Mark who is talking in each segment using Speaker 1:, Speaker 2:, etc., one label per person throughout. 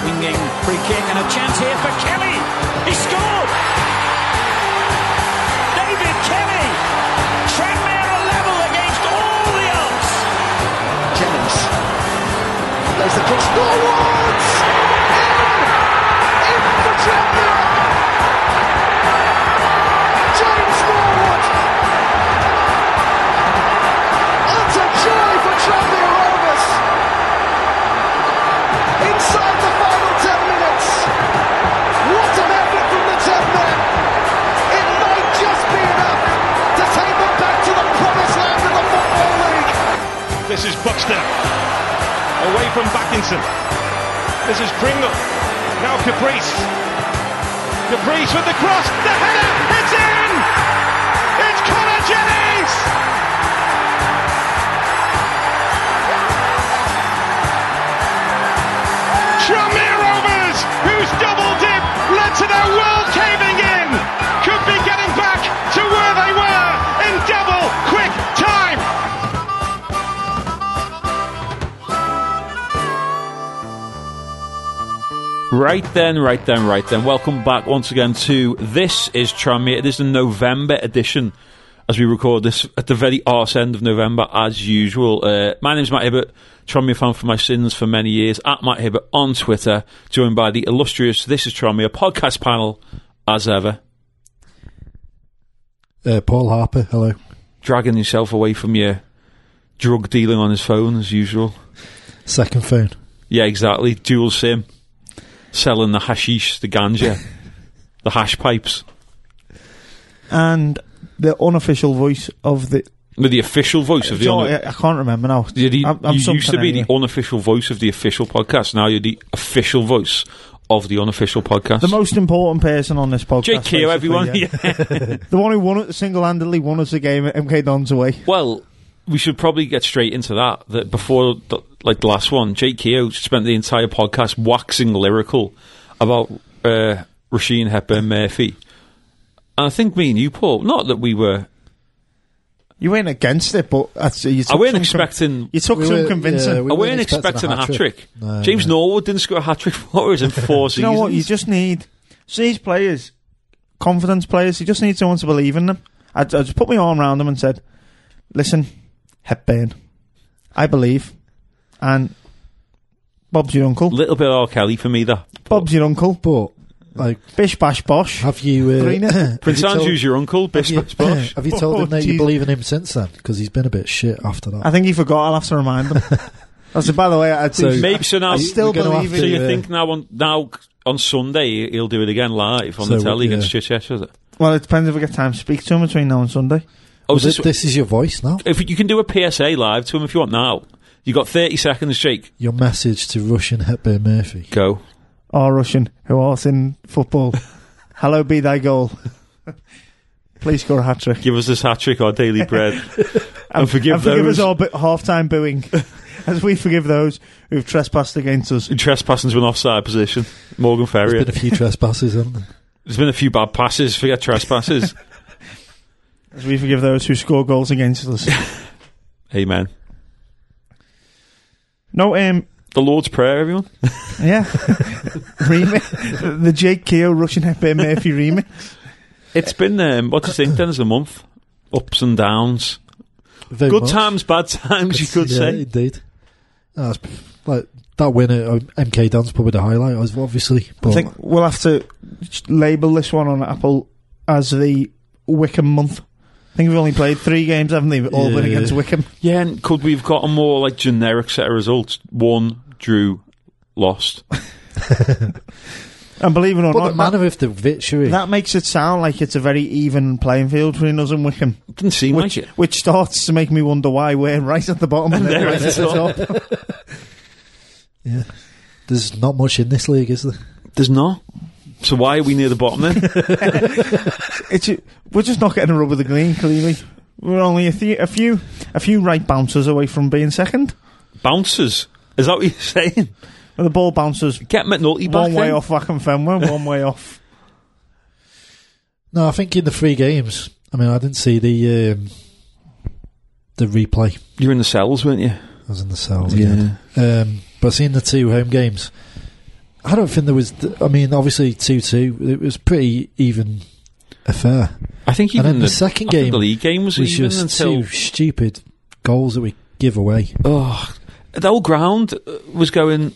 Speaker 1: swinging free kick and a chance here for Kelly. He scored. David Kelly. Tranmere are level against all the odds.
Speaker 2: Jennings. Plays the cross forwards. In for Tranmere. James Norwood. It's a joy for Tranmere Rovers. Inside the final 10 minutes. What an effort from the 10 men. It might just be enough to take them back to the promised land of the Football League.
Speaker 3: This is Buxton. Away from Backinson. This is Pringle. Now Caprice. Caprice with the cross. The header. It's in. It's Connor Jennings. Tranmere Rovers, whose double dip led to their world caving in, could be getting back to where they were in double quick time.
Speaker 4: Right then, right then, right then. Welcome back once again to This is Tranmere. It is the November edition as we record this at the very arse end of November, as usual. Uh, my name's Matt Hibbert, Tranmere fan for my sins for many years, at Matt Hibbert on Twitter, joined by the illustrious This is Tranmere podcast panel, as ever.
Speaker 5: Uh, Paul Harper, hello.
Speaker 4: Dragging himself away from your drug dealing on his phone, as usual.
Speaker 5: Second phone.
Speaker 4: Yeah, exactly. Dual sim. Selling the hashish, the ganja, the hash pipes.
Speaker 6: and the unofficial voice of the.
Speaker 4: With the official voice of the
Speaker 6: Oh,
Speaker 4: owner-
Speaker 6: I I can't remember now.
Speaker 4: Yeah, the-
Speaker 6: I'm, I'm
Speaker 4: you used to
Speaker 6: something
Speaker 4: be
Speaker 6: anyway.
Speaker 4: the unofficial voice of the official podcast. Now you're the official voice of the unofficial podcast.
Speaker 6: the most important person on this podcast.
Speaker 4: Jake Keogh,
Speaker 6: basically,
Speaker 4: everyone.
Speaker 6: yeah.
Speaker 4: Yeah.
Speaker 6: the one who won it single-handedly won us the game at MK Dons away.
Speaker 4: Well, we should probably get straight into that. That before, the, like the last one, Jake Keogh spent the entire podcast waxing lyrical about uh, Rasheen Hepburn Murphy. And I think me and you, Paul, not that we were.
Speaker 6: You weren't against it, but that's, you took
Speaker 4: I weren't
Speaker 6: some
Speaker 4: expecting. Oh,
Speaker 6: Com- you took
Speaker 5: We
Speaker 6: some
Speaker 5: were-
Speaker 6: convincing.
Speaker 5: yeah, we
Speaker 4: I weren't expecting a hat trick. James Norwood didn't score a hat trick for us in four
Speaker 6: Do you know what? You
Speaker 4: seasons.
Speaker 6: just need so these players, confidence players. You just need someone to believe in them. I, I just put my arm around them and said, "Listen, Hepburn, I believe." And Bob's your uncle.
Speaker 4: Little bit R. Kelly for me, that.
Speaker 6: Bob's your uncle.
Speaker 5: But, like,
Speaker 6: Bish bash bosh.
Speaker 5: have you. Uh,
Speaker 6: Three nil.
Speaker 5: have you
Speaker 4: Prince
Speaker 5: told-
Speaker 4: Andrew's your uncle,
Speaker 5: have
Speaker 4: Bish
Speaker 5: you-
Speaker 4: Bash Bosh.
Speaker 5: Have you told
Speaker 6: Oh,
Speaker 5: him that
Speaker 6: Jesus.
Speaker 5: you believe in him since then? Because he's been a bit shit after that.
Speaker 6: I think he forgot. I'll have to remind him. I said, by the way, I
Speaker 5: So-
Speaker 6: think
Speaker 4: Maybe so now.
Speaker 6: I
Speaker 5: you-
Speaker 6: still
Speaker 5: we're gonna
Speaker 6: believe
Speaker 5: have
Speaker 4: So
Speaker 6: it.
Speaker 5: to- uh,
Speaker 4: you
Speaker 5: Yeah.
Speaker 4: think now on now on Sunday he'll do it again live on the
Speaker 5: So,
Speaker 4: telly
Speaker 5: yeah.
Speaker 4: against Chichester? Is it?
Speaker 6: Well, it depends if I get time to speak to him between now and Sunday.
Speaker 4: Oh,
Speaker 5: Well,
Speaker 4: is
Speaker 5: this,
Speaker 4: this,
Speaker 5: this is your voice now.
Speaker 4: if you can do a PSA live to him if you want now. You got thirty seconds, Jake.
Speaker 5: Your message to Russian Hepburn Murphy.
Speaker 4: Go.
Speaker 6: Or Russian, who are in football. Hello, be thy goal. Please score a hat trick.
Speaker 4: Give us this hat trick or daily bread, and forgive
Speaker 6: and forgive
Speaker 4: those
Speaker 6: us all but half-time booing as we forgive those who've trespassed against us.
Speaker 4: who trespass into an offside position. Morgan
Speaker 5: There's
Speaker 4: Ferrier.
Speaker 5: been a few trespasses, haven't there?
Speaker 4: There's been a few bad passes. Forget trespasses.
Speaker 6: As we forgive those who score goals against us.
Speaker 4: Amen.
Speaker 6: No, um,
Speaker 4: The Lord's Prayer, everyone.
Speaker 6: yeah. remix. The Jake Keogh Russian Hepburn Murphy remix.
Speaker 4: It's
Speaker 5: Uh,
Speaker 4: been um, what do you think? Then as a month, ups and downs,
Speaker 5: Very
Speaker 4: good
Speaker 5: much.
Speaker 4: times, bad times. You could
Speaker 5: yeah,
Speaker 4: say.
Speaker 5: Indeed. No, it's, like, that win at um, MK Dan's probably the highlight, as- obviously. But
Speaker 6: I think we'll have to label this one on Apple as the Wickham month. I think we've only played three games, haven't we? All been
Speaker 5: Yeah.
Speaker 6: against Wickham.
Speaker 4: Yeah, and could we have got a more like generic set of results? One, drew, lost.
Speaker 6: And believe it or
Speaker 5: but the
Speaker 6: not, that,
Speaker 5: manner of the victory.
Speaker 6: that makes it sound like it's a very even playing field between us and Wickham,
Speaker 4: Didn't seem
Speaker 6: which
Speaker 4: like it.
Speaker 6: which starts to make me wonder why we're right at the bottom and they're
Speaker 4: They're
Speaker 6: right
Speaker 4: at
Speaker 6: at
Speaker 4: the
Speaker 6: the top.
Speaker 5: yeah. There's not much in this league, is there?
Speaker 4: There's not. So why are we near the bottom then?
Speaker 6: It's a- we're just not getting a rub of the green. Clearly, we're only a, few a few a few right bouncers away from being second.
Speaker 4: Bouncers. Is that what you're saying?
Speaker 6: The ball bounces
Speaker 4: Get McNulty back.
Speaker 6: one way
Speaker 4: then.
Speaker 6: off Wickham Fenway, one way off.
Speaker 5: No, I think in the three games. I mean, I didn't see the um, the replay.
Speaker 4: You were in the cells, weren't you?
Speaker 5: I was in the cell. again. Um, but seeing the two home games, I don't think there was. th- I mean, obviously two two. It was pretty even affair.
Speaker 4: I think
Speaker 5: And
Speaker 4: even
Speaker 5: then the second
Speaker 4: I think
Speaker 5: game
Speaker 4: the league game was,
Speaker 5: It was
Speaker 4: even
Speaker 5: just
Speaker 4: until
Speaker 5: two stupid goals that we give away.
Speaker 4: oh, the whole ground uh, was going.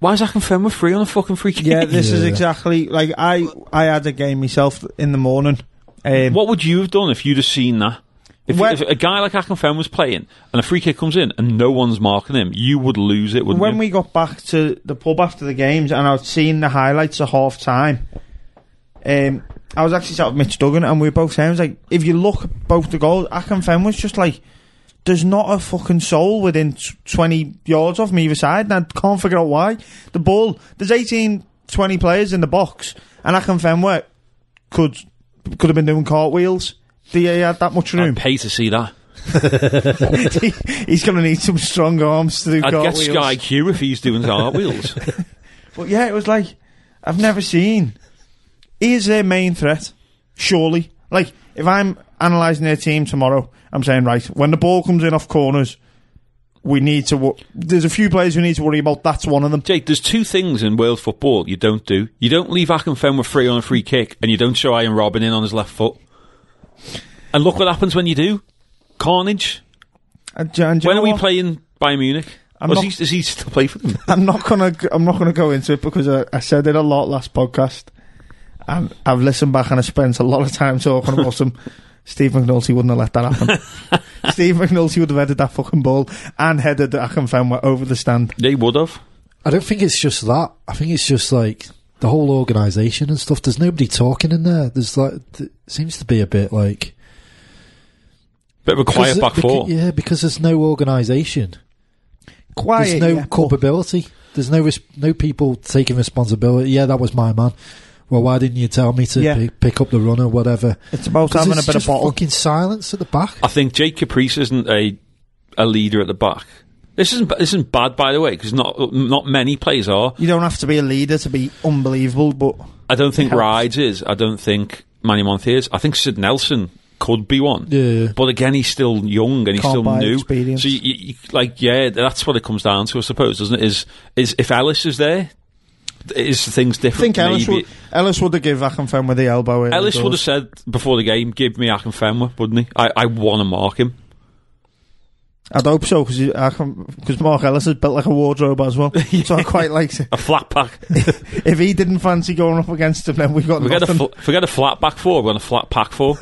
Speaker 4: Why is that confirmed we're free on a fucking free kick?
Speaker 6: Yeah, this is
Speaker 5: Yeah.
Speaker 6: exactly like I. I had a game myself in the morning. Um,
Speaker 4: What would you have done if you'd have seen that? If,
Speaker 6: When-
Speaker 4: if a guy like Akinfenwa was playing and a free kick comes in and no one's marking him, you would lose it, wouldn't
Speaker 6: when
Speaker 4: you?
Speaker 6: we got back to the pub after the games and I'd seen the highlights of half time, um, I was actually sat with Mitch Duggan and we were both saying, I was like, if you look at both the goals, Akinfen was just like, there's not a fucking soul within t- 20 yards of me either side, and I can't figure out why. The ball, there's 18, 20 players in the box, and Akinfen could could have been doing cartwheels. He had that much room.
Speaker 4: I'd pay to see that.
Speaker 6: He's going to need some strong arms to do
Speaker 4: I'd get
Speaker 6: cartwheels.
Speaker 4: Sky Q if he's doing cartwheels.
Speaker 6: But yeah, it was like I've never seen. He is their main threat, surely. Like if I'm analysing their team tomorrow, I'm saying right when the ball comes in off corners, we need to. Wo- There's a few players we need to worry about. That's one of them.
Speaker 4: Jake, there's two things in world football you don't do. You don't leave Akinfenwa free on a free kick, and you don't show Ian Robin in on his left foot. And look what happens when you do. Carnage.
Speaker 6: And, do- and do you
Speaker 4: when
Speaker 6: know
Speaker 4: are we
Speaker 6: what?
Speaker 4: playing Bayern Munich?
Speaker 6: I'm
Speaker 4: Or
Speaker 6: not-
Speaker 4: is he, does he still play for them?
Speaker 6: I'm not gonna. g- I'm not gonna go into it because I, I said it a lot last podcast. And I've listened back and I spent a lot of time talking about him. Steve McNulty wouldn't have let that happen. Steve McNulty would have headed that fucking ball and headed Akinfenwa over the stand.
Speaker 4: they would have.
Speaker 5: I don't think it's just that. I think it's just like the whole organisation and stuff. There's nobody talking in there. There's like th- seems to be a bit like
Speaker 4: Bit of a quiet
Speaker 5: Because-
Speaker 4: back
Speaker 5: beca-
Speaker 4: four.
Speaker 5: Yeah, because there's no organisation.
Speaker 6: Quiet.
Speaker 5: There's no
Speaker 6: uh, yeah.
Speaker 5: culpability. There's no res- no people taking responsibility. Yeah, that was my man. Well, why didn't you tell me to
Speaker 6: Yeah.
Speaker 5: pick, pick up the runner, whatever?
Speaker 6: It's about
Speaker 5: 'Cause
Speaker 6: having a
Speaker 5: it's
Speaker 6: bit of
Speaker 5: just
Speaker 6: bottle.
Speaker 5: fucking silence at the back.
Speaker 4: I think Jake Caprice isn't a a leader at the back. This isn't this isn't bad, by the way, because not not many players are.
Speaker 6: You don't have to be a leader to be unbelievable, but
Speaker 4: I don't think
Speaker 6: Helps.
Speaker 4: Rides is. I don't think Manny Monty is. I think Sid Nelson could be one.
Speaker 5: Yeah.
Speaker 4: But again, he's still young and he's
Speaker 6: Can't
Speaker 4: still
Speaker 6: buy
Speaker 4: new.
Speaker 6: experience.
Speaker 4: So, you, you, like, yeah, that's what it comes down to, I suppose, doesn't it? Is is if Ellis is there, is things
Speaker 6: I
Speaker 4: different?
Speaker 6: think Ellis
Speaker 4: Maybe.
Speaker 6: would, Oh Ellis would have give Akinfenwa with the elbow. early
Speaker 4: Ellis
Speaker 6: doors.
Speaker 4: would have said before the game, "Give me Akinfenwa," wouldn't he? I, I want to mark him.
Speaker 6: I'd hope so because Mark Ellis is built like a wardrobe as well. So I quite like it.
Speaker 4: A flat back.
Speaker 6: If he didn't fancy going up against him, then we've got
Speaker 4: Forget a,
Speaker 6: nothing.
Speaker 4: fl- forget a flat back four. We're on a flat pack four.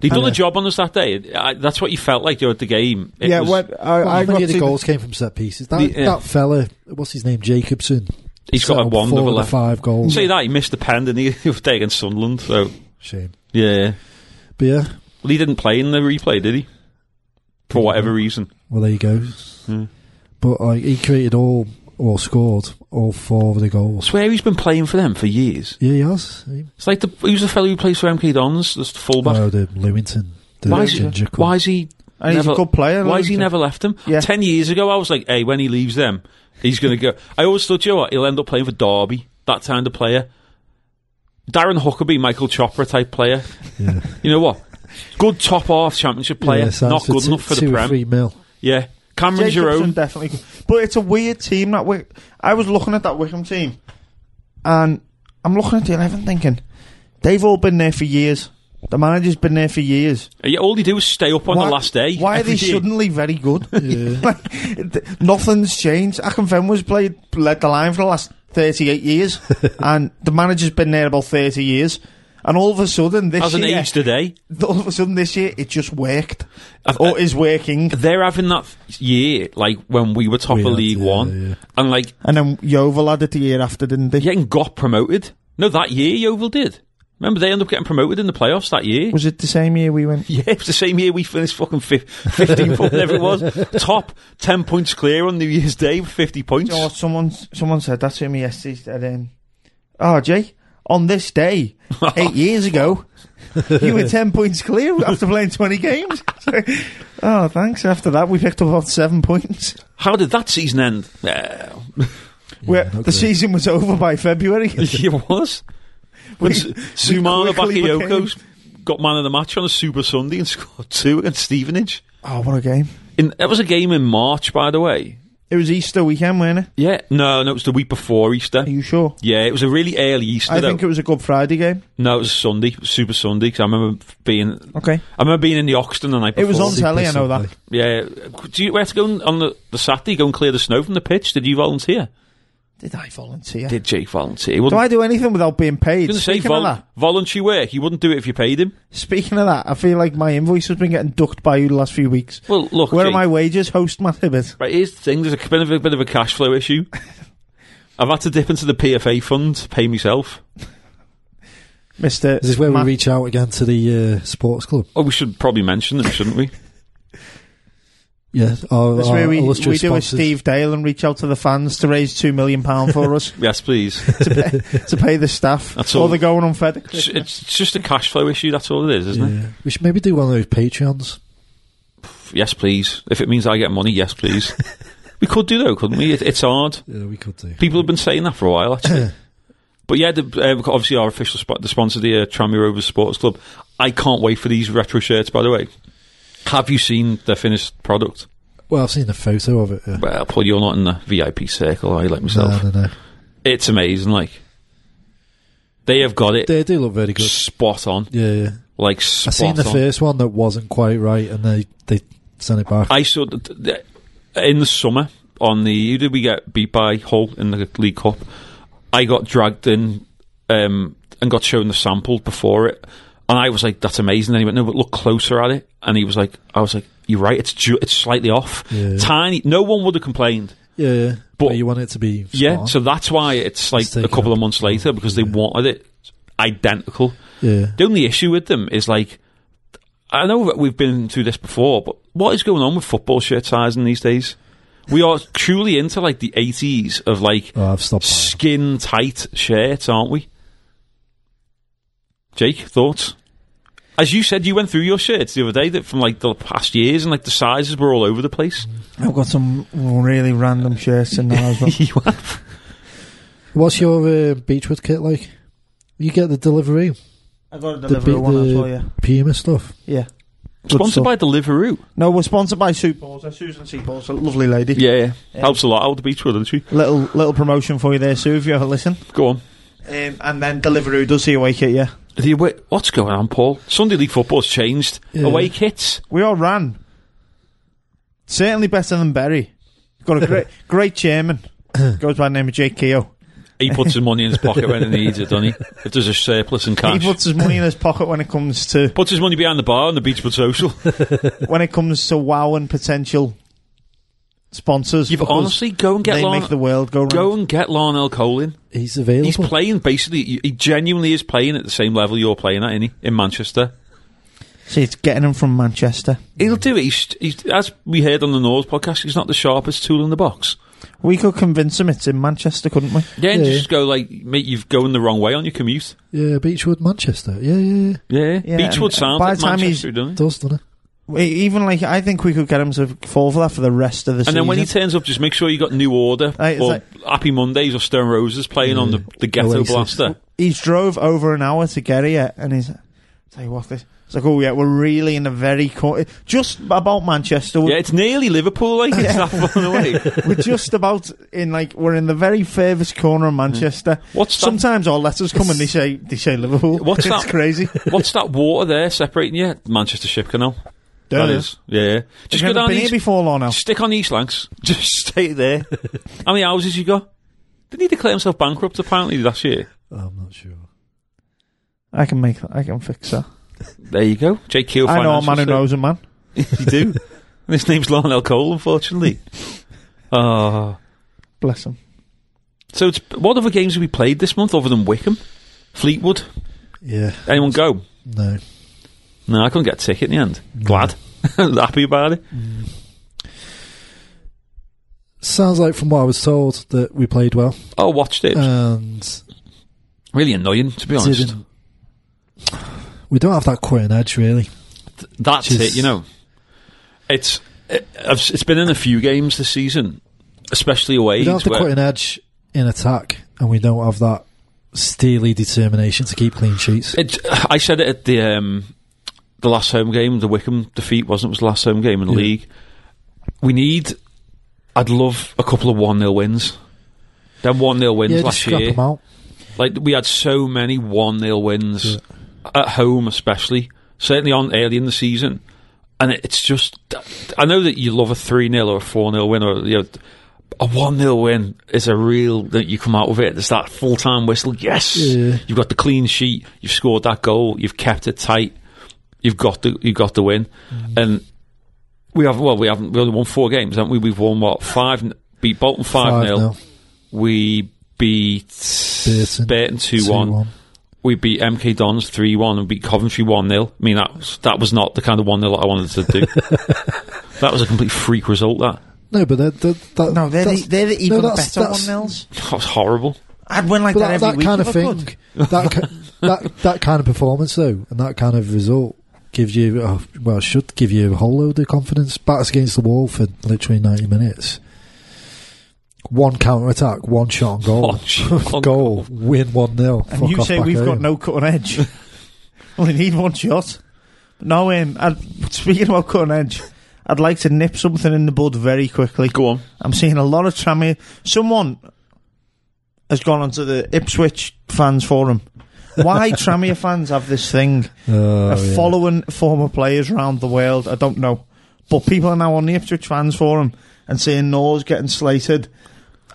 Speaker 4: He done a job on us that day. I, that's what you felt like you at the game. It
Speaker 6: yeah,
Speaker 4: was-
Speaker 6: when, I,
Speaker 5: Well,
Speaker 6: I
Speaker 5: many
Speaker 6: got
Speaker 5: of the
Speaker 6: to
Speaker 5: goals came from set pieces. That,
Speaker 4: The- yeah.
Speaker 5: that fella, what's his name, Jacobson.
Speaker 4: he's got a
Speaker 5: settled
Speaker 4: wonderful
Speaker 5: four of the
Speaker 4: left.
Speaker 5: five goals.
Speaker 4: Say that he missed the pen didn't he, the other day against Sunderland. So
Speaker 5: Shame,
Speaker 4: yeah,
Speaker 5: but yeah.
Speaker 4: well, he didn't play in the replay, did he? For whatever
Speaker 6: Mm-hmm.
Speaker 4: reason,
Speaker 5: Well, there you go.
Speaker 4: Hmm.
Speaker 5: But like he created all or scored all four of the
Speaker 4: I
Speaker 5: goals.
Speaker 4: swear he's been playing for them for years.
Speaker 5: Yeah, he has. He-
Speaker 4: It's like the who's the fellow who plays for MK Dons, this fullback.
Speaker 5: oh, the Lewington. The
Speaker 4: why, is he,
Speaker 5: ginger cunt.
Speaker 4: why is he?
Speaker 6: And he's a
Speaker 4: never-
Speaker 6: good player.
Speaker 4: Why has he
Speaker 6: isn't
Speaker 4: never left them?
Speaker 6: Yeah.
Speaker 4: Ten years ago, I was like, hey, when he leaves them, he's going to go. I always thought, you know what, he'll end up playing for Derby, that kind of player. Darren Huckabee, Michael Chopra type player.
Speaker 5: Yeah.
Speaker 4: You know what? Good top half championship player,
Speaker 5: Yeah, signs
Speaker 4: not
Speaker 5: for
Speaker 4: good
Speaker 5: two-
Speaker 4: enough for
Speaker 5: two
Speaker 4: the
Speaker 5: or
Speaker 4: Prem.
Speaker 5: Three mil.
Speaker 4: Yeah. Cameron
Speaker 6: Jacobson
Speaker 4: Jerome.
Speaker 6: definitely. could- But it's a weird team that Wick. I was looking at that Wickham team, and I'm looking at the eleven, thinking they've all been there for years. The manager's been there for years.
Speaker 4: Yeah, all he do is stay up on
Speaker 6: Why-
Speaker 4: the last day.
Speaker 6: Why are
Speaker 4: every
Speaker 6: they
Speaker 4: year.
Speaker 6: suddenly very good?
Speaker 5: Yeah.
Speaker 6: Like, th- nothing's changed. Akinfenwa's played led the line for the last thirty-eight years, and the manager's been there about thirty years. And all of a sudden, this
Speaker 4: Hasn't
Speaker 6: year,
Speaker 4: aged today.
Speaker 6: all of a sudden this year, it just worked,
Speaker 4: I've-
Speaker 6: or is working.
Speaker 4: They're having that year, like when we were top
Speaker 5: We
Speaker 4: of
Speaker 5: had,
Speaker 4: League
Speaker 5: yeah,
Speaker 4: One,
Speaker 5: yeah.
Speaker 4: and like
Speaker 6: And then Yeovil had it the year after, didn't they?
Speaker 4: they hadn't got promoted. No, that year Yeovil did. Remember, they ended up getting promoted in the playoffs that year.
Speaker 6: Was it the same year we went?
Speaker 4: Yeah, it was the same year we finished fucking fif- 15th, whatever it was. Top 10 points clear on New Year's Day with 50 points.
Speaker 6: Oh, someone, someone said that to me yesterday. Said, um, "Oh, Jay, on this day, eight years ago, you were ten points clear after playing twenty games." oh, thanks. After that, we picked up about seven points.
Speaker 4: How did that season end? Uh,
Speaker 6: Where
Speaker 5: not
Speaker 6: the
Speaker 5: great.
Speaker 6: season was over by February.
Speaker 4: it was. When
Speaker 6: We-
Speaker 4: S-
Speaker 6: we
Speaker 4: Sumana
Speaker 6: quickly
Speaker 4: Bakayoko got man of the match on a Super Sunday and scored two against Stevenage.
Speaker 6: oh, what a game!
Speaker 4: In, that was a game in March, by the way.
Speaker 6: It was Easter weekend, weren't it?
Speaker 4: Yeah, no, no, it was the week before Easter.
Speaker 6: Are you sure?
Speaker 4: Yeah, it was a really early Easter.
Speaker 6: I
Speaker 4: though.
Speaker 6: think it was a Good Friday game.
Speaker 4: no, it was Sunday, Super Sunday. Because I remember being,
Speaker 6: Okay.
Speaker 4: I remember being in the Oxton the night
Speaker 6: It
Speaker 4: before.
Speaker 6: was on telly, I know that.
Speaker 5: Something.
Speaker 4: Yeah, do you we had to go on- on the, the Saturday go and clear the snow from the pitch? Did you volunteer?
Speaker 6: Did I volunteer?
Speaker 4: Did Jake volunteer? He
Speaker 6: Do
Speaker 4: wouldn't-
Speaker 6: I do anything without being paid?
Speaker 4: Didn't say
Speaker 6: Speaking
Speaker 4: vol-
Speaker 6: of that,
Speaker 4: voluntary work. You wouldn't do it if you paid him.
Speaker 6: speaking of that, I feel like my invoice has been getting ducked by you the last few weeks.
Speaker 4: Well, look,
Speaker 6: Where are
Speaker 4: Jake,
Speaker 6: my wages, host Matt Hibbert?
Speaker 4: Right, here's the thing. There's a bit of a, bit of a cash flow issue. I've had to dip into the PFA fund to pay myself.
Speaker 6: Mister.
Speaker 5: Is this where
Speaker 6: Matt-
Speaker 5: we reach out again to the uh, sports club?
Speaker 4: Oh, we should probably mention them, shouldn't we?
Speaker 5: Yeah, our,
Speaker 6: This
Speaker 5: our
Speaker 6: where we, we
Speaker 5: illustrious
Speaker 6: do a
Speaker 5: sponsors.
Speaker 6: Steve Dale and reach out to the fans to raise two million pound for us
Speaker 4: yes, please.
Speaker 6: to pay the staff.
Speaker 4: That's all.
Speaker 6: Or they're going unfed.
Speaker 4: It's, it's just a cash flow issue. That's all it is, isn't it?
Speaker 5: Yeah. We should maybe do one of those Patreons.
Speaker 4: Yes, please. If it means I get money, yes, please. we could do though, couldn't we? It, it's hard.
Speaker 5: Yeah, we could do.
Speaker 4: People have been saying that for a while, actually. but yeah, the, uh, we've got obviously our official spot, the sponsor, the uh, Trammy Rovers Sports Club. I can't wait for these retro shirts. By the way, have you seen the finished product?
Speaker 5: Well, I've seen a photo of it. Yeah.
Speaker 4: Well, Paul, you're not in the VIP circle, are you? Like
Speaker 5: No,
Speaker 4: myself,
Speaker 5: no, no.
Speaker 4: it's amazing. Like they have got it
Speaker 5: They do look very good.
Speaker 4: spot on.
Speaker 5: Yeah, yeah.
Speaker 4: Like
Speaker 5: I
Speaker 4: spot
Speaker 5: seen the
Speaker 4: on.
Speaker 5: first one that wasn't quite right, and they they sent it back.
Speaker 4: I saw that th- in the summer on the who did we get beat by Hull in the League Cup? I got dragged in um, and got shown the sample before it, and I was like, "That's amazing." Then he went, "No, but look closer at it," and he was like, "I was like, you're right. It's ju- it's slightly off,
Speaker 5: Yeah.
Speaker 4: tiny. No one would have complained."
Speaker 5: yeah, yeah.
Speaker 4: But-
Speaker 5: But you want it to be spot
Speaker 4: Yeah,
Speaker 5: on.
Speaker 4: so that's why it's like
Speaker 5: It's
Speaker 4: a
Speaker 5: taken
Speaker 4: couple
Speaker 5: up.
Speaker 4: of months later because they wanted it identical.
Speaker 5: yeah.
Speaker 4: The only issue with them is like, I know that we've been through this before, but what is going on with football shirt sizing these days? We are truly into like the eighties of like
Speaker 5: Oh, I've stopped. buying them.
Speaker 4: skin tight shirts, aren't we? Jake, thoughts? As you said, you went through your shirts the other day that from like the past years, and like the sizes were all over the place.
Speaker 6: I've got some really random shirts in there as well.
Speaker 4: You have-
Speaker 5: What's your uh, Beechwood kit like? You get the delivery
Speaker 6: I got a
Speaker 5: The uh,
Speaker 6: delivery
Speaker 5: bit-
Speaker 6: one as
Speaker 5: the-
Speaker 6: well, yeah.
Speaker 5: Puma stuff.
Speaker 6: Yeah.
Speaker 4: Sponsored
Speaker 6: stuff.
Speaker 4: by Deliveroo.
Speaker 6: No, we're sponsored by Sue Balls. Susan Sue Balls, a lovely lady.
Speaker 4: Yeah, yeah.
Speaker 6: Yeah.
Speaker 4: helps a lot. Old Beachwood, doesn't she?
Speaker 6: Little little promotion for you there, Sue, if you ever listen.
Speaker 4: Go on.
Speaker 6: Um, and then Deliveroo does see away kit, yeah.
Speaker 4: The away- what's going on, Paul? Sunday League football's changed.
Speaker 5: Yeah.
Speaker 4: Away kits.
Speaker 6: We all ran. Certainly better than Berry. Got a great great chairman. Goes by the name of Jake Keogh.
Speaker 4: He puts his money in his pocket when he needs it, doesn't he? If there's a surplus in cash.
Speaker 6: He puts his money in his pocket when it comes to
Speaker 4: Puts his money behind the bar on the Beachwood Social.
Speaker 6: when it comes to wow and potential sponsors.
Speaker 4: You've
Speaker 6: because
Speaker 4: honestly go and get
Speaker 6: they make the
Speaker 4: Lon-
Speaker 6: world go round.
Speaker 4: go and get Lionel Colin.
Speaker 5: He's available.
Speaker 4: He's playing basically. He genuinely is playing at the same level you're playing at, isn't he? In Manchester,
Speaker 6: See, it's getting him from Manchester.
Speaker 4: he'll do it. He's, he's, as we heard on the North podcast, he's not the sharpest tool in the box.
Speaker 6: We could convince him it's in Manchester, couldn't we?
Speaker 4: Yeah, and
Speaker 5: Yeah.
Speaker 4: just go like, mate, you've going the wrong way on your commute.
Speaker 5: yeah, Beechwood, Manchester. Yeah, yeah, yeah.
Speaker 4: Yeah,
Speaker 6: Yeah,
Speaker 4: Beachwood
Speaker 6: and
Speaker 4: sounds
Speaker 6: by
Speaker 4: like
Speaker 6: the time he's-
Speaker 4: Manchester, doesn't it?
Speaker 5: Does doesn't it?
Speaker 6: We- E, Even like I think we could get him to fall for that for the rest of the
Speaker 4: And
Speaker 6: season.
Speaker 4: then when he turns up, just make sure you got New Order
Speaker 6: Right, it's
Speaker 4: or
Speaker 6: like-
Speaker 4: Happy Mondays or Stone Roses playing on the, the Ghetto
Speaker 5: Oasis.
Speaker 4: Blaster.
Speaker 6: he's drove over an hour to get here, and he's tell you what this. It's like oh yeah, we're really in a very co- just about Manchester.
Speaker 4: Yeah,
Speaker 6: We're,
Speaker 4: it's nearly Liverpool, like it's that far away.
Speaker 6: we're just about in like we're in the very furthest corner of Manchester.
Speaker 4: Mm. What's that?
Speaker 6: Sometimes our letters come and they say they say Liverpool.
Speaker 4: What's
Speaker 6: it's
Speaker 4: that?
Speaker 6: crazy.
Speaker 4: What's that water there separating you? Manchester Ship Canal. That is. Yeah, yeah. Just
Speaker 6: Have
Speaker 4: go
Speaker 6: you ever
Speaker 4: down
Speaker 6: been here
Speaker 4: East,
Speaker 6: before, Lorna.
Speaker 4: Stick on East Lancs. Just stay there. How many houses you got? Didn't he declare himself bankrupt apparently last year?
Speaker 5: I'm not sure.
Speaker 6: I can make that. I can fix that.
Speaker 4: There you go. Jake Keel
Speaker 6: I know a
Speaker 4: Financial
Speaker 6: man who
Speaker 4: Ser-
Speaker 6: knows a man.
Speaker 4: you do. And his name's Lionel Cole, unfortunately. Oh.
Speaker 6: Bless him.
Speaker 4: So it's what other games have we played this month other than Wickham? Fleetwood?
Speaker 5: Yeah,
Speaker 4: Anyone go?
Speaker 5: no.
Speaker 4: No, I couldn't get a ticket in the end. Glad. Happy about it.
Speaker 5: Sounds like from what I was told that we played well
Speaker 4: Oh, watched
Speaker 6: Uh,
Speaker 4: it.
Speaker 5: and
Speaker 4: really annoying, to be honest.
Speaker 5: didn't. We don't have that quitting edge, really.
Speaker 4: That's
Speaker 5: Which
Speaker 4: it,
Speaker 5: is-
Speaker 4: you know. It's it, I've, s- it's been in a few games this season, especially away.
Speaker 5: We don't have the
Speaker 4: where-
Speaker 5: quitting edge in attack, and we don't have that steely determination to keep clean sheets.
Speaker 4: It, I said it at the um, the last home game, the Wickham defeat wasn't it? it was the last home game in the
Speaker 5: Yeah.
Speaker 4: league. We need I'd love a couple of 1 0 wins. Then 1 0 wins
Speaker 5: Yeah, just
Speaker 4: last
Speaker 5: scrap
Speaker 4: year.
Speaker 5: them out.
Speaker 4: Like we had so many one 0 wins at home, especially certainly on early in the season, and it, it's just I know that you love a three 0 or a four 0 win or you know. A one 0 win is a real that you come out of it. It's that full time whistle. Yes,
Speaker 5: Yeah.
Speaker 4: you've got the clean sheet. You've scored that goal. You've kept it tight. You've got the you have got the win, and we have well we haven't we only won four games, haven't we? We've won what five n- beat Bolton five 0
Speaker 5: 5-0.
Speaker 4: we beat
Speaker 5: Burton.
Speaker 4: Burton 2 1. We beat MK Dons 3 1 and beat Coventry 1 0. I mean, that was, that was not the kind of 1 0 I wanted to do. that was a complete freak result, that.
Speaker 5: No, but they're, they're, that,
Speaker 6: No, they're the,
Speaker 5: that's-
Speaker 6: they're the even
Speaker 5: that's-
Speaker 6: better
Speaker 5: that's-
Speaker 6: one nils.
Speaker 4: That was horrible.
Speaker 6: I'd win like
Speaker 5: But
Speaker 6: that,
Speaker 5: that, that
Speaker 6: every
Speaker 5: kind
Speaker 6: week.
Speaker 5: of
Speaker 6: if I could.
Speaker 5: thing, that, ki- that that kind of performance though, and that kind of result gives you oh, well should give you a whole load of confidence. Backs against the wall for literally ninety minutes. One counter attack, one shot on goal,
Speaker 4: One shot on
Speaker 5: goal, win one 0
Speaker 6: And you say we've got no cutting edge. Only need one shot. But no, um, I'd, speaking about cutting edge, I'd like to nip something in the bud very quickly.
Speaker 4: Go on.
Speaker 6: I'm seeing a lot of Tramier. Someone has gone onto the Ipswich fans forum. Why Tramier fans have this thing of following former players around the world? I don't know. But people are now on the Ipswich fans forum and saying Noah's getting slated.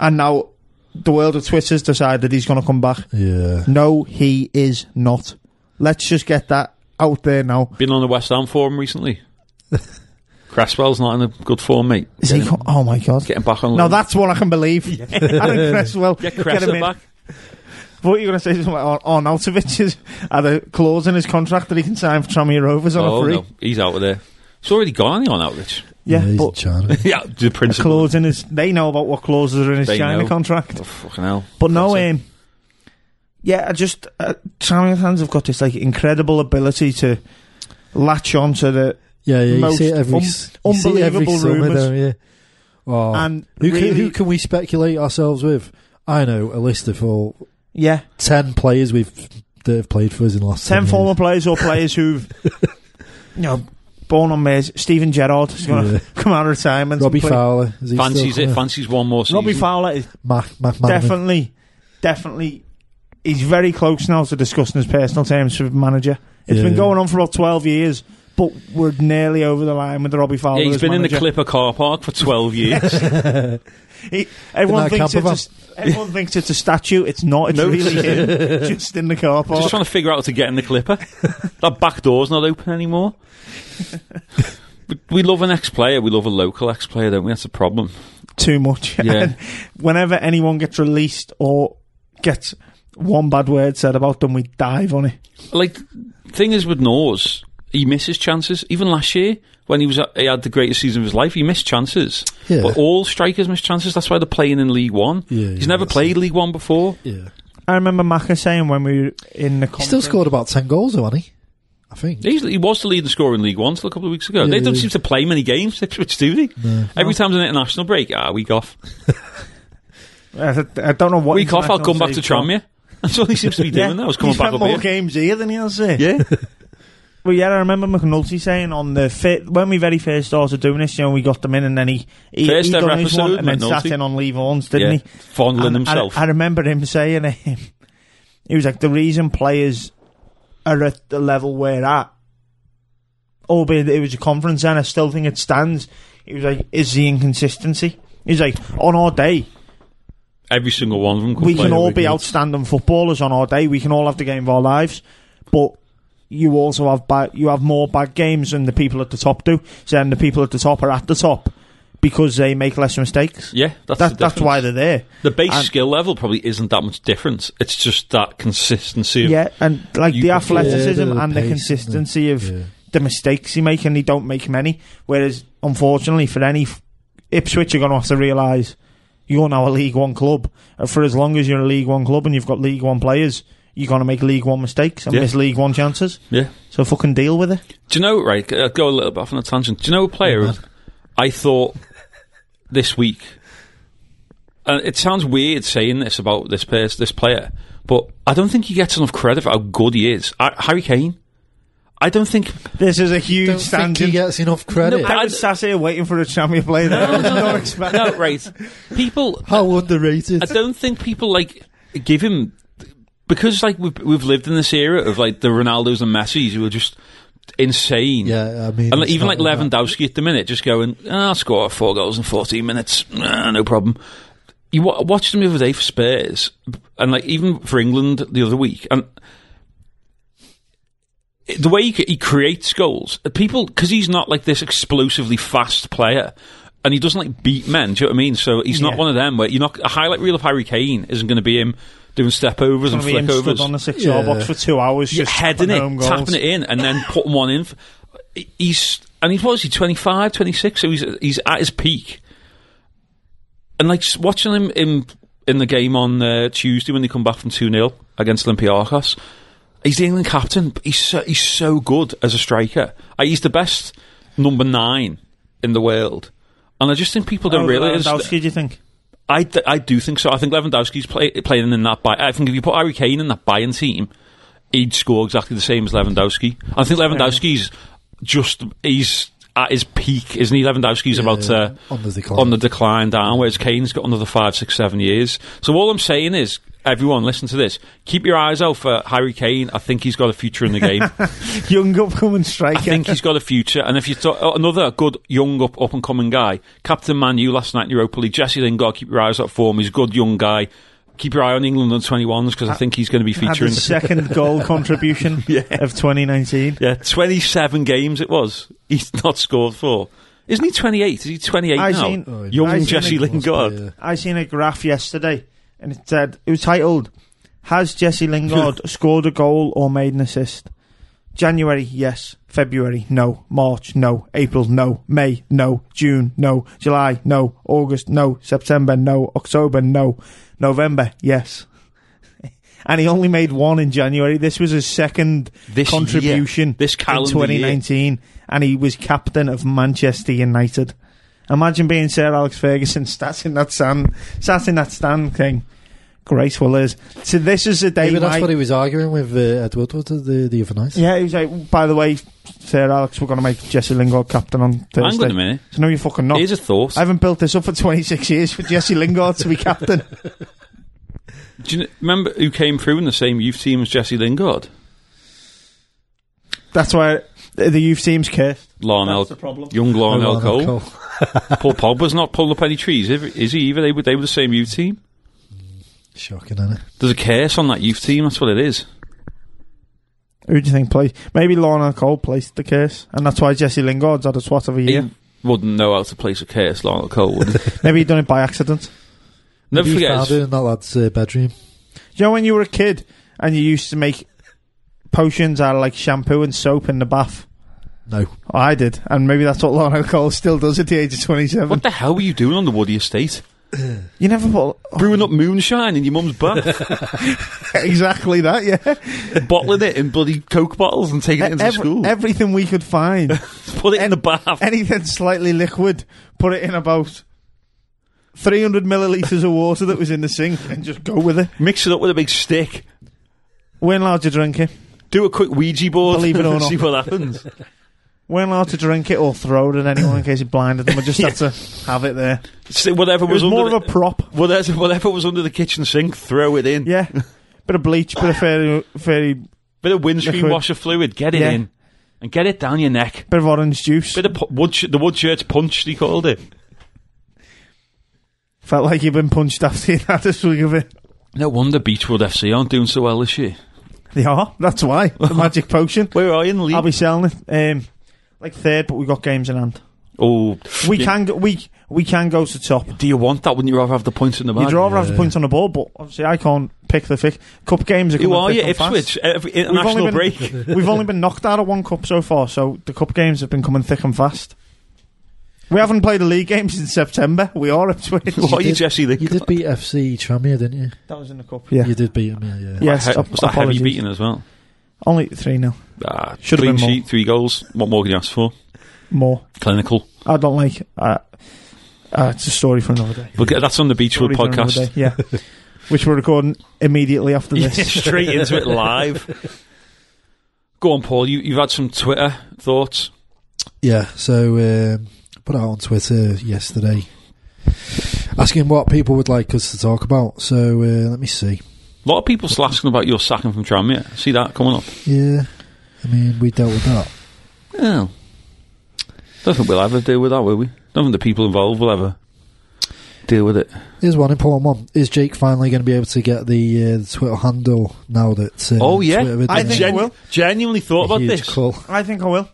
Speaker 6: And now the world of Twitter's decided he's going to come back.
Speaker 5: Yeah,
Speaker 6: No, he is not. Let's just get that out there now.
Speaker 4: Been on the West Ham forum recently. Cresswell's not in a good form, mate.
Speaker 6: Is
Speaker 4: Get
Speaker 6: he?
Speaker 4: him-
Speaker 6: Co- oh my god!
Speaker 4: Get him back on
Speaker 6: Now
Speaker 4: loan.
Speaker 6: that's one I can believe. Aaron Cresswell.
Speaker 4: Get
Speaker 6: get him
Speaker 4: Cresswell
Speaker 6: in.
Speaker 4: back.
Speaker 6: What are you going to say? Something like, oh, Arnautovic has had a clause in his contract that he can sign for Tramier Rovers on
Speaker 4: Oh,
Speaker 6: a free.
Speaker 4: no. He's out of there. It's already gone, on Outreach.
Speaker 6: Yeah,
Speaker 5: he's in
Speaker 6: but
Speaker 5: China.
Speaker 4: yeah, the
Speaker 6: a
Speaker 4: principal.
Speaker 6: clause in his. They know about what clauses are in his
Speaker 4: They
Speaker 6: China
Speaker 4: know.
Speaker 6: contract.
Speaker 4: Oh, fucking hell.
Speaker 6: But no,
Speaker 4: That's it.
Speaker 6: um, yeah, I just uh, Tramier fans have got this like incredible ability to latch on to the
Speaker 5: Yeah, yeah, you
Speaker 6: Most
Speaker 5: see it every,
Speaker 6: un-
Speaker 5: s- you see it every
Speaker 6: unbelievable
Speaker 5: summer,
Speaker 6: rumours.
Speaker 5: don't you? Oh.
Speaker 6: and
Speaker 5: who,
Speaker 6: really,
Speaker 5: can, who can we speculate ourselves with? I know a list of all
Speaker 6: yeah.
Speaker 5: ten players we've that have played for us in the last
Speaker 6: ten
Speaker 5: years.
Speaker 6: former players or players who've you know born on Mays. Stephen Gerrard is going to
Speaker 5: Yeah.
Speaker 6: come out of retirement. and
Speaker 5: Robbie
Speaker 6: play.
Speaker 5: Fowler. Is he
Speaker 4: Fancies
Speaker 5: still,
Speaker 4: it.
Speaker 5: Yeah.
Speaker 4: Fancies one more season.
Speaker 6: Robbie Fowler is
Speaker 5: Mac, Mac Manniman.
Speaker 6: definitely, definitely. He's very close now to discussing his personal terms for manager. It's
Speaker 5: Yeah.
Speaker 6: been going on for about twelve years, but we're nearly over the line with the Robbie Fowler.
Speaker 4: Yeah, he's
Speaker 6: as
Speaker 4: been in
Speaker 6: manager.
Speaker 4: the Clipper car park for 12 years.
Speaker 6: He, everyone
Speaker 5: that
Speaker 6: thinks
Speaker 5: camper
Speaker 6: it's a, s- everyone thinks it's a statue. It's not. It's really him, just in the car park.
Speaker 4: Just trying to figure out how to get in the Clipper. that back door's not open anymore. We- we love an ex-player. We love a local ex-player, don't we? That's a problem.
Speaker 6: too much.
Speaker 4: Yeah.
Speaker 6: And whenever anyone gets released or gets one bad word said about them, we dive on it.
Speaker 4: Like, thing is with Nors, he misses chances. Even last year, when he was at, he had the greatest season of his life, he missed chances.
Speaker 5: Yeah.
Speaker 4: But all strikers miss chances. That's why they're playing in League One.
Speaker 5: Yeah,
Speaker 4: He's
Speaker 5: yeah,
Speaker 4: never
Speaker 5: that's
Speaker 4: played League One before.
Speaker 5: Yeah.
Speaker 6: I remember Maka saying when we were in the
Speaker 5: He still
Speaker 6: conference,
Speaker 5: scored about 10 goals, though, hasn't he? I think.
Speaker 4: He's, he was the leading scorer in League One till a couple of weeks ago.
Speaker 5: Yeah,
Speaker 4: they don't
Speaker 5: yeah.
Speaker 4: seem to play many games, which do they? Every time's an international break, ah, week off.
Speaker 6: I, th- I don't know what
Speaker 4: week off, I'll
Speaker 6: international
Speaker 4: come back to
Speaker 6: stage he's on.
Speaker 4: Tranmere. That's all he seems to be doing now, is coming
Speaker 6: he's
Speaker 4: back
Speaker 6: had
Speaker 4: up
Speaker 6: more
Speaker 4: here.
Speaker 6: games here than he has there.
Speaker 4: Yeah.
Speaker 6: Well, yeah, I remember McNulty saying on the fit when we very first started doing this, you know, we got them in and then he he,
Speaker 4: First
Speaker 6: he
Speaker 4: ever
Speaker 6: done his one
Speaker 4: episode,
Speaker 6: and then sat
Speaker 4: McNulty.
Speaker 6: in on leave ons, didn't he?
Speaker 4: Fondling
Speaker 6: And
Speaker 4: himself.
Speaker 6: I, I remember him saying, um, he was like, the reason players are at the level we're at, albeit it was a conference and I still think it stands, he was like, is the inconsistency. He's like, on our day,
Speaker 4: Every single one of them. could
Speaker 6: we
Speaker 4: play
Speaker 6: can
Speaker 4: the
Speaker 6: all
Speaker 4: week.
Speaker 6: be outstanding footballers on our day. We can all have the game of our lives, but you also have bad, you have more bad games than the people at the top do. So then the people at the top are at the top because they make less mistakes.
Speaker 4: Yeah, that's
Speaker 6: That,
Speaker 4: the
Speaker 6: that's why they're
Speaker 4: difference.
Speaker 6: there.
Speaker 4: the base
Speaker 6: and-
Speaker 4: skill level probably isn't that much different. It's just that consistency. Of,
Speaker 6: Yeah, and like
Speaker 4: You
Speaker 6: the
Speaker 4: can-
Speaker 6: athleticism
Speaker 5: Yeah, the
Speaker 6: and the
Speaker 5: pace,
Speaker 6: consistency of
Speaker 5: Yeah.
Speaker 6: the mistakes he make, and he don't make many. Whereas, unfortunately, for any f- Ipswich, you're going to have to realise you're now a League One club, and for as long as you're a League One club and you've got League One players, you're going to make League One mistakes and
Speaker 4: Yeah.
Speaker 6: miss League One chances.
Speaker 4: yeah.
Speaker 6: So fucking deal with it.
Speaker 4: Do you know, right? I'll go a little bit off on a tangent. Do you know a player who I thought this week? And it sounds weird saying this about this person, this player, but I don't think he gets enough credit for how good he is. I, Harry Kane. I don't think
Speaker 6: This is a
Speaker 5: Don't
Speaker 6: huge
Speaker 5: think he
Speaker 6: standing.
Speaker 5: gets enough credit.
Speaker 6: I was sat here waiting for a champion play there.
Speaker 4: No, no,
Speaker 6: no,
Speaker 4: no.
Speaker 6: expect-
Speaker 4: no right. People,
Speaker 5: How underrated.
Speaker 4: I don't think people like give him because like we've we've lived in this era of like the Ronaldos and Messi's who are just insane.
Speaker 5: yeah, I mean,
Speaker 4: And like,
Speaker 5: it's
Speaker 4: even like
Speaker 5: not that.
Speaker 4: Lewandowski at the minute, just going, ah, I'll score four goals in 14 minutes, Ah, no problem. You wa- watched him the other day for Spurs, and like even for England the other week, and the way he, c- he creates goals, people because he's not like this explosively fast player, and he doesn't like beat men. Do you know what I mean? So he's not
Speaker 6: Yeah.
Speaker 4: one of them where you're not a highlight reel of Harry Kane isn't going to be him doing step overs and
Speaker 6: Gonna be him
Speaker 4: flick
Speaker 6: stood
Speaker 4: overs
Speaker 6: on the six yard
Speaker 5: Yeah.
Speaker 6: box for two hours,
Speaker 4: you're
Speaker 6: just
Speaker 4: heading
Speaker 6: tapping home
Speaker 4: it,
Speaker 6: goals.
Speaker 4: tapping it in, and then putting one in. He's and he's what is he 25, 26? So he's he's at his peak. And like just watching him in in the game on uh, Tuesday when they come back from two 0 against Olympiacos, he's the England captain. But he's so, he's so good as a striker. Uh, he's the best number nine in the world. And I just think people don't
Speaker 6: Oh,
Speaker 4: realize.
Speaker 6: Lewandowski, do you think?
Speaker 4: I, th- I do think so. I think Lewandowski's play- playing in that. Bay- I think if you put Harry Kane in that Bayern team, he'd score exactly the same as Lewandowski. I think Lewandowski's just he's at his peak, isn't he? Lewandowski's
Speaker 5: Yeah,
Speaker 4: about uh,
Speaker 5: on the decline.
Speaker 4: on the decline down, whereas Kane's got another five, six, seven years. So all I'm saying is, everyone, listen to this. Keep your eyes out for Harry Kane. I think he's got a future in the game.
Speaker 6: Young upcoming
Speaker 4: I
Speaker 6: striker.
Speaker 4: think he's got a future. And if you thought oh, another good young up up and coming guy, Captain Manu last night in Europa League, Jesse Lingard, keep your eyes out for him. He's a good young guy. Keep your eye on England on 21s
Speaker 5: Uh,
Speaker 4: because I think he's going to be
Speaker 6: had
Speaker 4: featuring.
Speaker 6: his second goal contribution of 2019.
Speaker 4: Yeah, 27 games it was. He's not scored for. Isn't he 28? Is he 28
Speaker 6: I
Speaker 4: now?
Speaker 6: seen-
Speaker 5: Oh, yeah.
Speaker 4: young
Speaker 6: I seen
Speaker 4: Jesse
Speaker 6: it
Speaker 5: Must be,
Speaker 4: Lingard.
Speaker 5: yeah.
Speaker 6: I seen a graph yesterday, and it said it was titled "Has Jesse Lingard scored a goal or made an assist?" January, yes. February, no. March, no. April, no. May, no. June, no. July, no. August, no. September, no. October, no. November, yes. And he only made one in January. This was his second
Speaker 4: This
Speaker 6: contribution
Speaker 4: year. This calendar
Speaker 6: in 2019, and he was captain of Manchester United. Imagine being Sir Alex Ferguson sat in that stand, sat in that stand thing. Great, well is. So this is a day.
Speaker 5: Maybe that's
Speaker 6: my-
Speaker 5: what he was arguing with uh, Ed Woodward the, the other night.
Speaker 6: yeah, he was like, by the way, Sir Alex, we're going to make Jesse Lingard captain on
Speaker 4: Hang on a
Speaker 6: Thursday.
Speaker 4: minute.
Speaker 6: So no, you're fucking not.
Speaker 4: Here's a thought.
Speaker 6: I haven't built this up for 26 years for Jesse Lingard to be captain.
Speaker 4: Do you kn- remember who came through in the same youth team as Jesse Lingard?
Speaker 6: That's why the youth team's cursed.
Speaker 4: Lionel,
Speaker 6: That's the problem.
Speaker 4: young Lionel,
Speaker 5: Lionel
Speaker 4: Cole.
Speaker 5: Cole.
Speaker 4: Paul Pogba's not pulled up any trees, is is he? Either they were they were the same youth team.
Speaker 5: Shocking, isn't it?
Speaker 4: There's a curse on that youth team. That's what it is.
Speaker 6: Who do you think plays? Maybe Lorna Cole placed the curse, and that's why Jesse Lingard's had a twat of a year.
Speaker 4: He wouldn't know how to place a curse, Lionel Cole would.
Speaker 6: Maybe he done it by accident.
Speaker 4: Never
Speaker 5: He
Speaker 4: forget.
Speaker 5: found
Speaker 4: his-
Speaker 5: it in that lad's uh, bedroom.
Speaker 6: Do you know when you were a kid and you used to make potions out of like shampoo and soap in the bath?
Speaker 5: No.
Speaker 6: Oh, I did, and maybe that's what Lorna Cole still does at the age of twenty-seven.
Speaker 4: What the hell were you doing on the Woody Estate?
Speaker 6: You never put
Speaker 4: Brewing up moonshine in your mum's bath,
Speaker 6: exactly that, yeah.
Speaker 4: bottling it in bloody Coke bottles and taking it into
Speaker 6: Ev-
Speaker 4: school.
Speaker 6: Everything we could find,
Speaker 4: Put it in the bath.
Speaker 6: anything slightly liquid, put it in about three hundred milliliters of water that was in the sink, and just go with it.
Speaker 4: mix it up with a big stick.
Speaker 6: When allowed to drink it.
Speaker 4: Do a quick Ouija board
Speaker 6: Believe it or
Speaker 4: and
Speaker 6: not.
Speaker 4: see what happens.
Speaker 6: weren't allowed to drink it or throw it at anyone in case it blinded them. I just had to have it there.
Speaker 4: See, whatever
Speaker 6: It was,
Speaker 4: was,
Speaker 6: more
Speaker 4: under
Speaker 6: of a prop.
Speaker 4: the, whatever, whatever was under the kitchen sink, throw it in.
Speaker 6: Yeah. Bit of bleach, bit of fairy, fairy, bit
Speaker 4: Bit of windscreen
Speaker 6: Liquid.
Speaker 4: washer fluid, get it
Speaker 6: Yeah.
Speaker 4: in. And get it down your neck.
Speaker 6: of orange juice.
Speaker 4: Bit of pu- wood, the wood church punch, they called it.
Speaker 6: Felt like you've been punched after you had a swig of it.
Speaker 4: No wonder Beechwood FC aren't doing so well this year.
Speaker 6: They are. That's why. The magic potion.
Speaker 4: Where are you in the league?
Speaker 6: I'll be selling it. Um, like third, but we've got games in hand.
Speaker 4: Oh,
Speaker 6: We
Speaker 4: yeah.
Speaker 6: can go, we we can go to top.
Speaker 4: Do you want that? Wouldn't you rather have the points in the bag?
Speaker 6: You'd rather have the
Speaker 5: yeah.
Speaker 6: points on the board, but obviously I can't pick the fic. Cup games are
Speaker 4: Who
Speaker 6: coming
Speaker 4: are
Speaker 6: thick
Speaker 4: you,
Speaker 6: and fast.
Speaker 4: Ipswich? Every
Speaker 6: We've
Speaker 4: international
Speaker 6: only,
Speaker 4: break.
Speaker 6: been, we've only been knocked out of one cup so far, so the cup games have been coming thick and fast. We haven't played a league game since September. We are at Twitch.
Speaker 4: What are you,
Speaker 5: did-
Speaker 4: Jesse?
Speaker 5: You
Speaker 4: The
Speaker 5: did beat FC Tranmere, didn't you?
Speaker 6: That was in the cup. Yeah.
Speaker 5: You did beat him, yeah. yeah.
Speaker 6: Yes.
Speaker 4: He-
Speaker 6: ap-
Speaker 4: was that heavy
Speaker 6: apologies.
Speaker 4: beating as well?
Speaker 6: Only three now.
Speaker 4: Ah,
Speaker 6: Should've
Speaker 4: clean
Speaker 6: been more.
Speaker 4: sheet, three goals. What more can you ask for?
Speaker 6: More.
Speaker 4: Clinical.
Speaker 6: I don't like. Uh, uh, it's a story for another day.
Speaker 4: We'll get, that's on the Beachwood
Speaker 6: Story for another
Speaker 4: podcast.
Speaker 6: day, Yeah. Which we're recording immediately after
Speaker 4: Yeah,
Speaker 6: this.
Speaker 4: straight into it live. Go on, Paul. You, you've had some Twitter thoughts.
Speaker 5: Yeah, so um, put out on Twitter yesterday asking what people would like us to talk about. So uh, let me see.
Speaker 4: A lot of people still asking about your sacking from Tranmere. See that coming up?
Speaker 5: Yeah, I mean, we dealt with that.
Speaker 4: Yeah. Don't think we'll ever deal with that, will we? Don't think the people involved will ever deal with it.
Speaker 5: Here's one important one. Is Jake finally going to be able to get the, uh, the Twitter handle now that. Uh,
Speaker 4: oh yeah,
Speaker 5: Twitter
Speaker 6: I
Speaker 5: did
Speaker 6: think
Speaker 5: a
Speaker 6: it will.
Speaker 4: genuinely thought about
Speaker 5: huge
Speaker 4: this.
Speaker 5: call.
Speaker 6: I think I will.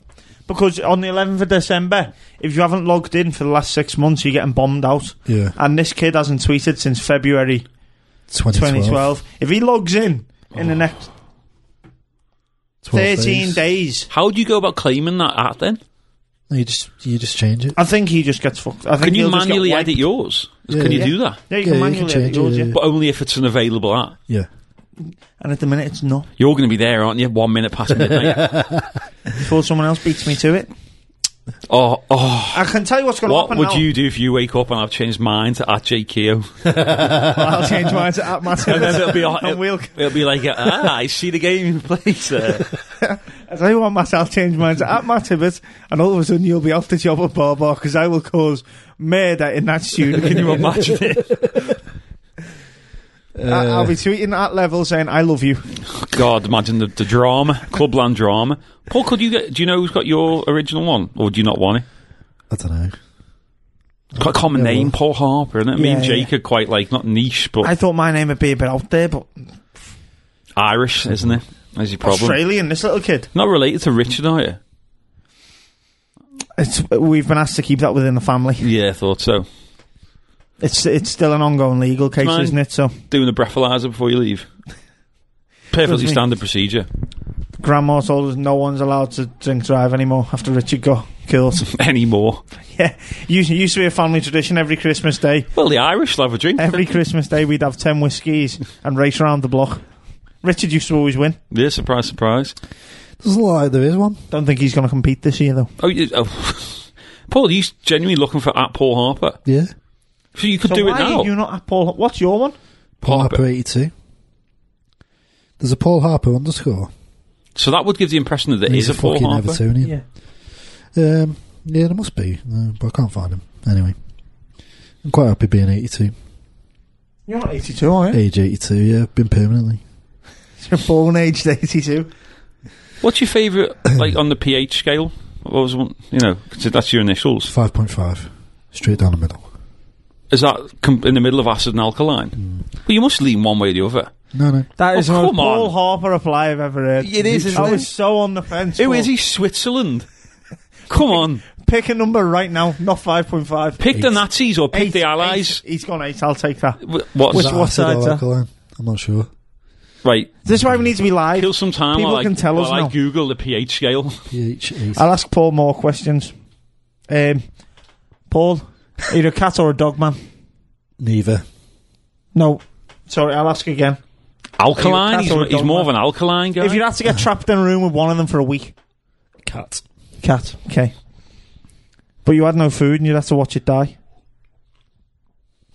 Speaker 6: Because on the 11th of December, if you haven't logged in for the last six months, you're getting bombed out.
Speaker 5: Yeah,
Speaker 6: And this kid hasn't tweeted since February
Speaker 5: 2012.
Speaker 6: 2012. If he logs in in the next
Speaker 5: 12
Speaker 6: 13 Oh, days.
Speaker 4: How do you go about claiming that app then?
Speaker 5: No, you just you just change it.
Speaker 6: I think he just gets fucked. I think
Speaker 4: Can you
Speaker 6: he'll just get
Speaker 4: manually
Speaker 6: wiped.
Speaker 4: edit yours?
Speaker 5: Yeah.
Speaker 4: Can you
Speaker 5: Yeah.
Speaker 4: do that?
Speaker 6: Yeah,
Speaker 5: Yeah,
Speaker 6: you can
Speaker 5: you can
Speaker 6: manually
Speaker 5: change
Speaker 6: edit yours,
Speaker 5: it,
Speaker 6: yeah.
Speaker 5: yeah.
Speaker 4: But only if it's an available app.
Speaker 5: Yeah,
Speaker 6: And at the minute, it's not.
Speaker 4: You're going to be there, aren't you? One minute past midnight.
Speaker 6: Before someone else beats me to it.
Speaker 4: oh, oh.
Speaker 6: I can tell you what's going to
Speaker 4: What
Speaker 6: happen
Speaker 4: would
Speaker 6: now.
Speaker 4: you do if you wake up and I've changed mine to at JKO?
Speaker 6: I'll change mine to at Matt
Speaker 4: And then it'll be,
Speaker 6: And
Speaker 4: it'll,
Speaker 6: we'll-
Speaker 4: it'll be like, ah, I see the game you played there.
Speaker 6: I tell you what, Matt, I'll change mine to at Matt Tibbet, and all of a sudden you'll be off the job at Barbar because I will cause murder in that studio.
Speaker 4: Can you imagine it?
Speaker 6: I- I'll be tweeting at level saying, I love you.
Speaker 4: God, imagine the, the drama, Clubland drama. Paul, could you get? Do you know who's got your original one, or do you not want it?
Speaker 5: I don't know.
Speaker 4: Quite a common
Speaker 5: Yeah,
Speaker 4: name, Paul
Speaker 5: well.
Speaker 4: Harper, isn't it? Me
Speaker 6: Yeah,
Speaker 4: and Jake
Speaker 6: yeah.
Speaker 4: are quite like not niche, but
Speaker 6: I thought my name would be a bit out there, but
Speaker 4: Irish, isn't it? Is your problem?
Speaker 6: Australian, this little kid.
Speaker 4: Not related to Richard, are you?
Speaker 6: It's, we've been asked to keep that within the family.
Speaker 4: Yeah, I thought so.
Speaker 6: It's it's still an ongoing legal case,
Speaker 4: Mine-
Speaker 6: isn't it? So
Speaker 4: Doing a breathalyzer before you leave. Perfectly
Speaker 6: me.
Speaker 4: standard procedure.
Speaker 6: grandma told us no one's allowed to drink drive anymore after Richard got killed.
Speaker 4: Anymore.
Speaker 6: yeah, used, used to be a family tradition every Christmas day.
Speaker 4: Well, the Irish love a drink.
Speaker 6: Every Christmas day we'd have ten whiskies and race around the block. Richard used to always win.
Speaker 4: Yeah, surprise, surprise.
Speaker 5: Doesn't look like there is one.
Speaker 6: Don't think he's going to compete this year though.
Speaker 4: Oh, you, oh. Paul, are you genuinely looking for at Paul Harper?
Speaker 5: Yeah,
Speaker 4: So you could
Speaker 6: so
Speaker 4: do it
Speaker 6: why
Speaker 4: now.
Speaker 6: are you not at Paul? What's your one?
Speaker 5: Paul
Speaker 4: Harper.
Speaker 5: Harper eighty two. There's a Paul Harper underscore.
Speaker 4: So that would give the impression that there
Speaker 5: He's
Speaker 4: is a
Speaker 5: a
Speaker 4: Paul
Speaker 5: fucking
Speaker 4: Harper.
Speaker 5: Evertonian. Um, yeah, there must be, uh, but I can't find him. Anyway, I'm quite happy being 82.
Speaker 6: You're not 82, are you?
Speaker 5: Age 82, yeah, been permanently.
Speaker 6: You're born aged 82.
Speaker 4: What's your favourite, like on the pH scale? What was one? You know, 'cause that's your initials.
Speaker 5: 5.5, straight down the middle.
Speaker 4: Is that com- in the middle of acid and alkaline?
Speaker 6: Hmm.
Speaker 4: Well, you must lean one way or the other.
Speaker 5: No, no.
Speaker 6: That
Speaker 4: Oh,
Speaker 6: is the most
Speaker 4: come on.
Speaker 6: Paul Harper reply I've ever heard.
Speaker 4: It is, isn't
Speaker 6: I
Speaker 4: it?
Speaker 6: was so on the fence.
Speaker 4: Who
Speaker 6: Paul.
Speaker 4: is he? Switzerland. Come on,
Speaker 6: Pick a number right now, not 5.5.
Speaker 4: pick the Nazis or pick
Speaker 6: Eight,
Speaker 4: the Allies.
Speaker 6: eight. He's gone eight. I'll take that.
Speaker 4: Wh- What's
Speaker 5: Is that
Speaker 6: what
Speaker 5: acid or
Speaker 6: side's that?
Speaker 5: alkaline? I'm not sure.
Speaker 4: right?
Speaker 6: This is why we need to be live.
Speaker 4: Kill some time.
Speaker 6: People
Speaker 4: while I-
Speaker 6: can tell us
Speaker 4: while
Speaker 6: now.
Speaker 4: I Google the pH scale.
Speaker 5: pH 8.
Speaker 6: I'll ask Paul more questions. Um, Paul, are you a cat or a dog man?
Speaker 5: Neither.
Speaker 6: No. Sorry, I'll ask again.
Speaker 4: Alkaline.
Speaker 6: cat
Speaker 4: He's,
Speaker 6: or a
Speaker 4: m- he's
Speaker 6: dog
Speaker 4: more of
Speaker 6: man?
Speaker 4: an alkaline guy.
Speaker 6: If you had to get trapped in a room with one of them for a week,
Speaker 5: Cat.
Speaker 6: cat. Okay. But you had no food and you'd have to watch it die.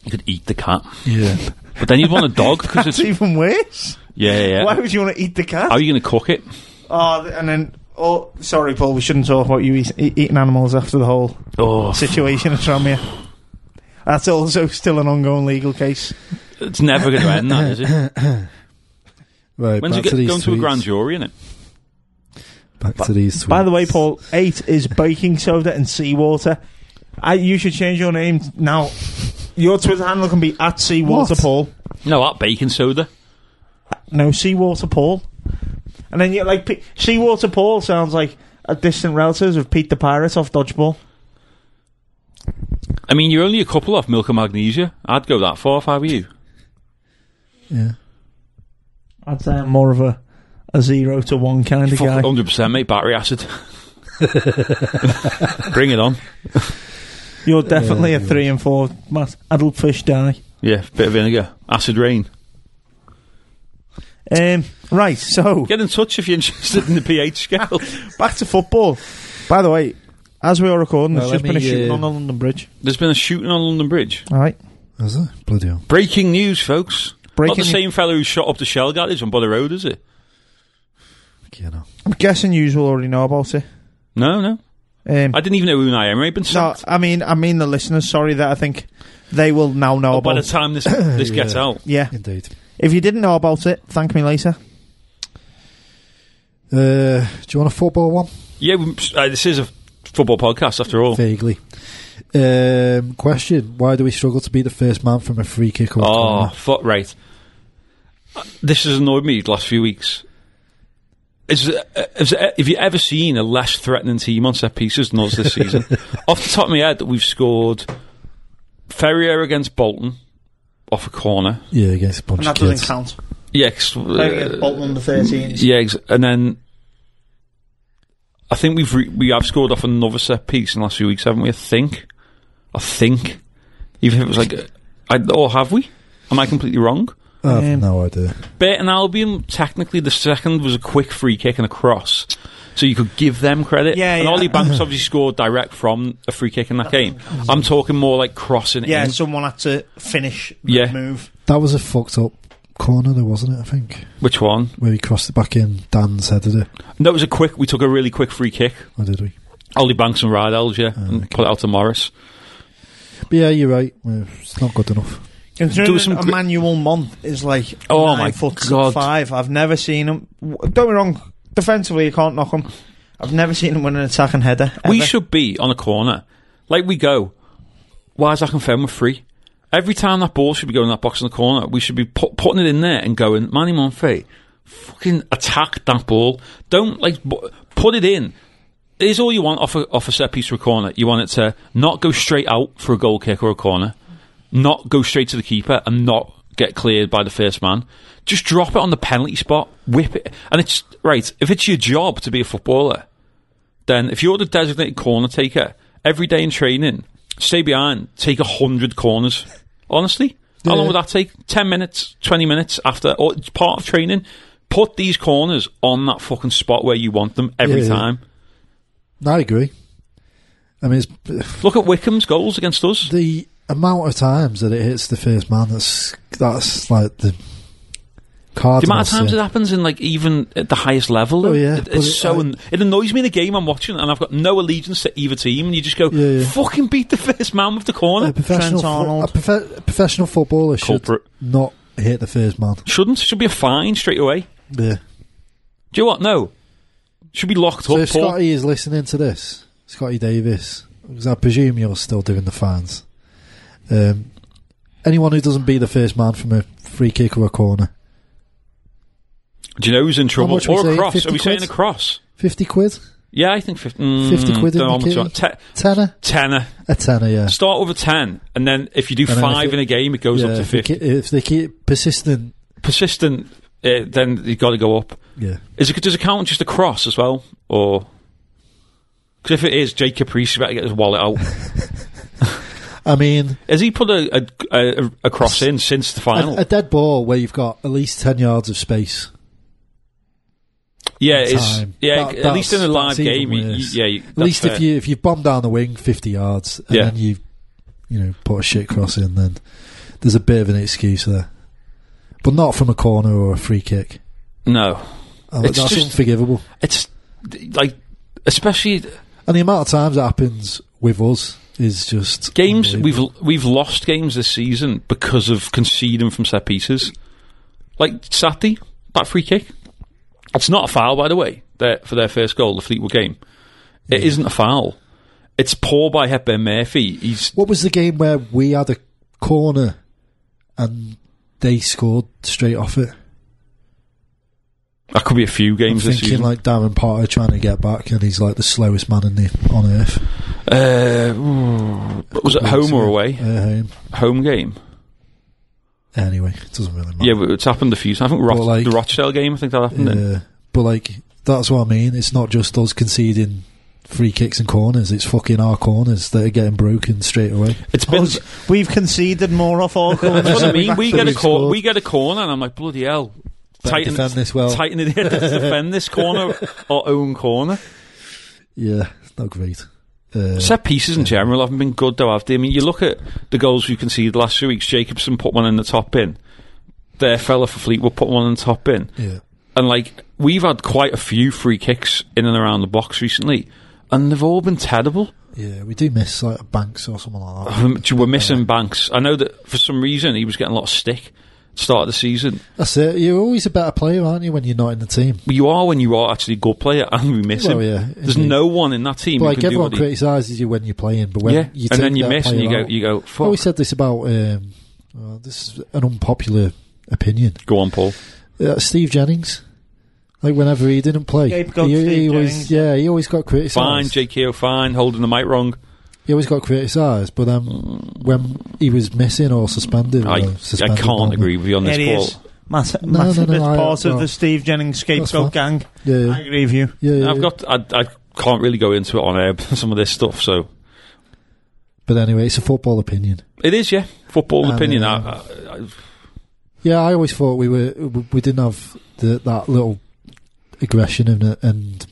Speaker 4: You could eat the cat,
Speaker 5: Yeah.
Speaker 4: but then you'd want a dog because it's
Speaker 6: That's
Speaker 4: yeah,
Speaker 6: even worse.
Speaker 4: yeah. yeah.
Speaker 6: Why would you want to eat the cat?
Speaker 4: How are you going to cook it?
Speaker 6: Oh, th- and then. Oh, sorry, Paul. We shouldn't talk about you eat, e- eating animals after the whole
Speaker 4: Oh,
Speaker 6: situation at Tranmere. That's also still an ongoing legal case.
Speaker 4: it's never going to end, that is it?
Speaker 5: Right,
Speaker 4: When's
Speaker 5: back
Speaker 4: it get,
Speaker 5: to these
Speaker 4: going to a
Speaker 5: tweets.
Speaker 4: grand jury in it?
Speaker 5: Back to these tweets.
Speaker 6: By the way, Paul, eight is baking soda and seawater. I, you should change your name now. Your Twitter handle can be at seawater
Speaker 5: What?
Speaker 6: Paul.
Speaker 4: No, at baking soda.
Speaker 6: No, seawater Paul. And then you like P- seawater Paul sounds like a distant relative of Pete the Pirate off dodgeball.
Speaker 4: I mean, you're only a couple off milk and magnesia. I'd go that far if I were you.
Speaker 5: Yeah.
Speaker 6: I'd say I'm more of a, a zero to one kind of guy.
Speaker 4: Hundred percent, mate. Battery acid. Bring it on.
Speaker 6: You're definitely a three and four, Matt. Adult fish die.
Speaker 4: Yeah, bit of vinegar, acid rain.
Speaker 6: Um, right, so
Speaker 4: Get in touch if you're interested in the pH scale.
Speaker 6: back to football. By the way, as we are recording,
Speaker 5: Well,
Speaker 6: there's
Speaker 5: let
Speaker 6: just been a
Speaker 5: me,
Speaker 6: shooting
Speaker 5: uh,
Speaker 6: on the London Bridge.
Speaker 4: There's been a shooting on London Bridge.
Speaker 6: All right.
Speaker 5: Is it? Bloody hell.
Speaker 4: Breaking news, folks. Not
Speaker 6: Breaking
Speaker 4: the same fellow who shot up the shell garage on Bother Road, is it?
Speaker 5: you know.
Speaker 6: I'm guessing you already know about it.
Speaker 4: No, no.
Speaker 6: Um,
Speaker 4: I didn't even know Unai Emery had been
Speaker 6: no,
Speaker 4: sacked.
Speaker 6: I mean, I mean the listeners. Sorry that I think they will now know
Speaker 4: by
Speaker 6: about.
Speaker 4: the time this this gets
Speaker 5: Yeah.
Speaker 4: out,
Speaker 6: Oh, yeah,
Speaker 5: Indeed.
Speaker 6: if you didn't know about it, thank me later.
Speaker 5: Uh, do you want a football one?
Speaker 4: yeah, we- uh, this is a football podcast after all.
Speaker 5: Vaguely. Um, question: Why do we struggle to be the first man from a free kick or
Speaker 4: Oh,
Speaker 5: corner?
Speaker 4: fuck right. Uh, This has annoyed me the last few weeks. Is, uh, is, uh, have you ever seen a less threatening team on set pieces than us this season? off the top of my head, that we've scored Ferrier against Bolton off a corner.
Speaker 5: Yeah, against a bunch
Speaker 6: And that
Speaker 5: of kids.
Speaker 6: doesn't count. Mm,
Speaker 4: Yeah, 'cause, uh,
Speaker 6: Bolton under 13.
Speaker 4: yeah, ex- and then I think we've re- we have scored off another set piece in the last few weeks, haven't we? I think, I think, even if it was like, uh, I, or have we? Am I completely wrong?
Speaker 5: I have
Speaker 6: Um,
Speaker 5: no idea.
Speaker 4: Burton Albion, technically, the second was a quick free kick and a cross. So you could give them credit.
Speaker 6: Yeah,
Speaker 4: and
Speaker 6: yeah.
Speaker 4: Ollie Banks obviously scored direct from a free kick in that game. I'm talking more like crossing
Speaker 6: Yeah,
Speaker 4: in,
Speaker 6: someone had to finish the
Speaker 4: Mm. Yeah.
Speaker 6: move.
Speaker 5: That was a fucked up corner, though, wasn't it? I think
Speaker 4: Which one?
Speaker 5: where he crossed it back in. Dan headed it,
Speaker 4: No, it was a quick. We took a really quick free kick.
Speaker 5: or did we?
Speaker 4: Ollie Banks and Rydell's, yeah, and put it out to Morris.
Speaker 5: But yeah, you're right. Well, It's not good enough.
Speaker 6: Considering
Speaker 4: some gr-
Speaker 6: Emmanuel Month is like
Speaker 4: Oh
Speaker 6: nine
Speaker 4: my
Speaker 6: foot
Speaker 4: God.
Speaker 6: five. I've never seen him. w- Don't be wrong. Defensively, you can't knock him. I've never seen him win an attacking header.
Speaker 4: We
Speaker 6: ever.
Speaker 4: should be on a corner. Like we go, why is that confirmed we're free? Every time that ball should be going in that box in the corner, we should be put, putting it in there and going, Manny Monfey, fucking attack that ball. Don't, like, bu- put it in. Here's all you want off a, off a set piece or a corner. You want it to not go straight out for a goal kick or a corner, not go straight to the keeper, and not get cleared by the first man. Just drop it on the penalty spot, whip it. And it's, right, if it's your job to be a footballer, then if you're the designated corner taker, every day in training, stay behind, take a hundred corners. Honestly, how long would that take? Ten minutes, twenty minutes after, or it's part of training. Put these corners on that fucking spot where you want them every
Speaker 5: Yeah, yeah.
Speaker 4: time.
Speaker 5: No, I agree. I mean, it's,
Speaker 4: Look at Wickham's goals against us.
Speaker 5: the amount of times that it hits the first man that's that's like the card.
Speaker 4: The amount of times it happens in like even at the highest level,
Speaker 5: Oh, yeah,
Speaker 4: it,
Speaker 5: but it-
Speaker 4: it's so
Speaker 5: I-
Speaker 4: an- it annoys me in a game I'm watching, and I've got no allegiance to either team. And you just go,
Speaker 5: Yeah, yeah.
Speaker 4: fucking beat the first man with the corner.
Speaker 5: a professional
Speaker 6: Trent
Speaker 5: fo-
Speaker 6: Arnold.
Speaker 5: a profe- a professional footballer
Speaker 4: Culprit.
Speaker 5: should not hit the first man.
Speaker 4: Shouldn't should be a fine straight away.
Speaker 5: Yeah.
Speaker 4: Do you know what? No, should be locked
Speaker 5: So
Speaker 4: up.
Speaker 5: if
Speaker 4: Paul.
Speaker 5: Scotty is listening to this, Scotty Davis, because I presume you're still doing the fans. Um, anyone who doesn't be the first man from a free kick or a corner,
Speaker 4: Do you know who's in trouble?
Speaker 5: much are we
Speaker 4: Or a
Speaker 5: saying?
Speaker 4: cross?
Speaker 5: 50
Speaker 4: Are we saying a
Speaker 5: quid?
Speaker 4: cross?
Speaker 5: fifty quid,
Speaker 4: Yeah, I think 50, mm,
Speaker 5: 50 quid in
Speaker 4: don't know
Speaker 5: the
Speaker 4: how much
Speaker 5: kitty?
Speaker 4: I- te-
Speaker 5: tenner,
Speaker 4: tenner.
Speaker 5: a tenner, yeah.
Speaker 4: Start with a 10, and then if you do
Speaker 5: And then
Speaker 4: five
Speaker 5: if it-
Speaker 4: in a game, it goes
Speaker 5: yeah
Speaker 4: up to
Speaker 5: if, they
Speaker 4: 50.
Speaker 5: keep, if they keep persistent,
Speaker 4: Persistent, uh, then you've got to go up.
Speaker 5: yeah.
Speaker 4: Is it, does it count just a cross as well? Or. Because if it is, Jake Caprice better get his wallet out.
Speaker 5: I mean,
Speaker 4: Has he put a, a, a, a cross in since the final?
Speaker 5: a, a dead ball where you've got at least ten yards of space.
Speaker 4: yeah, it's,
Speaker 5: time.
Speaker 4: yeah
Speaker 5: That-
Speaker 4: at least in a
Speaker 5: that's-
Speaker 4: live
Speaker 5: that's even
Speaker 4: game. you- you-
Speaker 5: worse.
Speaker 4: yeah, you-
Speaker 5: at
Speaker 4: that's
Speaker 5: least
Speaker 4: fair.
Speaker 5: if you if you bomb down the wing fifty yards and
Speaker 4: Yeah.
Speaker 5: then you you know put a shit cross in, then there's a bit of an excuse there, but not from a corner or a free kick.
Speaker 4: No.
Speaker 5: Uh,
Speaker 4: It's
Speaker 5: That's
Speaker 4: just-
Speaker 5: unforgivable.
Speaker 4: It's like. Especially
Speaker 5: And the amount of times that happens with us is just
Speaker 4: games we've
Speaker 5: unbelievable.
Speaker 4: we've lost games this season because of conceding from set pieces. Like Sati, that free kick. It's not a foul, by the way, their, for their first goal, the Fleetwood game. It isn't a foul. It's poor by Hepburn Murphy. He's
Speaker 5: What was the game where we had a corner and they scored straight off it?
Speaker 4: that could be a few
Speaker 5: I'm
Speaker 4: games this
Speaker 5: thinking
Speaker 4: season.
Speaker 5: like Darren Potter trying to get back, and he's like the slowest man in the on earth.
Speaker 4: uh, was it home or away?
Speaker 5: Uh, home.
Speaker 4: Home game.
Speaker 5: Anyway, it doesn't really matter.
Speaker 4: Yeah, but it's happened a few. times. I think Roth-
Speaker 5: But, like-
Speaker 4: the Rochdale game. I think that happened. in.
Speaker 5: Yeah. Uh, But like that's what I mean. It's not just us conceding free kicks and corners. It's fucking our corners that are getting broken straight away. Oh,
Speaker 4: It's been.
Speaker 6: Us- We've conceded more off our corners.
Speaker 4: That's what I
Speaker 6: than we've
Speaker 4: mean. We
Speaker 6: actually
Speaker 4: get a cor-
Speaker 5: scored.
Speaker 4: we get a corner, and I'm like, bloody hell.
Speaker 5: Better
Speaker 4: Tighten
Speaker 5: defend this well.
Speaker 4: Tighten it. defend this corner, our own corner.
Speaker 5: Yeah, it's not great. Uh,
Speaker 4: Set pieces in general haven't been good though, have they? I mean, you look at the goals you conceded last few weeks. Jacobson put one in the top bin. Their fella for Fleetwood put one in the top bin.
Speaker 5: yeah.
Speaker 4: And like we've had quite a few free kicks in and around the box recently, and they've all been terrible. Um,
Speaker 5: Yeah, we do miss like Banks or someone like that.
Speaker 4: We're missing Banks. I know that for some reason he was getting a lot of stick at the start of the season.
Speaker 5: That's it. You're always a better player, aren't you, when you're not in the team?
Speaker 4: But you are when you are actually a good player, and we miss
Speaker 5: Well,
Speaker 4: him.
Speaker 5: yeah,
Speaker 4: There's
Speaker 5: indeed.
Speaker 4: no one in that team.
Speaker 5: But
Speaker 4: who
Speaker 5: like
Speaker 4: can do
Speaker 5: everyone
Speaker 4: what he-
Speaker 5: criticises you when you're playing, but when
Speaker 4: Yeah,
Speaker 5: you
Speaker 4: and
Speaker 5: take
Speaker 4: then you
Speaker 5: that
Speaker 4: miss and
Speaker 5: player
Speaker 4: you go-
Speaker 5: out-
Speaker 4: you go,
Speaker 5: I
Speaker 4: "Fuck."
Speaker 5: always said this about um, well, this is an unpopular opinion.
Speaker 4: Go on, Paul.
Speaker 5: Uh, Steve Jennings, like whenever he didn't play,
Speaker 6: Scapegoat Steve Jennings.
Speaker 5: always yeah he always got
Speaker 4: Fine,
Speaker 5: criticised.
Speaker 4: JKO, fine, holding the mic wrong.
Speaker 5: He always got criticised, but um, when he was missing or suspended,
Speaker 4: I,
Speaker 5: or
Speaker 4: I
Speaker 5: suspended,
Speaker 4: can't
Speaker 5: wasn't
Speaker 4: agree with you on this,
Speaker 6: It
Speaker 4: Paul.
Speaker 6: is. Mass-
Speaker 5: no,
Speaker 6: massive
Speaker 5: no, I-
Speaker 6: part of
Speaker 5: well,
Speaker 6: the Steve Jennings scapegoat
Speaker 5: fine.
Speaker 6: gang.
Speaker 5: Yeah, yeah.
Speaker 6: I agree with you.
Speaker 5: Yeah, yeah,
Speaker 4: I've
Speaker 5: yeah.
Speaker 4: got. I, I can't really go into it on air. Some of this stuff. So
Speaker 5: But anyway, it's a football opinion.
Speaker 4: it is, yeah. Football
Speaker 5: Um,
Speaker 4: opinion. I, I, I,
Speaker 5: Yeah, I always thought we were we we didn't have the, that little aggression and and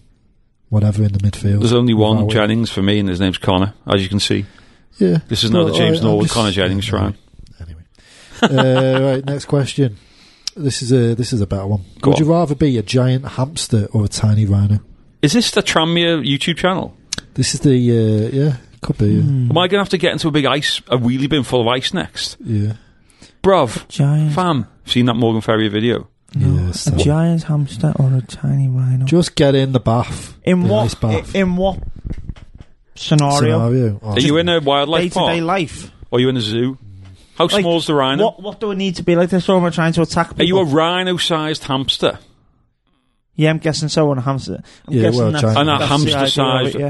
Speaker 5: whatever in the midfield.
Speaker 4: there's only one
Speaker 5: Wow.
Speaker 4: Jennings for me, and his name's Connor. As you can see,
Speaker 5: Yeah,
Speaker 4: this is another
Speaker 5: But
Speaker 4: James
Speaker 5: I'm
Speaker 4: Norwood,
Speaker 5: just-
Speaker 4: Connor Jennings shrine.
Speaker 5: Anyway, uh, right. Next question. This is a this is a better one.
Speaker 4: Go
Speaker 5: Would
Speaker 4: on.
Speaker 5: you rather be a giant hamster or a tiny rhino?
Speaker 4: Is this the Tranmere YouTube channel?
Speaker 5: This is the uh, yeah could be yeah.
Speaker 6: Hmm.
Speaker 4: Am I going to have to get into a big ice, a wheelie bin full of ice next,
Speaker 5: yeah.
Speaker 4: bruv?
Speaker 6: Giant.
Speaker 4: Fam, seen that Morgan Ferrier video?
Speaker 5: no, Yes, a
Speaker 6: a
Speaker 5: that-
Speaker 6: giant hamster or a tiny rhino.
Speaker 5: Just get in the bath.
Speaker 6: in
Speaker 5: the
Speaker 6: what?
Speaker 5: ice bath
Speaker 6: In what scenario?
Speaker 5: scenario. Oh,
Speaker 4: Are you in a
Speaker 6: Day
Speaker 4: wildlife
Speaker 6: to day
Speaker 4: park?
Speaker 6: life.
Speaker 4: Or are you in a zoo? How
Speaker 6: Like,
Speaker 4: small's the rhino?
Speaker 6: What What do we need to be like this when we're trying to attack people?
Speaker 4: Are you a rhino-sized hamster?
Speaker 6: yeah, I'm guessing so. On a hamster. I'm
Speaker 5: Yeah,
Speaker 6: guessing
Speaker 5: well,
Speaker 6: that's,
Speaker 5: giant
Speaker 4: and a
Speaker 5: That's
Speaker 6: that's
Speaker 5: the
Speaker 6: the idea
Speaker 4: hamster
Speaker 6: of
Speaker 4: sized.
Speaker 6: it,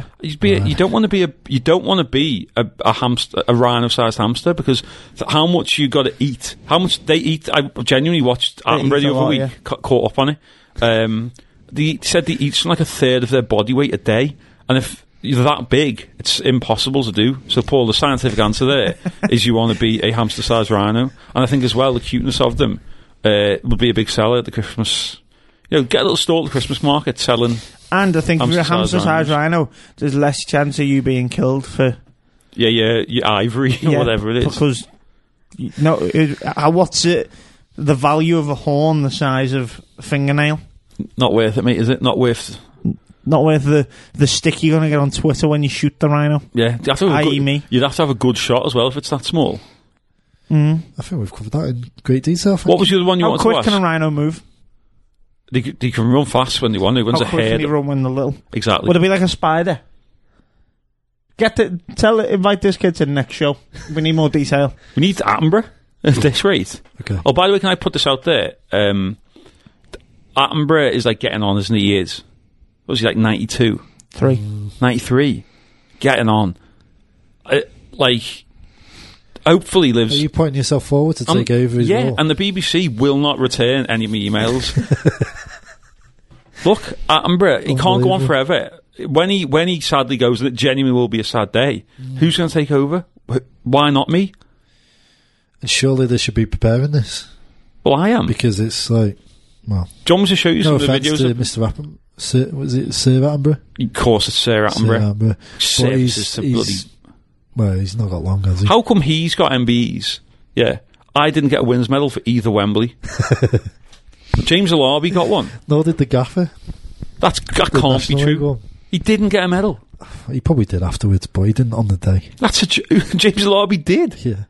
Speaker 6: yeah.
Speaker 4: You, be, you don't want to be a you don't want to be a, a hamster a rhino sized hamster because th- how much you got to eat, how much they eat. I genuinely watched Attenborough
Speaker 6: eat
Speaker 4: the
Speaker 6: a
Speaker 4: other
Speaker 6: lot,
Speaker 4: week,
Speaker 6: yeah.
Speaker 4: ca- caught up on it. Um, they said they eat something like a third of their body weight a day, and if you're that big, it's impossible to do. So, Paul, the scientific answer there is you want to be a hamster sized rhino, and I think as well the cuteness of them uh, would be a big seller at the Christmas. You know, get a little stall at the Christmas market selling.
Speaker 6: And I think if you're a
Speaker 4: Hamster-sized
Speaker 6: hamster sized rhino, there's less chance of you being killed for
Speaker 4: Yeah, yeah, yeah ivory, or
Speaker 6: Yeah,
Speaker 4: whatever it is.
Speaker 6: Because you- no, it, uh, what's it? The value of a horn, the size of a fingernail,
Speaker 4: Not worth it, mate, is it? Not worth.
Speaker 6: not worth the the stick you're gonna get on Twitter when you shoot the rhino.
Speaker 4: Yeah, you'd have, to have a
Speaker 6: I.e.
Speaker 4: good,
Speaker 6: me.
Speaker 4: you'd have to have a good shot as well if it's that small.
Speaker 6: Mm.
Speaker 5: I think we've covered that in great detail. thank
Speaker 4: What was the other one you
Speaker 6: How
Speaker 4: wanted
Speaker 6: quick
Speaker 4: to
Speaker 6: can a
Speaker 4: ask?
Speaker 6: rhino move?
Speaker 4: They, c- they can run fast when they want to. When's
Speaker 6: How
Speaker 4: a
Speaker 6: quick can
Speaker 4: head?
Speaker 6: they run when they're little?
Speaker 4: Exactly.
Speaker 6: Would it be like a spider? Get the tell invite this kid to the next show. We need more detail.
Speaker 4: we need Attenborough at this rate.
Speaker 5: you. Okay.
Speaker 4: Oh, by the way, can I put this out there? Um, Attenborough is like getting on, isn't he? He is. What was he like 92?
Speaker 6: Three.
Speaker 5: Mm.
Speaker 4: 93? Getting on. Uh, like, hopefully
Speaker 5: Are
Speaker 4: lives
Speaker 5: you pointing yourself forward to
Speaker 4: Um,
Speaker 5: take over as
Speaker 4: yeah,
Speaker 5: well?
Speaker 4: and the BBC will not return any of my emails. Look, Attenborough, he can't go on
Speaker 5: Unbelievable.
Speaker 4: forever. When he when he sadly goes, and it genuinely will be a sad day. Who's going to take over? Wh- Why not me?
Speaker 5: And surely they should be preparing this
Speaker 4: Well, I am. Do
Speaker 5: because it's like, well,
Speaker 4: you want me to show you some
Speaker 5: no
Speaker 4: of the
Speaker 5: offense
Speaker 4: videos?
Speaker 5: to
Speaker 4: Of,
Speaker 5: Mr. Appen, Sir, was it Sir Attenborough?
Speaker 4: of course, it's Sir
Speaker 5: Sir
Speaker 4: Attenborough.
Speaker 5: Attenborough.
Speaker 4: Sir,
Speaker 5: But
Speaker 4: this
Speaker 5: he's,
Speaker 4: is a
Speaker 5: he's- well, he's not got long, has he?
Speaker 4: How come he's got MBEs? Yeah, I didn't get a wins medal for either Wembley. James Alarby got one.
Speaker 5: Nor did the gaffer.
Speaker 4: That's that
Speaker 5: The
Speaker 4: can't be
Speaker 5: National
Speaker 4: true.
Speaker 5: League one.
Speaker 4: He didn't get a medal.
Speaker 5: He probably did afterwards, but he didn't on the day.
Speaker 4: That's a ju- James Alarby did.
Speaker 5: Yeah.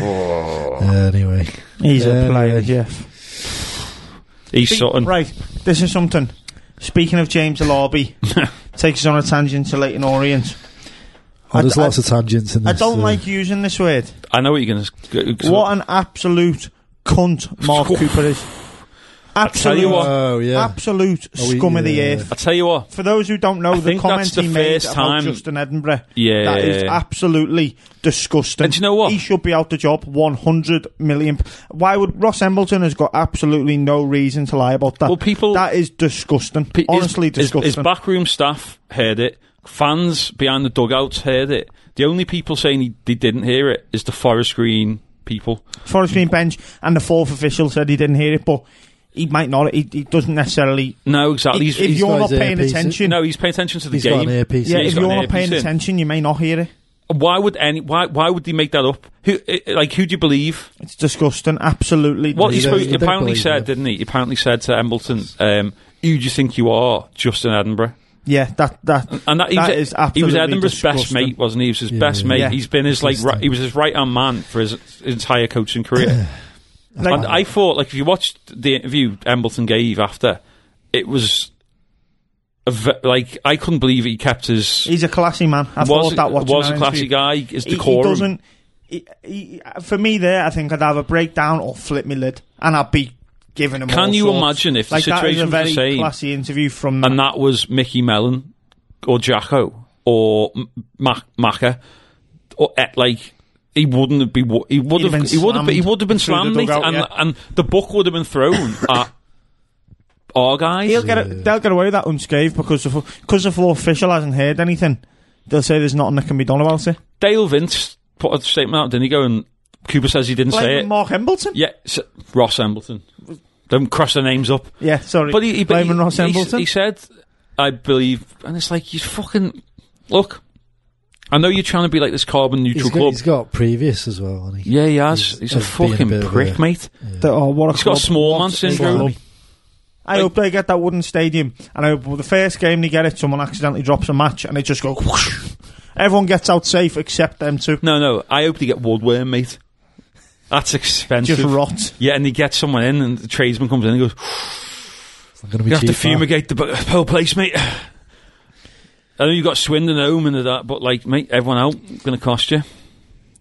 Speaker 5: Anyway,
Speaker 6: He's
Speaker 5: Yeah,
Speaker 6: a player,
Speaker 5: yeah.
Speaker 6: Jeff.
Speaker 4: He's
Speaker 6: Speak-
Speaker 4: Sutton.
Speaker 6: Right, this is something. Speaking of James Alabi, takes us on a tangent to Leighton Orient.
Speaker 5: oh, there's
Speaker 6: I-
Speaker 5: lots of tangents in
Speaker 6: I
Speaker 5: this.
Speaker 6: don't
Speaker 5: uh,
Speaker 6: like using this word.
Speaker 4: I know what you're going to.
Speaker 6: What an absolute cunt Mark Cooper is.
Speaker 4: tell you
Speaker 6: Absolute,
Speaker 4: what-
Speaker 5: Oh yeah.
Speaker 6: absolute
Speaker 5: Are we,
Speaker 6: scum of the
Speaker 5: uh,
Speaker 4: I
Speaker 6: earth.
Speaker 4: tell you what.
Speaker 6: For those who don't know,
Speaker 4: I
Speaker 6: the
Speaker 4: think
Speaker 6: comments
Speaker 4: that's the
Speaker 6: he made
Speaker 4: first
Speaker 6: about
Speaker 4: time-
Speaker 6: Justin Edinburgh,
Speaker 4: Yeah.
Speaker 6: that is absolutely disgusting.
Speaker 4: And do you know what?
Speaker 6: He should be out the job. One hundred million. p- Why would Ross Embleton has got absolutely no reason to lie about that?
Speaker 4: Well, people-
Speaker 6: that is disgusting.
Speaker 4: P- his-
Speaker 6: Honestly,
Speaker 4: his,
Speaker 6: disgusting.
Speaker 4: His, backroom staff heard it. Fans behind the dugouts heard it. The only people saying he, they didn't hear it is the Forest Green people.
Speaker 6: Forest Green bench, and the fourth official said he didn't hear it, but he might not. He, he doesn't necessarily.
Speaker 4: No, exactly. He's,
Speaker 6: if
Speaker 4: he's-
Speaker 6: you're
Speaker 5: got
Speaker 6: not
Speaker 5: his
Speaker 6: paying
Speaker 5: earpiece in.
Speaker 6: attention,
Speaker 4: no, he's paying attention to the
Speaker 5: He's got
Speaker 4: game.
Speaker 5: an earpiece
Speaker 6: yeah,
Speaker 5: in.
Speaker 4: he's
Speaker 6: if
Speaker 4: got
Speaker 6: you're
Speaker 4: an
Speaker 6: not paying
Speaker 4: earpiece in.
Speaker 6: attention, you may not hear it.
Speaker 4: Why would any? Why why would they make that up? Who eh, like who do you believe?
Speaker 6: It's disgusting. Absolutely.
Speaker 4: What he
Speaker 5: They
Speaker 6: disgusting.
Speaker 5: don't-
Speaker 4: spoke,
Speaker 5: they don't
Speaker 4: apparently
Speaker 5: believe
Speaker 4: said,
Speaker 5: it.
Speaker 4: didn't he? He apparently said to Embleton, um, "Who do you think you are, Justin Edinburgh?"
Speaker 6: Yeah, that that
Speaker 4: And that, he
Speaker 6: that
Speaker 4: was, he
Speaker 6: is
Speaker 4: was
Speaker 6: absolutely
Speaker 4: Edinburgh's best
Speaker 6: disgusting.
Speaker 4: mate, wasn't he? He was his
Speaker 5: Yeah,
Speaker 4: best
Speaker 5: yeah.
Speaker 4: mate.
Speaker 6: Yeah.
Speaker 4: He's been his like
Speaker 5: Consistent.
Speaker 4: right, he was his right hand man for his entire coaching career.
Speaker 6: Like-
Speaker 4: and I thought, like, if you watched the interview Embleton gave after, it was a ve- like I couldn't believe he kept his.
Speaker 6: He's a classy man. I
Speaker 4: was
Speaker 6: thought that watching
Speaker 4: was
Speaker 6: that
Speaker 4: a classy
Speaker 6: interview.
Speaker 4: guy. His
Speaker 6: He- He,
Speaker 4: decorum.
Speaker 6: doesn't. He, he, for me, there, I think I'd have a breakdown or flip my lid, and I'd be giving him.
Speaker 4: Can
Speaker 6: all
Speaker 4: you
Speaker 6: sorts.
Speaker 4: imagine if the
Speaker 6: like, that is
Speaker 4: situation
Speaker 6: a
Speaker 4: was
Speaker 6: very
Speaker 4: the same
Speaker 6: classy interview from that?
Speaker 4: and that was Mickey Mellon or Jacko or M- Mac- Macca or eh, like he wouldn't have been wa- he would
Speaker 6: He'd have
Speaker 4: have
Speaker 6: been
Speaker 4: he would have been, he
Speaker 6: slammed
Speaker 4: would have been slammed
Speaker 6: through the dugout,
Speaker 4: and
Speaker 6: yeah.
Speaker 4: and the book would have been thrown at our guys
Speaker 6: He'll get it, they'll get away with that unscathed because the because the floor official hasn't heard anything. They'll say there's nothing that can be done about it.
Speaker 4: Dale Vince put a statement out didn't he go and Cooper says he didn't say
Speaker 6: Blaming
Speaker 4: it
Speaker 6: Mark Embleton.
Speaker 4: yeah s- Ross Embleton don't cross the names up
Speaker 6: Yeah, sorry.
Speaker 4: but he, he, but
Speaker 6: blaming
Speaker 4: he,
Speaker 6: Ross
Speaker 4: he-
Speaker 6: Embleton.
Speaker 4: he said I believe and it's like you fucking look I know you're trying to be like this carbon neutral
Speaker 5: He's got,
Speaker 4: club
Speaker 5: he's got previous as well, hasn't he?
Speaker 4: Yeah, he has. He's,
Speaker 5: He's-
Speaker 4: a
Speaker 5: has been a
Speaker 4: fucking
Speaker 5: bit of
Speaker 4: prick,
Speaker 5: a-
Speaker 4: mate.
Speaker 6: That- oh, what a
Speaker 4: He's got
Speaker 6: club.
Speaker 4: small man
Speaker 6: What a
Speaker 4: syndrome.
Speaker 6: club. I hope they get that wooden stadium, and I hope the first game they get it, someone accidentally drops a match, and it just goes. Whoosh. Everyone gets out safe except them two.
Speaker 4: No, no. I hope they get woodworm, mate. That's expensive.
Speaker 6: Just rot.
Speaker 4: yeah, and he gets someone in, and the tradesman comes in and goes,
Speaker 5: It's not going to be
Speaker 4: "You have to
Speaker 5: cheap, man.
Speaker 4: fumigate the bu- whole place, mate." I know you got Swindon home and all that, but like, mate, everyone out going to cost you.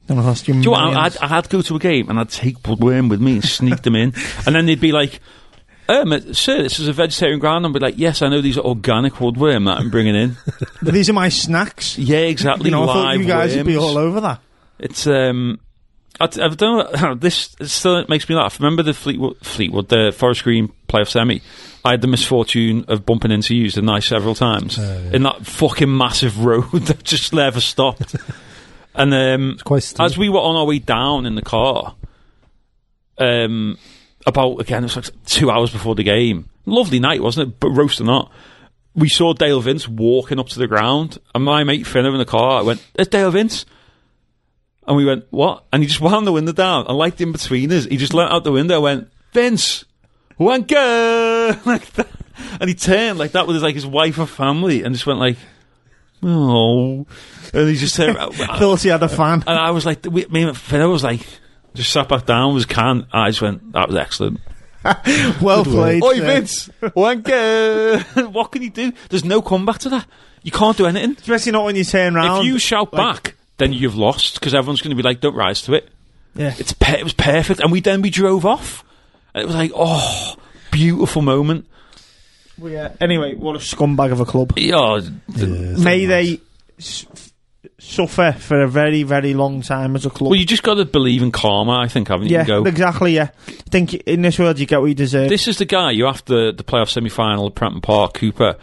Speaker 6: Then I'll ask you.
Speaker 4: Do you know what? I'd, I'd go to a game and I'd take woodworm with me and sneak them in, and then they'd be like. Um, sir, this is a vegetarian ground. And I'd be like, yes, I know these are organic woodworm that I'm bringing in.
Speaker 6: These are my snacks.
Speaker 4: yeah, exactly.
Speaker 6: You know, I
Speaker 4: live
Speaker 6: thought you guys would be
Speaker 4: worms.
Speaker 6: all over that.
Speaker 4: It's um, I, I don't know. This it still makes me laugh. Remember the Fleetwood, Fleetwood, the Forest Green playoff semi. I had the misfortune of bumping into you, didn't I, several times
Speaker 5: yeah.
Speaker 4: in that fucking massive road that just never stopped. and um,
Speaker 5: Quite still.
Speaker 4: as we were on our way down in the car, um, about again, it was like two hours before the game. Lovely night, wasn't it? But roast or not, we saw Dale Vince walking up to the ground, and my mate Finner in the car went, "It's Dale Vince." And we went, "What?" And he just wound the window down, and like in between us, he just leant out the window, and went, "Vince, wanker," like that. And he turned like that with his like his wife and family, and just went like, "Oh," and he just turned. around.
Speaker 6: Thought he had a fan.
Speaker 4: And I was like, we, me and Finn, I was like, just sat back down, was can. I just went, that was excellent.
Speaker 6: Well played.
Speaker 4: Oi,
Speaker 6: sir.
Speaker 4: Vince, wanker. what can you do? There's no comeback to that. You can't do anything.
Speaker 6: Especially not when you turn round.
Speaker 4: if you shout
Speaker 6: like-
Speaker 4: back, then you've lost because everyone's going to be like, don't rise to it.
Speaker 6: Yeah.
Speaker 4: It's per- it was perfect. And we then we drove off. And it was like, oh, beautiful moment.
Speaker 6: Well, yeah. Anyway, what a scumbag of a club.
Speaker 4: Yeah, th-
Speaker 5: Yeah, it's
Speaker 6: May
Speaker 5: not nice.
Speaker 6: they s- f- suffer for a very, very long time as a club.
Speaker 4: Well, you just got to believe in karma, I think, haven't you?
Speaker 6: yeah,
Speaker 4: You go,
Speaker 6: exactly. Yeah, I think in this world you get what you deserve.
Speaker 4: This is the guy you after the playoff semi final at Prenton Park, Cooper,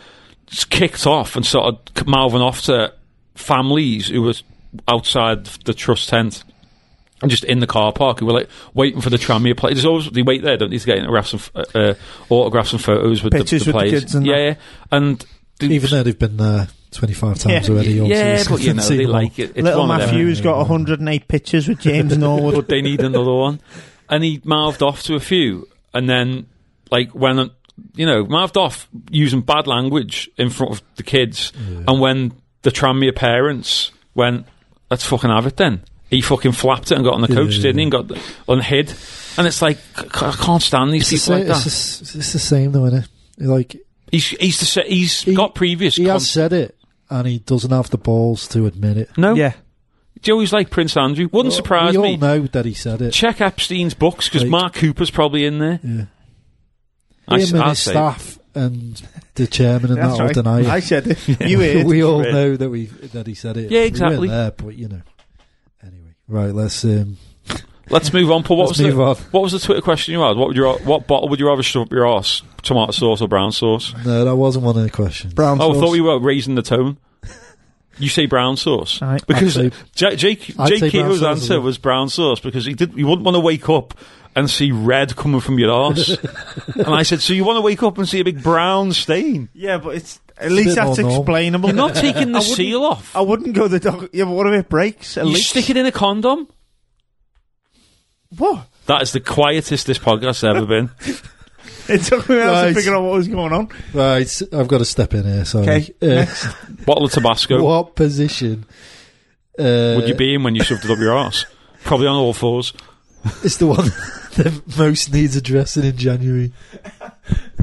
Speaker 4: just kicked off and started mouthing off to families who was outside the trust tent and just in the car park who were like waiting for the tram here play. There's always they wait there, don't need to get autographs and f- uh, uh, autographs and photos with
Speaker 6: Pictures
Speaker 4: the,
Speaker 6: with
Speaker 4: the
Speaker 6: the
Speaker 4: players.
Speaker 6: kids and
Speaker 4: yeah,
Speaker 6: that.
Speaker 4: yeah, and they-
Speaker 5: Even though they've been there 25 times
Speaker 6: Yeah.
Speaker 5: already. obviously,
Speaker 4: yeah,
Speaker 5: it's
Speaker 4: but you know
Speaker 5: seen
Speaker 4: they
Speaker 5: them all.
Speaker 4: like it. It's
Speaker 6: Little
Speaker 4: one of them.
Speaker 6: Matthew's got 108 pictures with James Norwood.
Speaker 4: but they need another one. And he mouthed off to a few, and then like when you know mouthed off using bad language in front of the kids, and when the Tranmere parents went, "Let's fucking have it then." He fucking flapped it and got on the coach,
Speaker 5: Yeah.
Speaker 4: didn't he? And got and hid, and it's like c- c- I can't stand these
Speaker 5: It's
Speaker 4: people
Speaker 5: the, same,
Speaker 4: like
Speaker 5: it's,
Speaker 4: that.
Speaker 5: the, s- it's the same though, isn't it? Like,
Speaker 4: he's he's the, se- he's
Speaker 5: He-
Speaker 4: got previous.
Speaker 5: he
Speaker 4: con-
Speaker 5: has said it, and he doesn't have the balls to admit it.
Speaker 4: no,
Speaker 6: yeah,
Speaker 4: Joey's like Prince Andrew. Wouldn't surprise
Speaker 5: we all
Speaker 4: me.
Speaker 5: know that he said it.
Speaker 4: Check Epstein's books because
Speaker 5: Like-
Speaker 4: Mark Cooper's probably in there.
Speaker 5: Yeah. Him
Speaker 4: I, s-
Speaker 5: and
Speaker 4: I'd
Speaker 5: his
Speaker 4: say-
Speaker 5: staff and the chairman and
Speaker 6: that's
Speaker 5: that all
Speaker 6: right.
Speaker 5: deny it.
Speaker 6: I said it. You heard.
Speaker 5: we all
Speaker 4: Right.
Speaker 5: know that we that he said it.
Speaker 4: Yeah,
Speaker 5: We
Speaker 4: exactly.
Speaker 5: weren't there, but you know. Anyway, right. Let's um,
Speaker 4: Let's move on, Paul. What
Speaker 5: Let's
Speaker 4: was
Speaker 5: move
Speaker 4: the,
Speaker 5: on.
Speaker 4: What was the Twitter question you had? What would your what bottle would you rather shove up your ass? Tomato sauce or brown sauce?
Speaker 5: no, that wasn't one of the questions.
Speaker 6: Brown
Speaker 4: Oh, I
Speaker 6: sauce.
Speaker 4: thought we were raising the tone. You say brown sauce
Speaker 6: Aye.
Speaker 4: because
Speaker 5: I'd
Speaker 4: Ja- Jake
Speaker 5: I'd
Speaker 4: Jake
Speaker 5: say brown
Speaker 4: Keogh's
Speaker 5: sauce as
Speaker 4: answer
Speaker 5: well.
Speaker 4: was brown sauce because he did. He wouldn't want to wake up and see red coming from your ass. and I said, so you want to wake up and see a big brown stain?
Speaker 6: Yeah, but it's At least
Speaker 5: bit more
Speaker 6: that's
Speaker 5: normal.
Speaker 6: explainable.
Speaker 4: You're not taking
Speaker 6: I
Speaker 4: the
Speaker 6: wouldn't-
Speaker 4: seal off.
Speaker 6: I wouldn't go the dog. Yeah, but what if it breaks? At
Speaker 4: You
Speaker 6: least
Speaker 4: stick it in a condom.
Speaker 6: What?
Speaker 4: That is the quietest this podcast has ever been.
Speaker 6: It took me a while to
Speaker 5: Right.
Speaker 6: figure out what was going on.
Speaker 5: Right, I've got to step in here. Sorry.
Speaker 6: Okay,
Speaker 5: Uh,
Speaker 6: next.
Speaker 4: Bottle of Tabasco.
Speaker 5: what position uh,
Speaker 4: Would you be in when you shoved it up your ass? Probably on all fours.
Speaker 5: is the one that most needs addressing in January?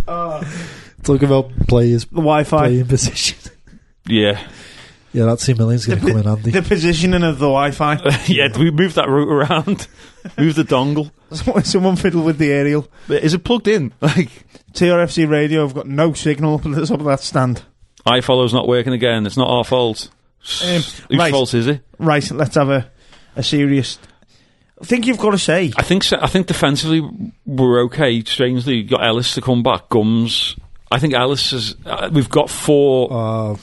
Speaker 6: Oh.
Speaker 5: Talk about players
Speaker 6: The Wi-Fi.
Speaker 5: playing position.
Speaker 4: Yeah,
Speaker 5: Yeah, that two million's going to come in handy.
Speaker 6: The positioning of the Wi-Fi.
Speaker 4: yeah. do We move that route around. move the dongle.
Speaker 6: Someone- Someone fiddled with the aerial.
Speaker 4: Is it plugged in? Like
Speaker 6: TRFC radio. I've got no signal up at the top of that stand.
Speaker 4: iFollow's not working again. It's not our fault.
Speaker 6: Um,
Speaker 4: Whose
Speaker 6: right.
Speaker 4: fault is it?
Speaker 6: Right, let's have a, a serious. I think you've got to say.
Speaker 4: I think so- I think defensively we're okay. Strangely, you got Ellis to come back. Gums. I think Ellis is. Uh, we've got four.
Speaker 5: Oh,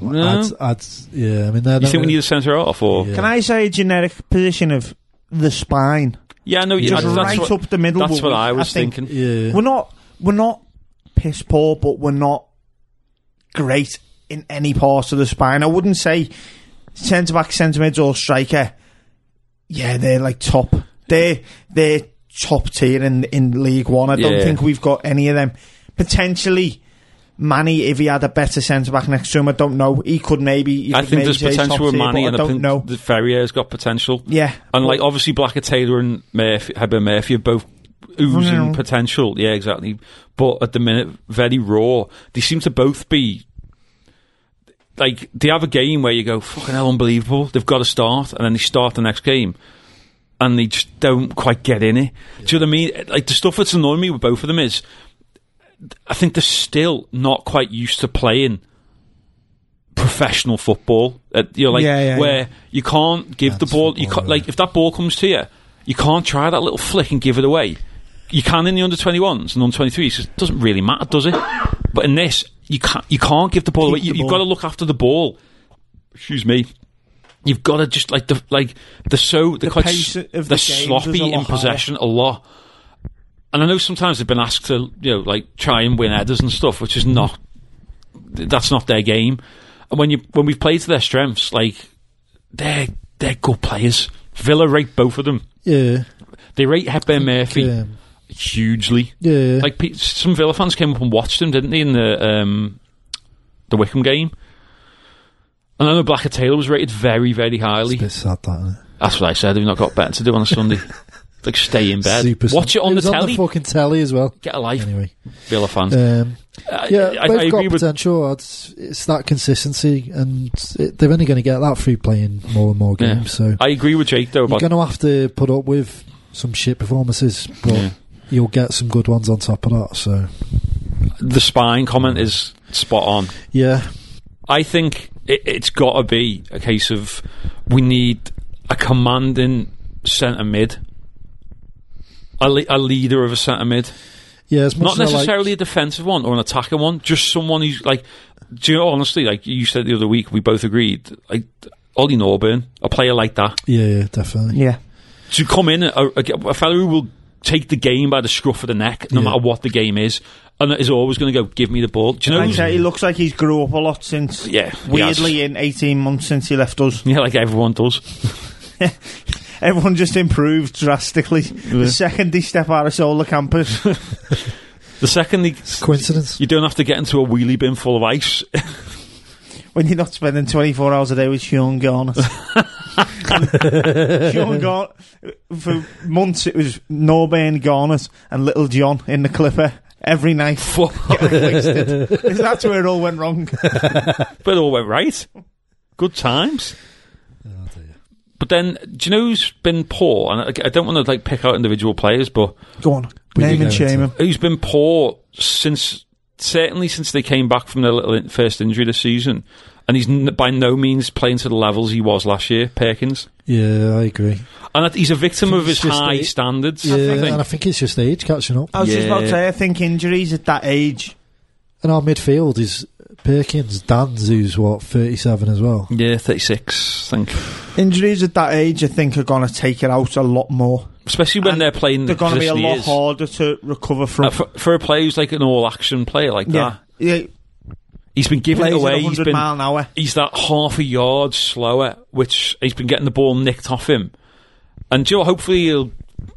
Speaker 4: No?
Speaker 5: I'd, I'd- yeah, I mean, they're
Speaker 4: Uh-huh. you think we need a centre off or?
Speaker 5: Yeah.
Speaker 6: Can I say a generic position of the spine?
Speaker 4: Yeah, no. Yeah,
Speaker 5: Just
Speaker 4: that's
Speaker 6: right
Speaker 4: what,
Speaker 6: up the middle.
Speaker 4: that's
Speaker 6: but
Speaker 4: what
Speaker 6: we-
Speaker 4: I was
Speaker 6: think
Speaker 4: thinking.
Speaker 5: Yeah,
Speaker 6: We're not. We're not piss poor, but we're not great in any part of the spine. I wouldn't say centre back, centre mids, or striker. Yeah, they're like top. They're they're top tier in in League One. I don't
Speaker 4: Yeah.
Speaker 6: think we've got any of them. Potentially, Manny, if he had a better centre back next to him, I don't know. He could maybe. He
Speaker 4: I
Speaker 6: could
Speaker 4: think
Speaker 6: maybe
Speaker 4: there's
Speaker 6: say top
Speaker 4: potential with
Speaker 6: tier,
Speaker 4: Manny,
Speaker 6: but
Speaker 4: and I
Speaker 6: I don't
Speaker 4: think
Speaker 6: know.
Speaker 4: the Ferrier's got potential.
Speaker 6: yeah,
Speaker 4: And
Speaker 6: but-
Speaker 4: like obviously Blacker Taylor and Murphy Heber Murphy are both oozing
Speaker 6: Vulnerable.
Speaker 4: potential. Yeah, exactly. But at the minute, very raw. They seem to both be like they have a game where you go, fucking hell, unbelievable. They've got to start, and then they start the next game. And they just don't quite get in it. Do you know what I mean? Like the stuff that's annoying me with both of them is I think they're still not quite used to playing professional football. Uh, you're like
Speaker 6: Yeah, yeah,
Speaker 4: where you can't give the
Speaker 5: That's
Speaker 4: ball. You
Speaker 5: football,
Speaker 4: can't,
Speaker 5: yeah.
Speaker 4: like if that ball comes to you, you can't try that little flick and give it away. You can in the under twenty ones and under twenty threes. It doesn't really matter, does it? But in this, you can't. You can't give the ball away.
Speaker 6: Keep
Speaker 4: You,
Speaker 6: the
Speaker 4: you've
Speaker 6: ball.
Speaker 4: got to look after the ball. Excuse me. You've got to just like the like they're so they're
Speaker 6: The
Speaker 4: quite
Speaker 6: pace
Speaker 4: s-
Speaker 6: of the
Speaker 4: they're
Speaker 6: games is a
Speaker 4: sloppy
Speaker 6: lot
Speaker 4: in
Speaker 6: higher.
Speaker 4: possession a lot. And I know sometimes they've been asked to you know like try and win headers and stuff, which is not that's not their game. And when you when we've played to their strengths, like they're they're good players. Villa rate both of them.
Speaker 5: yeah,
Speaker 4: They rate Hepburn Murphy
Speaker 5: um,
Speaker 4: hugely.
Speaker 5: yeah.
Speaker 4: Like pe- some Villa fans came up and watched him, didn't they, in the um, the Wickham game? And I know Blacker Taylor was rated very, very highly.
Speaker 5: it's a bit sad that. Isn't it?
Speaker 4: That's what I said. We've not got better to do on a Sunday. like stay in bed,
Speaker 5: Super
Speaker 4: watch
Speaker 5: sad.
Speaker 4: it on the
Speaker 5: was
Speaker 4: telly.
Speaker 5: on the fucking telly as well.
Speaker 4: Get a life,
Speaker 5: Anyway,
Speaker 4: Villa fans.
Speaker 5: um,
Speaker 4: I-
Speaker 5: yeah,
Speaker 4: I, I
Speaker 5: they've
Speaker 4: agree
Speaker 5: got
Speaker 4: with
Speaker 5: potential. It's, it's that consistency, and it, they're only going to get that through playing more and more
Speaker 4: yeah.
Speaker 5: games. So
Speaker 4: I agree with Jake though
Speaker 5: you're
Speaker 4: about
Speaker 5: going to have to put up with some shit performances, but
Speaker 4: Yeah.
Speaker 5: you'll get some good ones on top of that. So
Speaker 4: the spine comment is spot on.
Speaker 5: yeah,
Speaker 4: I think it, it's got to be a case of we need a commanding centre mid, a, le- a leader of a centre mid,
Speaker 5: yeah. As much
Speaker 4: not
Speaker 5: as I like-
Speaker 4: necessarily a defensive one or an attacking one, just someone who's like. Do you know honestly? Like you said the other week, we both agreed. Like Ollie Norburn, a player like that,
Speaker 5: yeah, yeah, definitely.
Speaker 6: yeah.
Speaker 4: to come in a, a, a fellow who will take the game by the scruff of the neck, no
Speaker 5: Yeah.
Speaker 4: matter what the game is, and is always going to go give me the ball. Do you know?
Speaker 6: Like I
Speaker 4: who's-
Speaker 6: say, he looks like he's grew up a lot since.
Speaker 4: Yeah, he
Speaker 6: Weirdly, in 18 months since he left us,
Speaker 4: yeah, like everyone does.
Speaker 6: everyone just improved drastically. The second he step out of solar campus,
Speaker 4: The second he,
Speaker 5: Coincidence?
Speaker 4: you don't have to get into a wheelie bin full of ice.
Speaker 6: when you're not spending 24 hours a day with Sean Garnett. Sean Garnett, for months it was Norburn Garnett and Little John in the Clipper every night.
Speaker 4: Fuck.
Speaker 6: That's where it all went wrong.
Speaker 4: but it all went right. Good times. But then, do you know who's been poor? And I, I don't want to like pick out individual players, but
Speaker 6: Go on,
Speaker 5: We
Speaker 6: name
Speaker 5: do
Speaker 6: and
Speaker 5: know
Speaker 6: shame him.
Speaker 5: it's
Speaker 4: who's been poor since certainly since they came back from their little in- first injury this season, and he's n- by no means playing to the levels he was last year. Perkins,
Speaker 5: Yeah, I agree.
Speaker 4: and that he's a victim of his
Speaker 5: It's just
Speaker 4: high
Speaker 5: the-
Speaker 4: standards.
Speaker 5: Yeah,
Speaker 4: I think.
Speaker 5: and I think it's just age catching up.
Speaker 6: I was just about to
Speaker 4: Yeah.
Speaker 6: say, I think injuries at that age.
Speaker 5: And our midfield is Perkins, Dan's, who's what thirty-seven as well.
Speaker 4: yeah, thirty six. I think,
Speaker 6: Injuries at that age, I think, are going to take it out a lot more.
Speaker 4: especially when
Speaker 6: And
Speaker 4: they're playing.
Speaker 6: They're
Speaker 4: the
Speaker 6: going to be a
Speaker 4: position he
Speaker 6: lot
Speaker 4: is.
Speaker 6: harder to recover from.
Speaker 4: Uh, for, for a player who's like an all action player like
Speaker 6: yeah,
Speaker 4: that.
Speaker 6: yeah.
Speaker 4: He's been giving it
Speaker 6: Plays at
Speaker 4: away. He's
Speaker 6: 100
Speaker 4: been
Speaker 6: mile an hour.
Speaker 4: he's that half a yard slower, which he's been getting the ball nicked off him. And Joe, hopefully he'll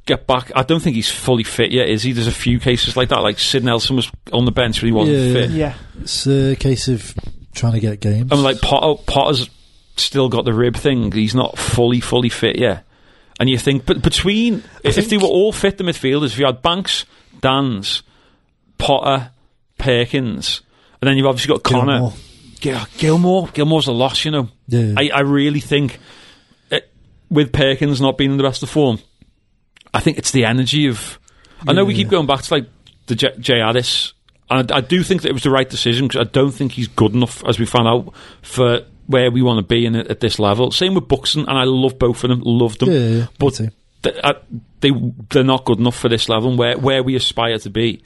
Speaker 4: get back. I don't think he's fully fit yet, is he? There's a few cases like that, like Sid Nelson was on the bench, but he wasn't
Speaker 5: Yeah.
Speaker 4: fit.
Speaker 6: Yeah.
Speaker 5: It's a case of trying to get games.
Speaker 4: And like Potter, Potter's still got the rib thing. He's not fully, fully fit yet. And you think, but between if
Speaker 5: think-
Speaker 4: they were all fit, the midfielders, if you had Banks, Dan's, Potter, Perkins, and then you've obviously got Connor.
Speaker 5: Gilmore.
Speaker 4: Gil- Gilmore, Gilmore's a loss, you know.
Speaker 5: Yeah.
Speaker 4: I, I really think uh with Perkins not being in the best of form, I think it's the energy of. I know we keep going back to like the J- Jay Addis, and I, I do think that it was the right decision because I don't think he's good enough, as we found out, for where we want to be in at, at this level. Same with Buxton, and I love both of them, loved them,
Speaker 5: Yeah, yeah, yeah, me
Speaker 4: but
Speaker 5: too.
Speaker 4: th- I, they they're not good enough for this level and where where we aspire to be.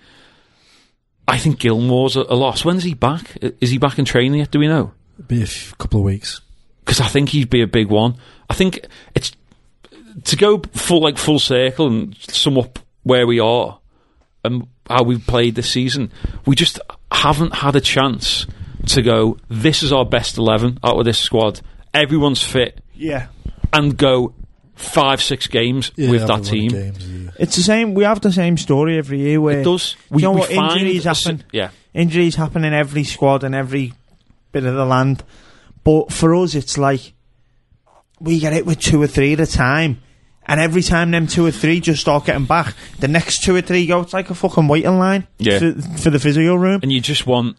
Speaker 4: I think Gilmore's a, a loss. When's he back? I- Is he back in training yet? Do we know?
Speaker 5: be a f- couple of weeks.
Speaker 4: because I think he'd be a big one. I think it's to go full like full circle and sum up where we are and how we've played this season. We just haven't had a chance to go. This is our best eleven out of this squad. Everyone's fit
Speaker 6: Yeah.
Speaker 4: and go five six games
Speaker 5: Yeah,
Speaker 4: with
Speaker 5: have
Speaker 4: that
Speaker 5: a run of
Speaker 4: team.
Speaker 5: games, yeah.
Speaker 6: It's the same. We have the same story every year. Where
Speaker 4: It does.
Speaker 6: Do you know what
Speaker 4: find
Speaker 6: injuries
Speaker 4: a s-
Speaker 6: happen?
Speaker 4: Yeah,
Speaker 6: injuries happen in every squad and every bit of the land. But for us, it's like we get it with two or three at a time. And every time them two or three just start getting back, the next two or three go, it's like a fucking waiting line
Speaker 4: Yeah.
Speaker 6: for, for the physio room.
Speaker 4: and you just want.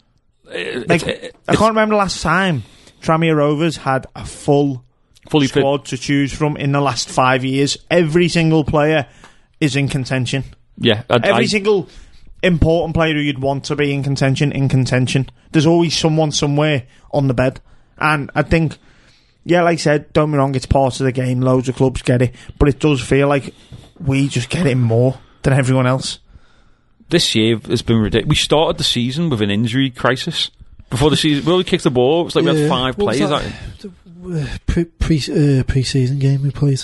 Speaker 4: eh,
Speaker 6: Like,
Speaker 4: It's,
Speaker 6: I can't remember the last time Tramier Rovers had a full
Speaker 4: fully fit.
Speaker 6: squad to choose from in the last five years. Every single player is in contention.
Speaker 4: Yeah, I, I-
Speaker 6: Every single important player who you'd want to be in contention, in contention. There's always someone somewhere on the bed. And I think, yeah, like I said, don't be wrong, it's part of the game. Loads of clubs get it. But it does feel like we just get it more than everyone else.
Speaker 4: this year has been ridiculous. We started the season with an injury crisis. Before the season, well, we kicked the ball. It was like we
Speaker 5: Yeah.
Speaker 4: had five
Speaker 5: What was
Speaker 4: players.
Speaker 5: that?
Speaker 4: out.
Speaker 5: pre pre uh, pre-season game we played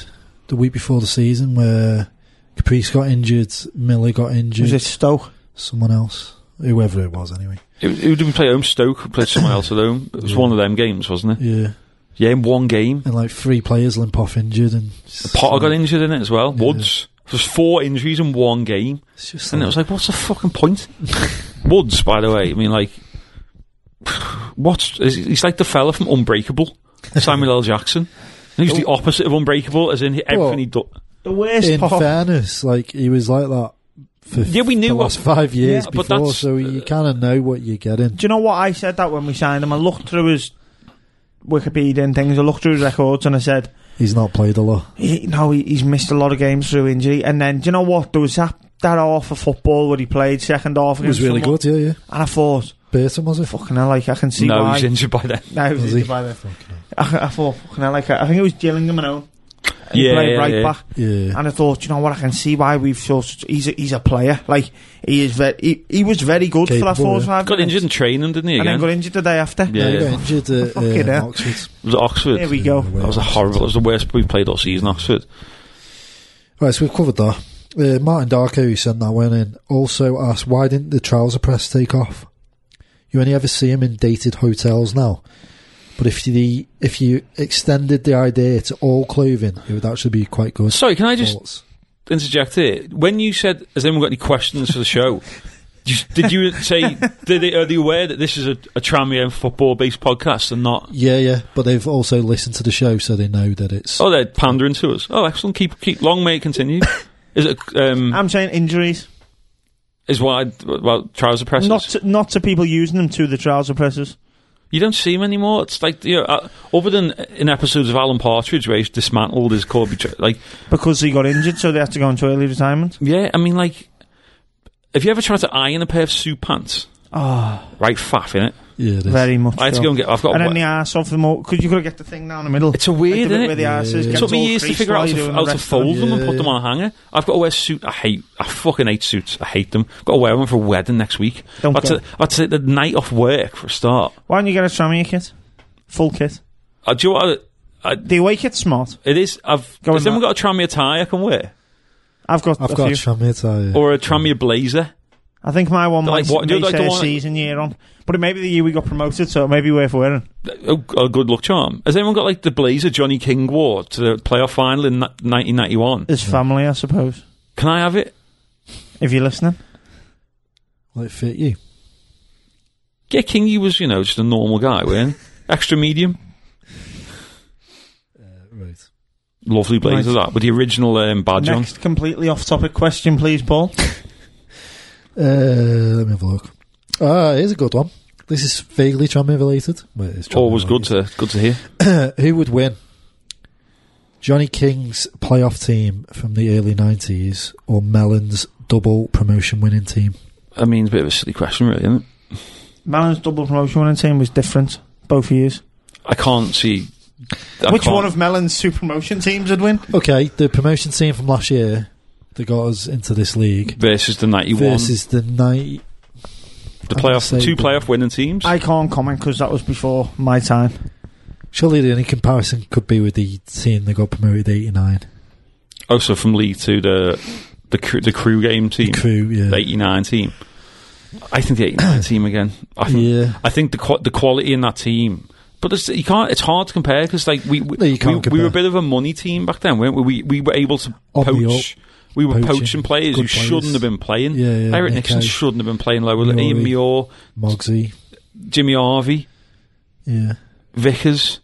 Speaker 5: the week before the season where Caprice got injured, Miller got
Speaker 6: Was
Speaker 5: injured,
Speaker 6: it Stoke?
Speaker 5: someone else, whoever it was anyway.
Speaker 4: Who who did we play at home? Stoke. We played someone else at home. It was one of them games, wasn't it?
Speaker 5: Yeah,
Speaker 4: Yeah, in one game.
Speaker 5: and like three players limp off injured, and
Speaker 4: Potter got injured in it as well. Woods. There was four injuries in one game.
Speaker 5: It's just
Speaker 4: And it
Speaker 5: like-
Speaker 4: was like, what's the fucking point? Woods, by the way. I mean, like, what's. He's like the fella from Unbreakable, Samuel L. Jackson. And He's the
Speaker 5: Oh.
Speaker 4: opposite of Unbreakable, as in he- everything he does.
Speaker 6: The worst
Speaker 5: in
Speaker 6: part.
Speaker 5: fairness, like he was like that. For
Speaker 4: Yeah, we knew
Speaker 5: the
Speaker 4: what-
Speaker 5: last five years
Speaker 4: Yeah, but
Speaker 5: before,
Speaker 4: that's, uh,
Speaker 5: so you kind of know what you're getting.
Speaker 6: Do you know what I said that when we signed him? I looked through his Wikipedia and things. I looked through his records and I said,
Speaker 5: He's not played a lot.
Speaker 6: he, no, he, he's missed a lot of games through injury. And then, do you know what? There was that, that half of football where he played second half.
Speaker 5: It was
Speaker 6: against
Speaker 5: really
Speaker 6: someone,
Speaker 5: good, yeah, yeah.
Speaker 6: And I thought,
Speaker 5: Burton was it?
Speaker 6: fucking hell, like, I can see
Speaker 4: No,
Speaker 6: why.
Speaker 4: he's injured by then.
Speaker 6: No, he was
Speaker 5: Was
Speaker 6: injured
Speaker 5: he?
Speaker 6: by then. I, I thought, fucking hell, like, I think it was Gillingham and all. He
Speaker 4: Yeah,
Speaker 6: played
Speaker 4: yeah,
Speaker 6: right
Speaker 4: yeah.
Speaker 6: back.
Speaker 5: Yeah,
Speaker 6: And I thought, you know what? I can see why we've so. such- He's a, he's a player. Like he is. Very, he, he was very good for that
Speaker 5: Capable,
Speaker 6: four or
Speaker 5: yeah.
Speaker 6: five.
Speaker 4: Got
Speaker 6: minutes,
Speaker 4: injured in training, didn't he?
Speaker 6: and
Speaker 4: Again?
Speaker 6: then got injured the day after.
Speaker 4: Yeah,
Speaker 5: yeah. He
Speaker 4: yeah.
Speaker 5: got injured at
Speaker 6: Fucking
Speaker 5: uh,
Speaker 6: hell.
Speaker 5: Oxford.
Speaker 4: It was Oxford.
Speaker 6: There we go.
Speaker 4: That was a horrible. That was the worst we've played all season. Oxford.
Speaker 5: Right, so we've covered that. Uh, Martin Darko, who sent that one in, also asked, why didn't the trouser press take off? You only ever see them in dated hotels now. But if the if you extended the idea to all clothing, it would actually be quite good.
Speaker 4: Sorry, can I just
Speaker 5: Thoughts?
Speaker 4: interject here? When you said, "Has anyone got any questions for the show?" you- Did you say? Did they, are they aware that this is a, a Tramier football-based podcast and not?
Speaker 5: Yeah, yeah. But they've also listened to the show, so they know that it's.
Speaker 4: Oh, they're pandering to us. Oh, excellent. Keep, keep. Long may it continue. Is it? Um,
Speaker 6: I'm saying injuries,
Speaker 4: is why well trouser presses?
Speaker 6: not to, not to people using them to the trouser presses.
Speaker 4: you don't see him anymore. It's like you know, uh, other than in episodes of Alan Partridge where he's dismantled his Corby. Tr- like
Speaker 6: because he got injured, so they had to go into early retirement.
Speaker 4: Yeah, I mean, like, have you ever tried to iron a pair of suit pants?
Speaker 6: Oh,
Speaker 4: Right, faff in it.
Speaker 5: Yeah, it is.
Speaker 6: very much.
Speaker 4: I had to
Speaker 6: so.
Speaker 4: go and get. I've got.
Speaker 6: and
Speaker 4: a
Speaker 6: then the arse off them all because you could get the thing down the middle.
Speaker 4: It's a weird,
Speaker 6: like the bit
Speaker 4: innit?
Speaker 6: Where the arse is
Speaker 5: Yeah.
Speaker 4: it
Speaker 6: gets
Speaker 4: took
Speaker 6: all
Speaker 4: me years to
Speaker 6: creased
Speaker 4: figure
Speaker 6: while
Speaker 4: out how to,
Speaker 6: you're doing
Speaker 4: how
Speaker 6: the
Speaker 4: to
Speaker 6: rest of them.
Speaker 4: fold them and
Speaker 5: Yeah,
Speaker 4: put them
Speaker 5: yeah.
Speaker 4: on a hanger. I've got to wear suit. I hate. I fucking hate suits. I hate them. Got to wear one for a wedding next week.
Speaker 6: Don't
Speaker 4: I'd,
Speaker 6: go.
Speaker 4: ta- I'd take the night off work for a start.
Speaker 6: Why don't you get a trammy kit? Full kit.
Speaker 4: I, do you know what? I, I,
Speaker 6: The away kit's smart.
Speaker 4: it is. I've.
Speaker 6: Go
Speaker 4: has
Speaker 6: on,
Speaker 4: anyone got a Tramier tie I can wear,
Speaker 6: I've got
Speaker 5: I've
Speaker 6: a
Speaker 5: got a
Speaker 6: few.
Speaker 5: Tranmere tie.
Speaker 4: or a Tramier blazer?
Speaker 6: I think my one
Speaker 4: Like
Speaker 6: might
Speaker 4: what?
Speaker 6: may
Speaker 4: Like the
Speaker 6: say a
Speaker 4: one-
Speaker 6: season year on, but it may be the year we got promoted, so it may be worth wearing.
Speaker 4: Oh, a good luck charm. Has anyone got like the blazer Johnny King wore to the playoff final in ni- 1991?
Speaker 6: It's family, I suppose.
Speaker 4: Can I have it?
Speaker 6: If you're listening,
Speaker 5: Will it fit you?
Speaker 4: Yeah, Kingy was you know just a normal guy, wearing extra medium,
Speaker 6: Uh,
Speaker 5: Right.
Speaker 4: lovely blazer that with the original um, badge on.
Speaker 6: next completely off-topic question, please, Paul.
Speaker 5: Uh, let me have a look. Ah, here's a good one. This is vaguely Tranmere related. Well, it is Tranmere
Speaker 4: Always good
Speaker 5: related.
Speaker 4: to good to hear.
Speaker 5: Who would win? Johnny King's playoff team from the early 90s or Mellon's double promotion winning team?
Speaker 4: I mean, it's a bit of a silly question, really, isn't it?
Speaker 6: Malin's double promotion winning team was different both years.
Speaker 4: I can't see. I
Speaker 6: Which
Speaker 4: can't-
Speaker 6: one of Melon's two promotion teams would win?
Speaker 5: Okay, the promotion team from last year that got us into this league
Speaker 4: versus the '91?
Speaker 5: versus the night.
Speaker 4: the
Speaker 5: I'd
Speaker 4: playoff,
Speaker 5: say
Speaker 4: two
Speaker 5: the-
Speaker 4: playoff winning teams.
Speaker 6: I can't comment because that was before my time.
Speaker 5: Surely the only comparison could be with the team that got promoted 89.
Speaker 4: also from League Two, the the crew, the crew game team,
Speaker 5: Crew, yeah.
Speaker 4: the '89 team. I think the '89 team again. I think,
Speaker 5: Yeah.
Speaker 4: I think the qu- the quality in that team. But it's, you can't. It's hard to compare because like we we,
Speaker 5: No, you can't
Speaker 4: we, we were a
Speaker 5: compare.
Speaker 4: bit of a money team back then, weren't we? We, we were able to
Speaker 5: Up the
Speaker 4: poach. We were
Speaker 5: poaching,
Speaker 4: poaching, players who
Speaker 5: good players.
Speaker 4: shouldn't have been playing.
Speaker 5: Yeah, yeah,
Speaker 4: Eric
Speaker 5: Nick
Speaker 4: Nixon
Speaker 5: Hayes.
Speaker 4: shouldn't have been playing lower. than Ian
Speaker 5: Murray.
Speaker 4: Muir,
Speaker 5: Mogsy,
Speaker 4: Jimmy Harvey.
Speaker 5: yeah.
Speaker 4: Vickers.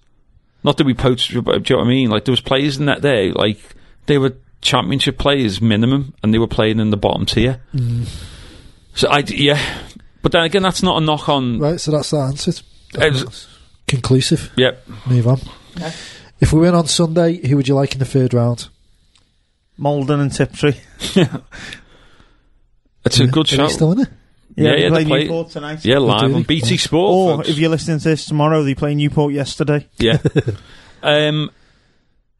Speaker 4: Not that we poached, but do you know what I mean? Like there was players in that day, like they were championship players minimum, and they were playing in the bottom tier.
Speaker 5: Mm.
Speaker 4: So I yeah, but then again, that's not a knock on.
Speaker 5: Right, so that's that answered.
Speaker 4: It was-
Speaker 5: Conclusive.
Speaker 4: Yep,
Speaker 5: Move on. If we win on Sunday, who would you like in the third round?
Speaker 6: Malden and Tiptree.
Speaker 4: it's a good
Speaker 5: Are they
Speaker 4: shot.
Speaker 5: still in it?
Speaker 4: Yeah, yeah,
Speaker 6: they
Speaker 4: they play-
Speaker 6: play Newport tonight.
Speaker 4: Yeah,
Speaker 5: do
Speaker 4: live on
Speaker 5: they?
Speaker 4: BT
Speaker 5: Yeah. Oh,
Speaker 4: Sport.
Speaker 6: Or
Speaker 4: folks.
Speaker 6: if you're listening to this tomorrow, they play Newport yesterday.
Speaker 4: yeah, um,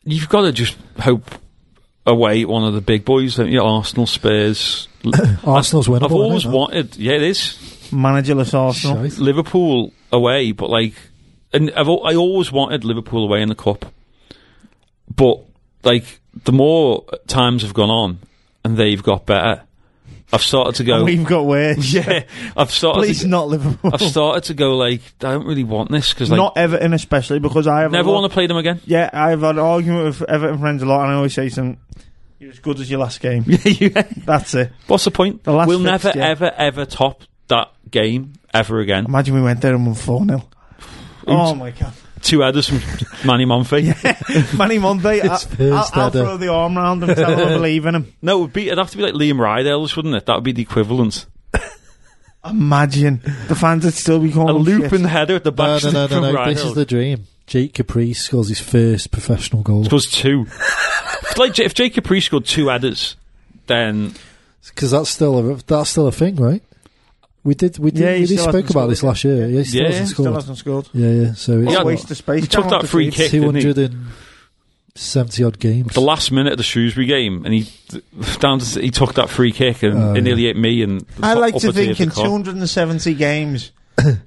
Speaker 4: you've got to just hope away at one of the big boys, don't you? Arsenal, Spurs.
Speaker 5: Arsenal's winnable.
Speaker 4: I've always
Speaker 5: isn't it?
Speaker 4: wanted. Yeah, it is.
Speaker 6: Managerless Arsenal.
Speaker 5: Shite.
Speaker 4: Liverpool away, but like, and I've al- I always wanted Liverpool away in the cup, but like the more times have gone on and they've got better, I've started to
Speaker 6: And
Speaker 4: go.
Speaker 6: We've got worse.
Speaker 4: Yeah, I've started.
Speaker 6: Oh, Please
Speaker 4: to,
Speaker 6: not Liverpool.
Speaker 4: I've started to go like I don't really want this because like
Speaker 6: not Everton especially because I have
Speaker 4: never
Speaker 6: a lot,
Speaker 4: want to play them again.
Speaker 6: Yeah, I've had an argument with Everton friends a lot, and I always say to them, "You're as good as your last game." That's it.
Speaker 4: What's the point?
Speaker 6: The last
Speaker 4: we'll
Speaker 6: fix,
Speaker 4: never
Speaker 6: yeah.
Speaker 4: ever ever top that game ever again.
Speaker 6: Imagine we went there and won four 0 Oh my god,
Speaker 4: Two headers from Manny Monfey.
Speaker 6: Manny Monday. I,
Speaker 5: It's
Speaker 6: I'll, I'll
Speaker 5: Thursday.
Speaker 6: throw the arm round and tell him I believe in him.
Speaker 4: No, it'd, be, it'd have to be like Liam Rydell, wouldn't it? That would be the equivalent.
Speaker 6: Imagine the fans would still be calling
Speaker 4: a
Speaker 6: him
Speaker 4: loop
Speaker 6: shit.
Speaker 4: and header at the
Speaker 5: Oh, No,
Speaker 4: back.
Speaker 5: no, no,
Speaker 4: from
Speaker 5: no, no.
Speaker 4: Ryan
Speaker 5: This is the dream. Jake Caprice scores his first professional goal
Speaker 4: scores two. It's like J- if Jake Capri scored two adders, then
Speaker 5: because that's still a that's still a thing, right? We did we did
Speaker 6: Yeah, he
Speaker 5: we did
Speaker 6: still
Speaker 5: spoke
Speaker 6: hasn't
Speaker 5: about this
Speaker 6: scored
Speaker 5: last year. Yeah, he still
Speaker 4: Yeah,
Speaker 5: hasn't
Speaker 4: he
Speaker 5: scored.
Speaker 6: Still hasn't scored.
Speaker 5: yeah, yeah. So
Speaker 6: What
Speaker 4: Yeah,
Speaker 6: a
Speaker 5: it's
Speaker 6: waste of space.
Speaker 4: he took
Speaker 6: Down
Speaker 4: that
Speaker 6: to
Speaker 4: free
Speaker 6: Leeds.
Speaker 4: kick,
Speaker 5: two
Speaker 4: didn't he?
Speaker 5: hundred and seventy odd games.
Speaker 4: The last minute of the Shrewsbury game, and he down to, he took that free kick and
Speaker 5: Oh,
Speaker 4: it nearly hit me. And
Speaker 6: I
Speaker 4: the
Speaker 6: like
Speaker 4: upper tier
Speaker 6: to think
Speaker 4: of the
Speaker 6: in
Speaker 4: car.
Speaker 6: 270 games,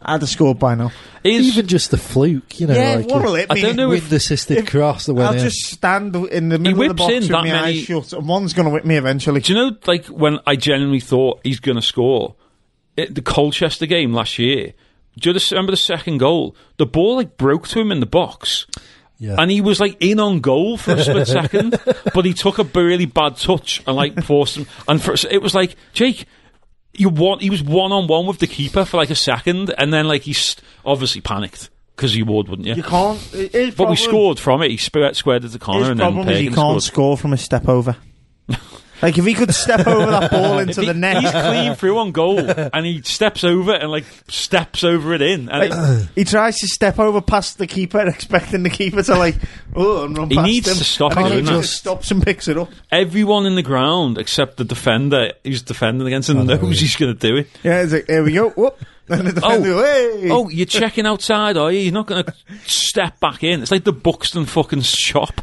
Speaker 6: I'd have scored by now.
Speaker 4: Is-
Speaker 5: Even just the fluke, you know,
Speaker 6: yeah,
Speaker 5: like
Speaker 6: what'll it
Speaker 4: I
Speaker 6: mean?
Speaker 4: don't know
Speaker 5: with the assisted
Speaker 6: if-
Speaker 5: cross that went
Speaker 6: I'll
Speaker 5: in.
Speaker 6: just stand in the middle of the
Speaker 4: whips
Speaker 6: box
Speaker 4: in
Speaker 6: with
Speaker 4: that
Speaker 6: my
Speaker 4: many-
Speaker 6: eyes shut, and one's going to whip me eventually.
Speaker 4: Do you know, like, when I genuinely thought he's going to score? It, the Colchester game last year. Do you just remember the second goal? The ball, like, broke to him in the box.
Speaker 5: Yeah.
Speaker 4: And he was, like, in on goal for a split second, but he took a really bad touch and, like, forced him. And for, it was like, Jake. You want, he was one on one with the keeper for like a second, and then like he st- obviously panicked because you would, wouldn't you?
Speaker 6: You can't. His
Speaker 4: but
Speaker 6: problem,
Speaker 4: we scored from it. He sp- squared it to
Speaker 6: His
Speaker 4: corner, and then
Speaker 6: problem is you
Speaker 4: Pagan scored.
Speaker 6: can't score from a step over. like if he could step over that ball into the
Speaker 4: He- He's
Speaker 6: net,
Speaker 4: clean through on goal, and he steps over it and like steps over it in. And it-
Speaker 6: he tries to step over past the keeper, expecting the keeper to like oh and run
Speaker 4: He
Speaker 6: past
Speaker 4: needs
Speaker 6: him.
Speaker 4: to stop
Speaker 6: and he
Speaker 5: doing that.
Speaker 6: just stops and picks it up.
Speaker 4: everyone in the ground except the defender who's defending against him
Speaker 5: know,
Speaker 4: knows he's going to do it.
Speaker 6: Yeah, it's like here we go. Whoop. And the defender, hey.
Speaker 4: Oh, you're checking outside, are you? You're not going to step back in. It's like the Buxton fucking shop.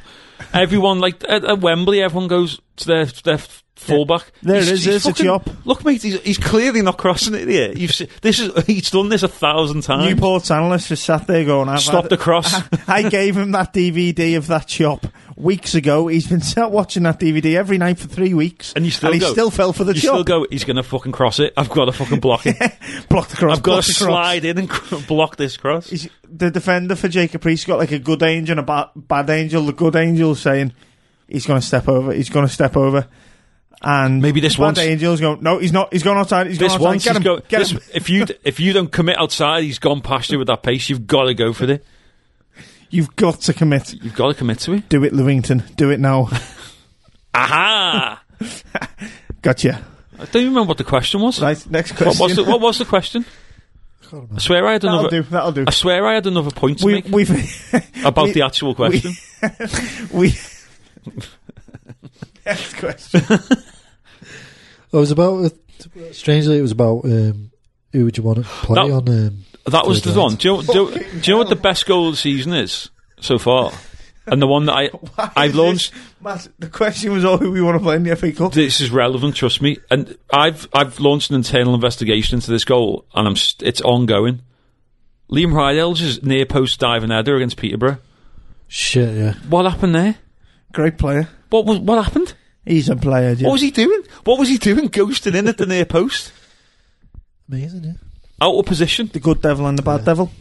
Speaker 4: Everyone like at, at Wembley, everyone goes to their their fullback.
Speaker 6: There it
Speaker 4: He's-
Speaker 6: is,
Speaker 4: he's
Speaker 6: there's a
Speaker 4: fucking-
Speaker 6: chop.
Speaker 4: Look, mate, he's, he's clearly not crossing it here. You've se- this is he's done this a thousand times.
Speaker 6: Newport's analyst just sat there going, I've
Speaker 4: Stop
Speaker 6: had-
Speaker 4: the cross.
Speaker 6: I gave him that DVD of that chop weeks ago. He's been sat watching that DVD every night for three weeks,
Speaker 4: And you still
Speaker 6: he
Speaker 4: go-
Speaker 6: still fell for the
Speaker 4: You still
Speaker 6: job.
Speaker 4: go, he's going to fucking cross it. I've got to fucking block it.
Speaker 6: blocked across.
Speaker 4: I've got
Speaker 6: blocked
Speaker 4: to
Speaker 6: across.
Speaker 4: slide in and block this cross.
Speaker 6: He's, the defender for Jacob Priest got like a good angel and a ba- bad angel. The good angel saying he's going to step over. He's going to step over. And
Speaker 4: Maybe this
Speaker 6: the
Speaker 4: once-
Speaker 6: bad angel's going. No, he's not. He's going outside. He's
Speaker 4: This
Speaker 6: going
Speaker 4: once
Speaker 6: outside. Get
Speaker 4: he's
Speaker 6: him.
Speaker 4: go,
Speaker 6: get
Speaker 4: this,
Speaker 6: him.
Speaker 4: if you if you don't commit outside, he's gone past you with that pace. You've got to go for it.
Speaker 6: You've got to commit.
Speaker 4: You've got to commit to it.
Speaker 6: Do it, Lewington. Do it now.
Speaker 4: Aha!
Speaker 6: Gotcha.
Speaker 4: I don't even remember what the question was.
Speaker 6: Right. Next
Speaker 4: What
Speaker 6: question.
Speaker 4: was the, what was the question? I swear I had
Speaker 6: That'll
Speaker 4: another.
Speaker 6: do. That'll do.
Speaker 4: I swear I had another point to
Speaker 6: We,
Speaker 4: make
Speaker 6: we've
Speaker 4: about
Speaker 6: we-
Speaker 4: the actual question.
Speaker 6: we. Next question.
Speaker 5: It was about. Strangely, it was about um, who would you want to play
Speaker 4: That-
Speaker 5: on. Um,
Speaker 4: that was the
Speaker 5: Third
Speaker 4: one. Do you, know- do, do you know what the best goal of the season is so far? And the one that I
Speaker 6: Why
Speaker 4: I
Speaker 6: is this-
Speaker 4: launched.
Speaker 6: Matt, the question was all who we want to play in the FA Cup.
Speaker 4: This is relevant, trust me. And I've I've launched an internal investigation into this goal, and I'm st- it's ongoing. Liam Rydell's just near post diving header against Peterborough.
Speaker 5: shit, yeah.
Speaker 4: What happened there?
Speaker 6: Great player.
Speaker 4: What was what happened?
Speaker 6: He's a player. Jim.
Speaker 4: What was he doing? What was he doing? Ghosting in at the near post,
Speaker 5: Amazing, yeah.
Speaker 4: out of position.
Speaker 6: the good devil and the bad devil.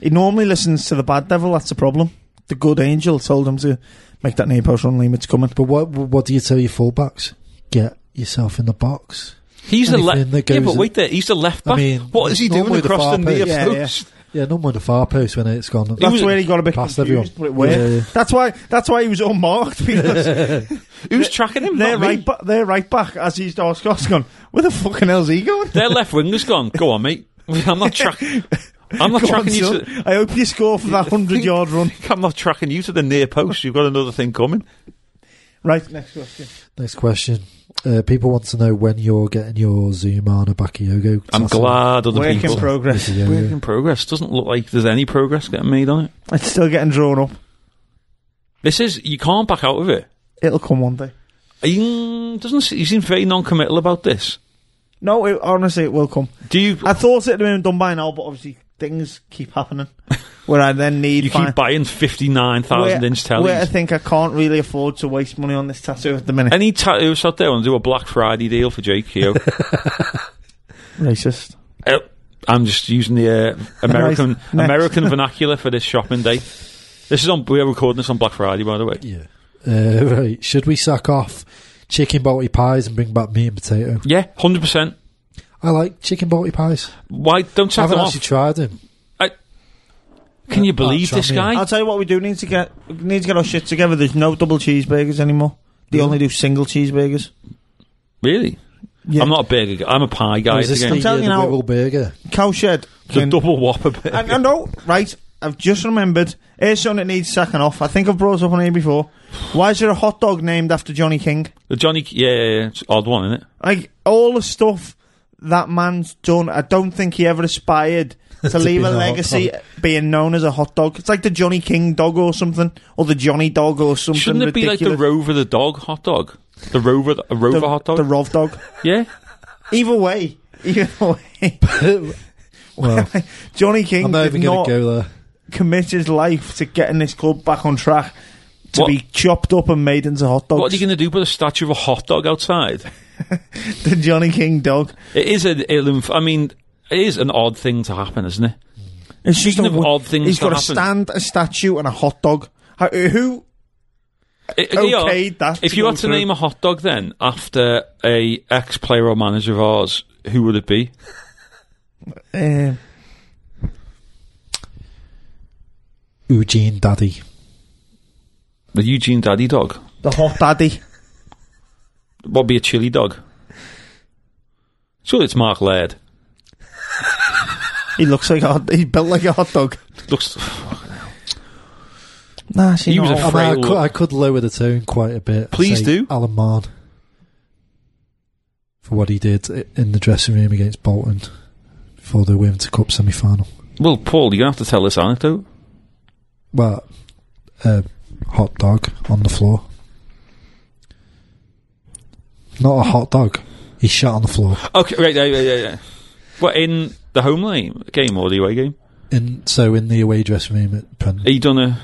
Speaker 6: He normally listens to the bad devil. That's the problem. The good angel told him to make that near post run. Liam, it's coming.
Speaker 5: But what what do you tell your fullbacks? Get yourself in the box.
Speaker 4: He's the
Speaker 5: Anything
Speaker 4: left.
Speaker 5: that
Speaker 4: Yeah,
Speaker 5: goes
Speaker 4: but
Speaker 5: in-
Speaker 4: wait there. He's the left
Speaker 5: I
Speaker 4: back.
Speaker 5: mean,
Speaker 4: what is he doing
Speaker 5: normally the
Speaker 4: across the
Speaker 5: far
Speaker 4: near
Speaker 5: post.
Speaker 6: Yeah, yeah.
Speaker 4: post?
Speaker 5: Yeah, no mind the far post when it's gone.
Speaker 4: He
Speaker 6: That's
Speaker 4: was-
Speaker 6: where he got a bit
Speaker 5: Past
Speaker 6: confused.
Speaker 5: everyone.
Speaker 6: But it worked.
Speaker 5: Yeah, yeah.
Speaker 6: That's why. That's why he was unmarked because
Speaker 4: Who's tracking him?
Speaker 6: they're
Speaker 4: Not me.
Speaker 6: right. Ba- they're right back as he's Dar Scott's gone. Where the fucking hell's he going?
Speaker 4: Their left winger's gone. Go on, mate. I'm not tracking. I'm not
Speaker 6: Go on,
Speaker 4: tracking you.
Speaker 6: son.
Speaker 4: To,
Speaker 6: I hope you score for that hundred yard run.
Speaker 4: I'm not tracking you to the near post. You've got another thing coming.
Speaker 6: Right. Next question.
Speaker 5: Next question. Uh, people want to know when you're getting your Zumana Bakayogo.
Speaker 4: I'm glad other
Speaker 6: Work in
Speaker 4: people.
Speaker 6: progress.
Speaker 4: Work in progress. Doesn't look like there's any progress getting made on it.
Speaker 6: It's still getting drawn up.
Speaker 4: This is you can't back out of it.
Speaker 6: It'll come one day.
Speaker 4: He mm, doesn't. se- He seems very non-committal about this.
Speaker 6: No, it, honestly, it will come.
Speaker 4: Do you?
Speaker 6: I thought it had been done by now, but obviously things keep happening. Where I then need
Speaker 4: You
Speaker 6: fi-
Speaker 4: keep buying fifty-nine thousand
Speaker 6: where-
Speaker 4: inch
Speaker 6: Where I
Speaker 4: tellies.
Speaker 6: think I can't really afford to waste money on this tattoo at the minute.
Speaker 4: Any tattoos out there want to do a Black Friday deal for JQ?
Speaker 6: Racist.
Speaker 4: Uh, I'm just using the uh, American
Speaker 6: Nice. Next.
Speaker 4: American vernacular for this shopping day. This is on. We are recording this on Black Friday, by the way.
Speaker 5: Yeah. Uh, right. Should we sack off chicken balti pies and bring back meat and potato?
Speaker 4: Yeah, hundred percent.
Speaker 5: I like chicken balti pies.
Speaker 4: Why don't
Speaker 5: I
Speaker 4: sack
Speaker 5: haven't
Speaker 4: them
Speaker 5: actually
Speaker 4: off?
Speaker 5: tried them.
Speaker 4: Can you believe
Speaker 5: Oh,
Speaker 4: this
Speaker 5: try me.
Speaker 4: guy?
Speaker 6: I'll tell you what we do need to get we need to get our shit together. There's no double cheeseburgers anymore. They only do single cheeseburgers.
Speaker 4: Really?
Speaker 6: Yeah.
Speaker 4: I'm not a burger. guy. I'm a pie guy.
Speaker 5: Is this
Speaker 4: again.
Speaker 5: the,
Speaker 6: telling you
Speaker 5: uh, the
Speaker 6: now-
Speaker 5: Whittle burger?
Speaker 6: Cowshed.
Speaker 4: It's a double whopper. Burger.
Speaker 6: I, I know, right? I've just remembered. Here's something that needs sacking off. I think I've brought it up on here before. Why is there a hot dog named after Johnny King?
Speaker 4: The Johnny, yeah, yeah, yeah, it's an odd one, isn't it?
Speaker 6: Like all the stuff that man's done, I don't think he ever aspired to leave
Speaker 5: be
Speaker 6: a
Speaker 5: the hot
Speaker 6: legacy
Speaker 5: dog.
Speaker 6: being known as a hot dog. It's like the Johnny King dog or something, or the Johnny dog or something.
Speaker 4: Shouldn't it
Speaker 6: ridiculous.
Speaker 4: be like the Rover the dog hot dog? The Rover, a Rover
Speaker 6: the,
Speaker 4: hot dog.
Speaker 6: the Rov dog?
Speaker 4: yeah,
Speaker 6: Either way, either way,
Speaker 5: well,
Speaker 6: Johnny King
Speaker 5: I'm not
Speaker 6: did
Speaker 5: even going
Speaker 6: not
Speaker 5: to go there.
Speaker 6: commit his life to getting this club back on track to
Speaker 4: What-
Speaker 6: be chopped up and made into hot dogs.
Speaker 4: what are you going to do? Put a statue of a hot dog outside?
Speaker 6: the Johnny King dog.
Speaker 4: It is an ill. inf- I mean, it is an odd thing to happen, isn't it?
Speaker 6: It's just
Speaker 4: Speaking
Speaker 6: a
Speaker 4: of
Speaker 6: wo-
Speaker 4: odd things
Speaker 6: He's
Speaker 4: to
Speaker 6: got a
Speaker 4: happen.
Speaker 6: stand, a statue, and a hot dog. How- Who
Speaker 4: It- you know,
Speaker 6: okayed that
Speaker 4: If
Speaker 6: to
Speaker 4: you
Speaker 6: go
Speaker 4: had to
Speaker 6: through.
Speaker 4: name a hot dog then after a ex player or manager of ours, who would it be?
Speaker 6: Um,
Speaker 5: Eugene Daddy.
Speaker 4: The Eugene Daddy Dog.
Speaker 6: the hot daddy.
Speaker 4: What'd be a chili dog? Surely it's Mark Laird.
Speaker 6: He looks like a hot, he's built like a hot dog.
Speaker 4: Looks
Speaker 6: Nah, see,
Speaker 4: He
Speaker 6: no.
Speaker 4: was a
Speaker 5: I,
Speaker 4: f-
Speaker 5: mean, I,
Speaker 4: Frail.
Speaker 5: could, I could lower the tone quite a bit.
Speaker 4: Please
Speaker 5: Say
Speaker 4: do.
Speaker 5: Alan Mann. For what he did i- in the dressing room against Bolton before the Women's Cup semi final.
Speaker 4: well, Paul. You're gonna have to tell this anecdote.
Speaker 5: Well, uh, hot dog on the floor. Not a hot dog. He shot on the floor.
Speaker 4: Okay, right, yeah, yeah, yeah. yeah. What in the home lane game or the away game?
Speaker 5: In so in the away dressing room at Pren-
Speaker 4: He done a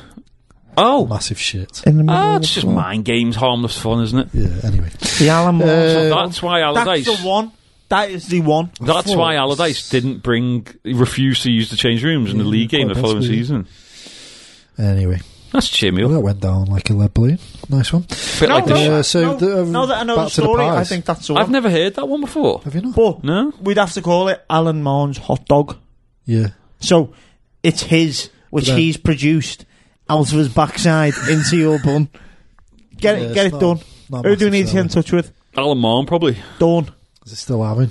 Speaker 4: Oh,
Speaker 5: Massive shit.
Speaker 6: in the middle
Speaker 4: ah,
Speaker 6: of the
Speaker 4: it's just
Speaker 6: floor.
Speaker 4: mind games, harmless fun, isn't it?
Speaker 5: Yeah, anyway.
Speaker 6: The Alan Moore.
Speaker 5: Uh,
Speaker 4: That's why
Speaker 6: That's
Speaker 4: Allardyce.
Speaker 6: the one. That is the one.
Speaker 4: That's why Allardyce didn't bring, refused to use the change rooms in the
Speaker 5: Yeah,
Speaker 4: league game the
Speaker 5: quite
Speaker 4: following
Speaker 5: possibly.
Speaker 4: season.
Speaker 5: Anyway.
Speaker 4: That's cheery.
Speaker 5: Well, that went down like a lead balloon. Nice one.
Speaker 4: Bit like the
Speaker 5: no,
Speaker 4: sh-
Speaker 5: Uh, so
Speaker 6: no,
Speaker 5: the, um,
Speaker 6: now that I know
Speaker 5: back
Speaker 6: the
Speaker 5: to the
Speaker 6: story, I
Speaker 5: pies.
Speaker 6: think that's the one.
Speaker 4: I've never heard that one before.
Speaker 5: Have you not?
Speaker 6: but
Speaker 4: No,
Speaker 6: we'd have to call it Alan Morn's hot dog.
Speaker 5: Yeah.
Speaker 6: So it's his, which
Speaker 5: But then-
Speaker 6: he's produced out of his backside into your bun. Get
Speaker 5: Yeah,
Speaker 6: it, get
Speaker 5: it's not-
Speaker 6: it done.
Speaker 5: not
Speaker 6: Who do we
Speaker 5: massive
Speaker 6: need to get in
Speaker 5: selling.
Speaker 6: touch with?
Speaker 4: Alan Marn probably.
Speaker 6: Dawn.
Speaker 5: Is it still having?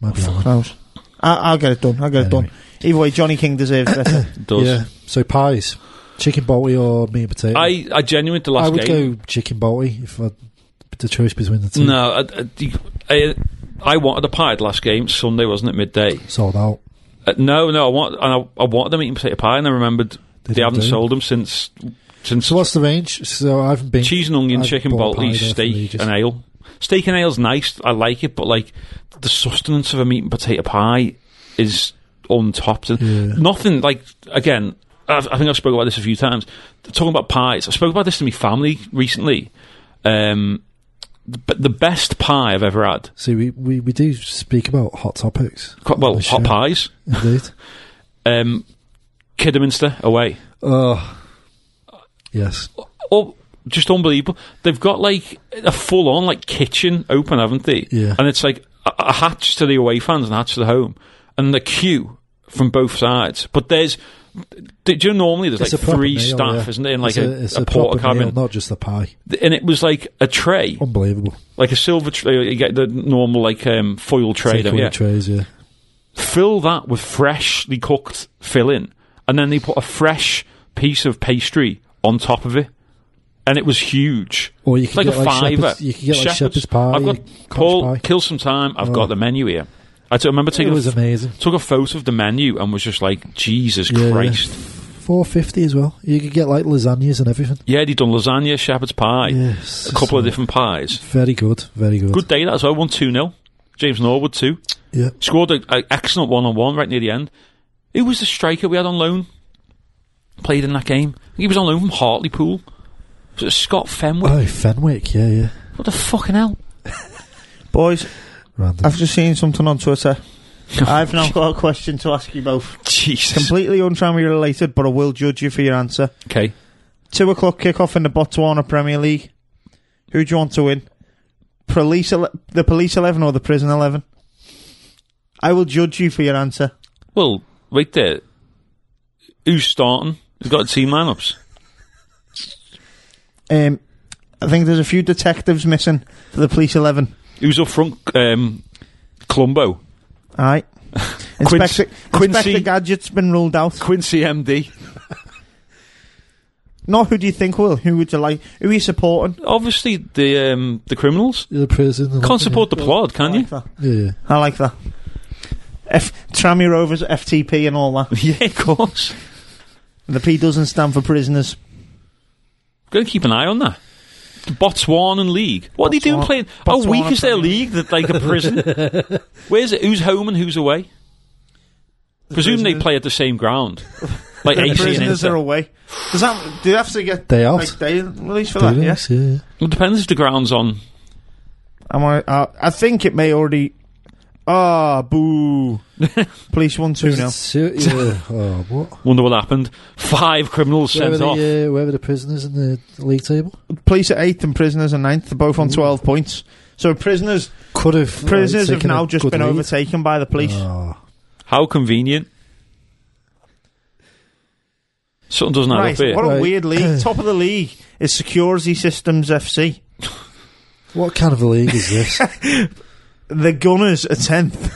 Speaker 5: Might be having.
Speaker 6: Close. I- I'll get it done. I'll get it
Speaker 5: Anyway.
Speaker 6: done. Either way, Johnny King deserves better.
Speaker 4: Does
Speaker 5: Yeah. So pies. Chicken balti or meat and potato?
Speaker 4: I? I genuinely the last
Speaker 5: I would
Speaker 4: game.
Speaker 5: go chicken balti if I had the choice between the two.
Speaker 4: No, I, I- you- I, I wanted a pie at the last game. Sunday wasn't it midday?
Speaker 5: Sold out.
Speaker 4: Uh, no, no, I want and I, I wanted them eating potato pie, and I remembered they,
Speaker 5: didn't
Speaker 4: haven't
Speaker 5: do.
Speaker 4: sold them since since
Speaker 5: So what's the range? So I haven't been
Speaker 4: cheese and onion,
Speaker 5: I've
Speaker 4: chicken
Speaker 5: bought pie
Speaker 4: balti,
Speaker 5: there for
Speaker 4: steak
Speaker 5: ages.
Speaker 4: and ale. Steak and ale's nice. I like it, but like the sustenance of a meat and potato pie is untopped. And
Speaker 5: Yeah.
Speaker 4: Nothing like again. I've, I think I've spoken about this a few times. Talking about pies, I spoke about this to my family recently. Um, but the best pie I've ever had.
Speaker 5: See, we, we, we do speak about hot topics.
Speaker 4: Qu-
Speaker 5: on
Speaker 4: well,
Speaker 5: this
Speaker 4: hot
Speaker 5: show.
Speaker 4: pies.
Speaker 5: Indeed.
Speaker 4: Um, Kidderminster away.
Speaker 5: Oh, yes.
Speaker 4: Oh, just unbelievable. They've got like a full on like kitchen open, haven't they?
Speaker 5: Yeah.
Speaker 4: And it's like a, a hatch to the away fans and a hatch to the home, and the queue from both sides. But there's. Do you know normally there's
Speaker 5: It's
Speaker 4: like
Speaker 5: a proper
Speaker 4: three
Speaker 5: meal,
Speaker 4: staff,
Speaker 5: yeah.
Speaker 4: isn't there, in like
Speaker 5: it's
Speaker 4: a,
Speaker 5: it's
Speaker 4: a, porter
Speaker 5: proper meal,
Speaker 4: cabin?
Speaker 5: not Oh. just the pie.
Speaker 4: And it was like a tray,
Speaker 5: Unbelievable.
Speaker 4: like a silver tray. You get the normal like um, foil tray,
Speaker 5: Take
Speaker 4: don't
Speaker 5: all
Speaker 4: you?
Speaker 5: the trays, yeah.
Speaker 4: fill that with freshly cooked filling, and then they put a fresh piece of pastry on top of it, and it was huge.
Speaker 5: Or you could
Speaker 4: like
Speaker 5: get
Speaker 4: a
Speaker 5: like
Speaker 4: fiver.
Speaker 5: shepherd's- you could get like shepherd's pie,
Speaker 4: I've got
Speaker 5: cottage
Speaker 4: Paul,
Speaker 5: pie.
Speaker 4: kill some time. I've got the menu here. I t- remember
Speaker 5: It
Speaker 4: taking
Speaker 5: was
Speaker 4: a, f-
Speaker 5: amazing.
Speaker 4: took a photo of the menu and was just like, Jesus
Speaker 5: Yeah, yeah.
Speaker 4: Christ!
Speaker 5: Four fifty as well. You could get like lasagnas and everything.
Speaker 4: Yeah, they'd done lasagna, shepherd's pie,
Speaker 5: Yes,
Speaker 4: a couple of different pies.
Speaker 5: Very good, very good.
Speaker 4: Good day that as well. One two 0 James Norwood too
Speaker 5: Yeah,
Speaker 4: scored an excellent one on one right near the end. Who was the striker we had on loan? Played in that game. He was on loan from Hartlepool. Was it Scott Fenwick?
Speaker 5: Oh, Fenwick. Yeah, yeah.
Speaker 4: what the fucking hell?
Speaker 6: Boys,
Speaker 5: Random.
Speaker 4: Uh,
Speaker 6: I've just seen something on Twitter. I've now got a question to ask you both.
Speaker 4: Jesus.
Speaker 6: Completely untrammy related, but I will judge you for your answer.
Speaker 4: Okay.
Speaker 6: Two o'clock kickoff in the Botswana Premier League. Who do you want to win? Police, ele- the police eleven or the prison eleven? I will judge you for your answer.
Speaker 4: Well, wait there. Who's starting? He's got team lineups.
Speaker 6: Um, I think there's a few detectives missing for the police eleven.
Speaker 4: Who's up front? Um, Columbo.
Speaker 6: All right. Inspector,
Speaker 4: Quincy-
Speaker 6: Inspector Gadget's been ruled out.
Speaker 4: Quincy MD.
Speaker 6: Not who do you think will? Who would you like? Who are you supporting?
Speaker 4: Obviously, the um, the criminals.
Speaker 5: the prison. and
Speaker 4: Can't
Speaker 5: everything.
Speaker 4: support the plod, can
Speaker 6: I
Speaker 4: you?
Speaker 6: like that.
Speaker 5: Yeah, yeah.
Speaker 6: I like that. F- Trammy Rovers, FTP, and all that.
Speaker 4: Yeah, of course.
Speaker 6: The P doesn't stand for prisoners.
Speaker 4: Got to keep an eye on that. The Botswanan league. What are they doing
Speaker 6: Botswana-
Speaker 4: playing? How
Speaker 6: Botswana
Speaker 4: weak is their
Speaker 6: Premier
Speaker 4: league that like a prison? Where's it? Who's home and who's away? Presume they
Speaker 6: prisoners-
Speaker 4: play at the same ground, like
Speaker 6: The
Speaker 4: AC and
Speaker 6: prisoners
Speaker 4: Inter.
Speaker 6: are away. Does that? Do you have to get
Speaker 5: Day out.
Speaker 6: Like, day release for
Speaker 5: Day
Speaker 6: that? Yes.
Speaker 5: release, yeah. yeah.
Speaker 4: Well, depends if the ground's on.
Speaker 6: I'm. al- Uh, I think it may already. Ah, boo! Police one two now.
Speaker 5: Is it ser- yeah. oh, what?
Speaker 4: Wonder what happened. Five criminals
Speaker 5: Where were,
Speaker 4: sent off.
Speaker 5: the, uh, where were the prisoners in the league table?
Speaker 6: Police are eighth and prisoners are ninth. They're both on twelve points. So prisoners,
Speaker 5: Could have. like,
Speaker 6: prisoners have
Speaker 5: Oh, taken
Speaker 6: now
Speaker 5: a
Speaker 6: just
Speaker 5: good
Speaker 6: been
Speaker 5: lead.
Speaker 6: overtaken by the police.
Speaker 5: Oh,
Speaker 4: How convenient. Something doesn't add
Speaker 6: right,
Speaker 4: up here.
Speaker 6: what a
Speaker 5: Right.
Speaker 6: weird league. Top of the league is Security Systems FC.
Speaker 5: what kind of a league is this?
Speaker 6: The Gunners are tenth,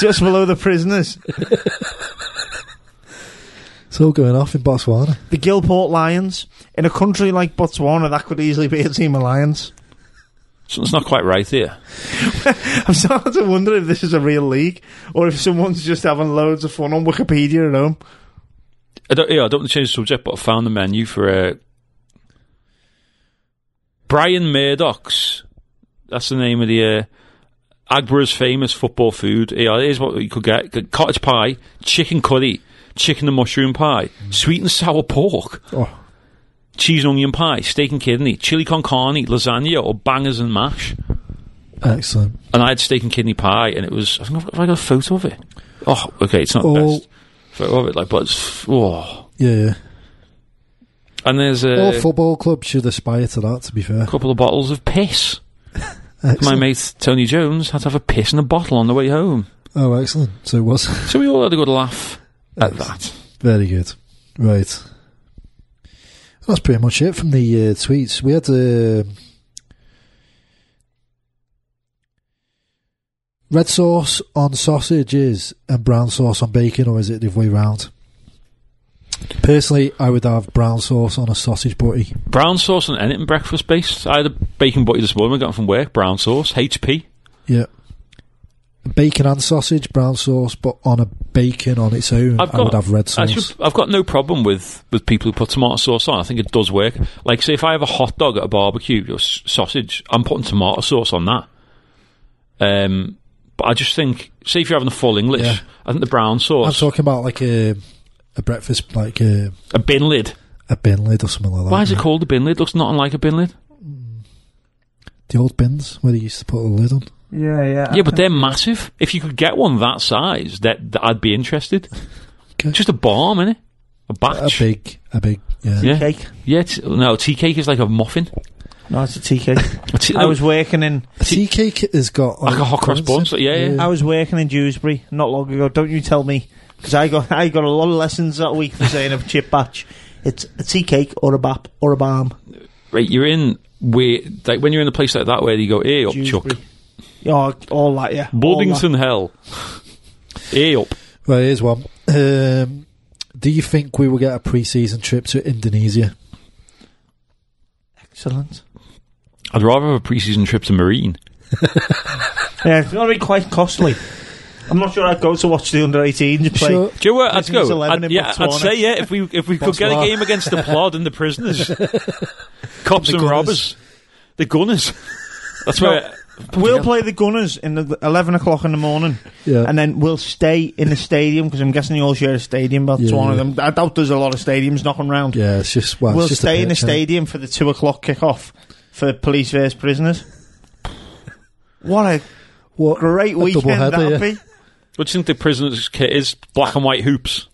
Speaker 6: just below the prisoners.
Speaker 5: it's all going off in Botswana.
Speaker 6: The Gilport Lions. In a country like Botswana, that could easily be a team of lions.
Speaker 4: Something's not quite right here.
Speaker 6: I'm starting to wonder if this is a real league or if someone's just having loads of fun on Wikipedia at home.
Speaker 4: I don't, yeah, I don't want to change the subject, but I found the menu for uh, Brian Murdoch's. That's the name of the uh, Agbra's famous football food. Yeah, here's what you could get: Got cottage pie, chicken curry, chicken and mushroom pie, sweet and sour pork.
Speaker 5: Oh,
Speaker 4: cheese and onion pie, steak and kidney, chili con carne, lasagna, or bangers and mash.
Speaker 5: Oh, Excellent.
Speaker 4: And I had steak and kidney pie, and it was. I think I've, have I got a photo of it. Oh, okay, it's not the
Speaker 5: All-
Speaker 4: best photo of it, like, but it's. Oh.
Speaker 5: Yeah, yeah.
Speaker 4: And there's
Speaker 5: All
Speaker 4: a
Speaker 5: football clubs should aspire to that, to be fair.
Speaker 4: couple of bottles of piss. My
Speaker 5: Excellent.
Speaker 4: mate Tony Jones had to have a piss in a bottle on the way home.
Speaker 5: Oh, excellent. So it was.
Speaker 4: So we all had a good laugh at that.
Speaker 5: Very good. Right. That's pretty much it from the uh, tweets. We had uh, red sauce on sausages and brown sauce on bacon, or is it the other way round? Personally, I would have brown sauce on a sausage butty.
Speaker 4: Brown sauce and anything breakfast based. I had a bacon butty this morning. I got it from work. Brown sauce, HP.
Speaker 5: Yeah. Bacon and sausage, brown sauce, but on a bacon on its own, I would have red sauce.
Speaker 4: actually, I've got no problem with, with people who put tomato sauce on. I think it does work. Like, say, if I have a hot dog at a barbecue or s- sausage, I'm putting tomato sauce on that. Um, but I just think, say, if you're having a full English,
Speaker 5: Yeah.
Speaker 4: I think the brown
Speaker 5: I'm
Speaker 4: sauce,
Speaker 5: talking about like a, a breakfast, like um, a,
Speaker 4: a bin lid.
Speaker 5: a bin lid or something like that.
Speaker 4: Why is it
Speaker 5: yeah.
Speaker 4: called a bin lid? Looks not unlike a bin lid.
Speaker 5: The old bins where they used to put a lid on.
Speaker 6: Yeah, yeah.
Speaker 4: Yeah, but they're massive. If you could get one that size, that, that I'd be interested.
Speaker 5: Okay.
Speaker 4: Just a bomb, innit? A
Speaker 5: A
Speaker 4: batch.
Speaker 5: big, a big, yeah.
Speaker 4: yeah.
Speaker 6: Cake.
Speaker 4: Yeah, t- no, tea cake is like a muffin.
Speaker 6: No, it's a tea cake.
Speaker 4: A tea-
Speaker 6: I was working in
Speaker 5: A tea cake has got uh,
Speaker 4: Like a hot cross bun, so yeah, yeah.
Speaker 6: I was working in Dewsbury not long ago. Don't you tell me because I got I got a lot of lessons that week for saying a chip batch. It's a tea cake or a bap or a balm.
Speaker 4: right, you're in where like when you're in a place like that where you go, hey up, Chuck,
Speaker 6: Dewsbury. Oh, all that, yeah. all
Speaker 4: Buddington Hell, hey up.
Speaker 5: Well, here's one. Um, do you think we will get a pre-season trip to Indonesia?
Speaker 6: that. Excellent.
Speaker 4: I'd rather have a pre-season trip to Marine.
Speaker 6: Yeah, it's going to be quite costly. I'm not sure I'd go to watch the under 18s play.
Speaker 5: Sure.
Speaker 4: Do you know where I'd
Speaker 6: Prisoners
Speaker 4: go?
Speaker 6: 11
Speaker 4: I'd,
Speaker 6: in
Speaker 4: yeah, I'd
Speaker 6: Botswana.
Speaker 4: say yeah if we if we could get a
Speaker 5: Botswana.
Speaker 4: game against the plod and the prisoners, cops and
Speaker 5: The Gunners.
Speaker 4: robbers, the gunners. That's where
Speaker 6: We'll play the Gunners in the 11 o'clock in the morning,
Speaker 5: Yeah.
Speaker 6: and then we'll stay in the stadium because I'm guessing you all share a stadium, but it's
Speaker 5: Yeah,
Speaker 6: one of
Speaker 5: yeah.
Speaker 6: them. I doubt there's a lot of stadiums knocking round.
Speaker 5: yeah, it's just well, it's
Speaker 6: we'll
Speaker 5: just a
Speaker 6: stay in the
Speaker 5: pitch, isn't it?
Speaker 6: stadium for the two o'clock kickoff for police versus prisoners. what a
Speaker 5: What
Speaker 6: great
Speaker 5: a
Speaker 6: weekend
Speaker 5: doubleheader,
Speaker 6: that'll
Speaker 5: yeah.
Speaker 6: be!
Speaker 4: What do you think the prisoners' kit is? Black and white hoops.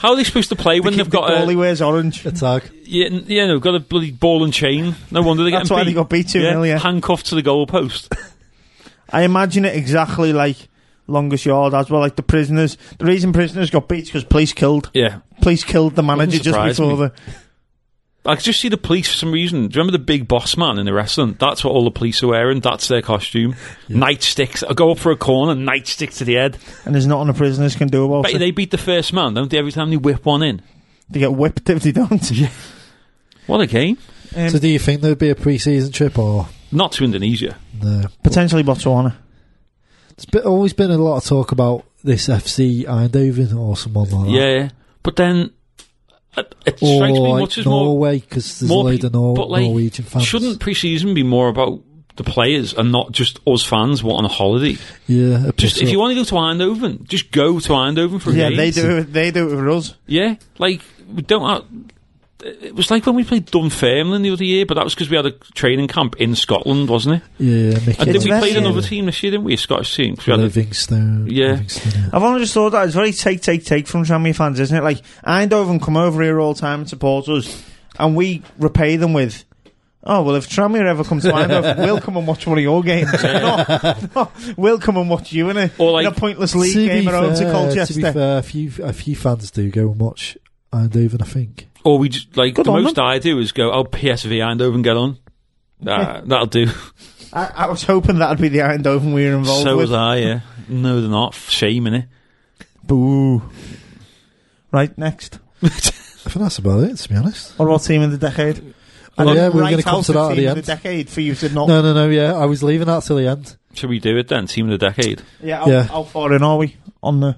Speaker 4: How are they supposed to play when
Speaker 6: The
Speaker 4: they've got
Speaker 6: goalie
Speaker 4: a
Speaker 6: wears orange.
Speaker 5: A tag.
Speaker 4: yeah, n- yeah, no, got a bloody ball and chain? No wonder they
Speaker 6: That's why they got beat 2-0, yeah.
Speaker 4: handcuffed to the goalpost.
Speaker 6: I imagine it exactly like longest yard as well. Like the prisoners, the reason prisoners got beat because police killed.
Speaker 4: Yeah,
Speaker 6: Police killed the manager just
Speaker 4: surprise
Speaker 6: before
Speaker 4: me.
Speaker 6: the.
Speaker 4: I could just see the police for some reason. Do you remember the big boss man in the restaurant? That's what all the police are wearing. That's their costume. Nightsticks. I go up for a corner, nightstick to the head.
Speaker 6: And there's nothing the prisoners can do about
Speaker 4: Bet you
Speaker 6: it.
Speaker 4: they beat the first man, don't they? Every time they whip one in.
Speaker 6: They get whipped if they don't.
Speaker 4: What a game!
Speaker 6: Um,
Speaker 5: So, do you think there'd be a pre-season trip or
Speaker 4: Not to Indonesia.
Speaker 5: no?
Speaker 6: potentially Botswana.
Speaker 5: There's been, always been a lot of talk about this FC Eindhoven or someone like that,
Speaker 4: Yeah, but then it, it
Speaker 5: or
Speaker 4: strikes me
Speaker 5: like
Speaker 4: much as more
Speaker 5: Norway because there's a load
Speaker 4: pe-
Speaker 5: of Nor-
Speaker 4: but, like,
Speaker 5: Norwegian fans.
Speaker 4: Shouldn't pre-season be more about the players and not just us fans wanting a holiday?
Speaker 5: yeah?
Speaker 4: Just if you want to go to Eindhoven, just go to Eindhoven for a
Speaker 6: Yeah,
Speaker 4: game.
Speaker 6: they do. It, they do it with us.
Speaker 4: Yeah, like we don't. Have, it was like when we played Dunfermline the other year, but that was because we had a training camp in Scotland, wasn't it?
Speaker 5: yeah, Mickey
Speaker 4: And then we
Speaker 6: very-
Speaker 4: played another team this year, didn't we? A Scottish team. 'Cause we had a-
Speaker 5: Livingstone,
Speaker 4: Yeah.
Speaker 5: Livingstone, yeah.
Speaker 6: I've only just thought that it's very take, take, take from Shammy fans, isn't it? Like Eindhoven come over here all the time and support us, and we repay them with. Oh well, if Tramier ever comes to Eindhoven, we'll come and watch one of your games. no, no, we'll come and watch you in a,
Speaker 4: Or like-
Speaker 6: in a pointless league
Speaker 5: To
Speaker 6: game
Speaker 5: be
Speaker 6: at home
Speaker 5: fair-
Speaker 6: to
Speaker 5: To be
Speaker 6: Colchester.
Speaker 5: fair, a few a few fans do go and watch Eindhoven. I think.
Speaker 4: Or we just like
Speaker 6: Good
Speaker 4: the
Speaker 6: on
Speaker 4: most I do is go, "Oh, PSV Eindhoven, get on." Ah, that'll do.
Speaker 6: I, I was hoping that'd be the Eindhoven we were involved
Speaker 4: So
Speaker 6: with.
Speaker 4: was I. Yeah. No, they're not. Shame in it.
Speaker 6: Boo! Right next,
Speaker 5: I think that's about it. To be honest.
Speaker 6: or what team of the decade?
Speaker 5: Oh, yeah, we were
Speaker 6: Right
Speaker 5: going to come
Speaker 6: out
Speaker 5: to
Speaker 6: the
Speaker 5: that at
Speaker 6: team
Speaker 5: the
Speaker 6: of
Speaker 5: end.
Speaker 6: the decade for you to not.
Speaker 5: No, no, no. Yeah, I was leaving that till the end.
Speaker 4: Should we do it then? Team of the decade.
Speaker 6: Yeah, how,
Speaker 5: Yeah.
Speaker 6: how far in are we on the?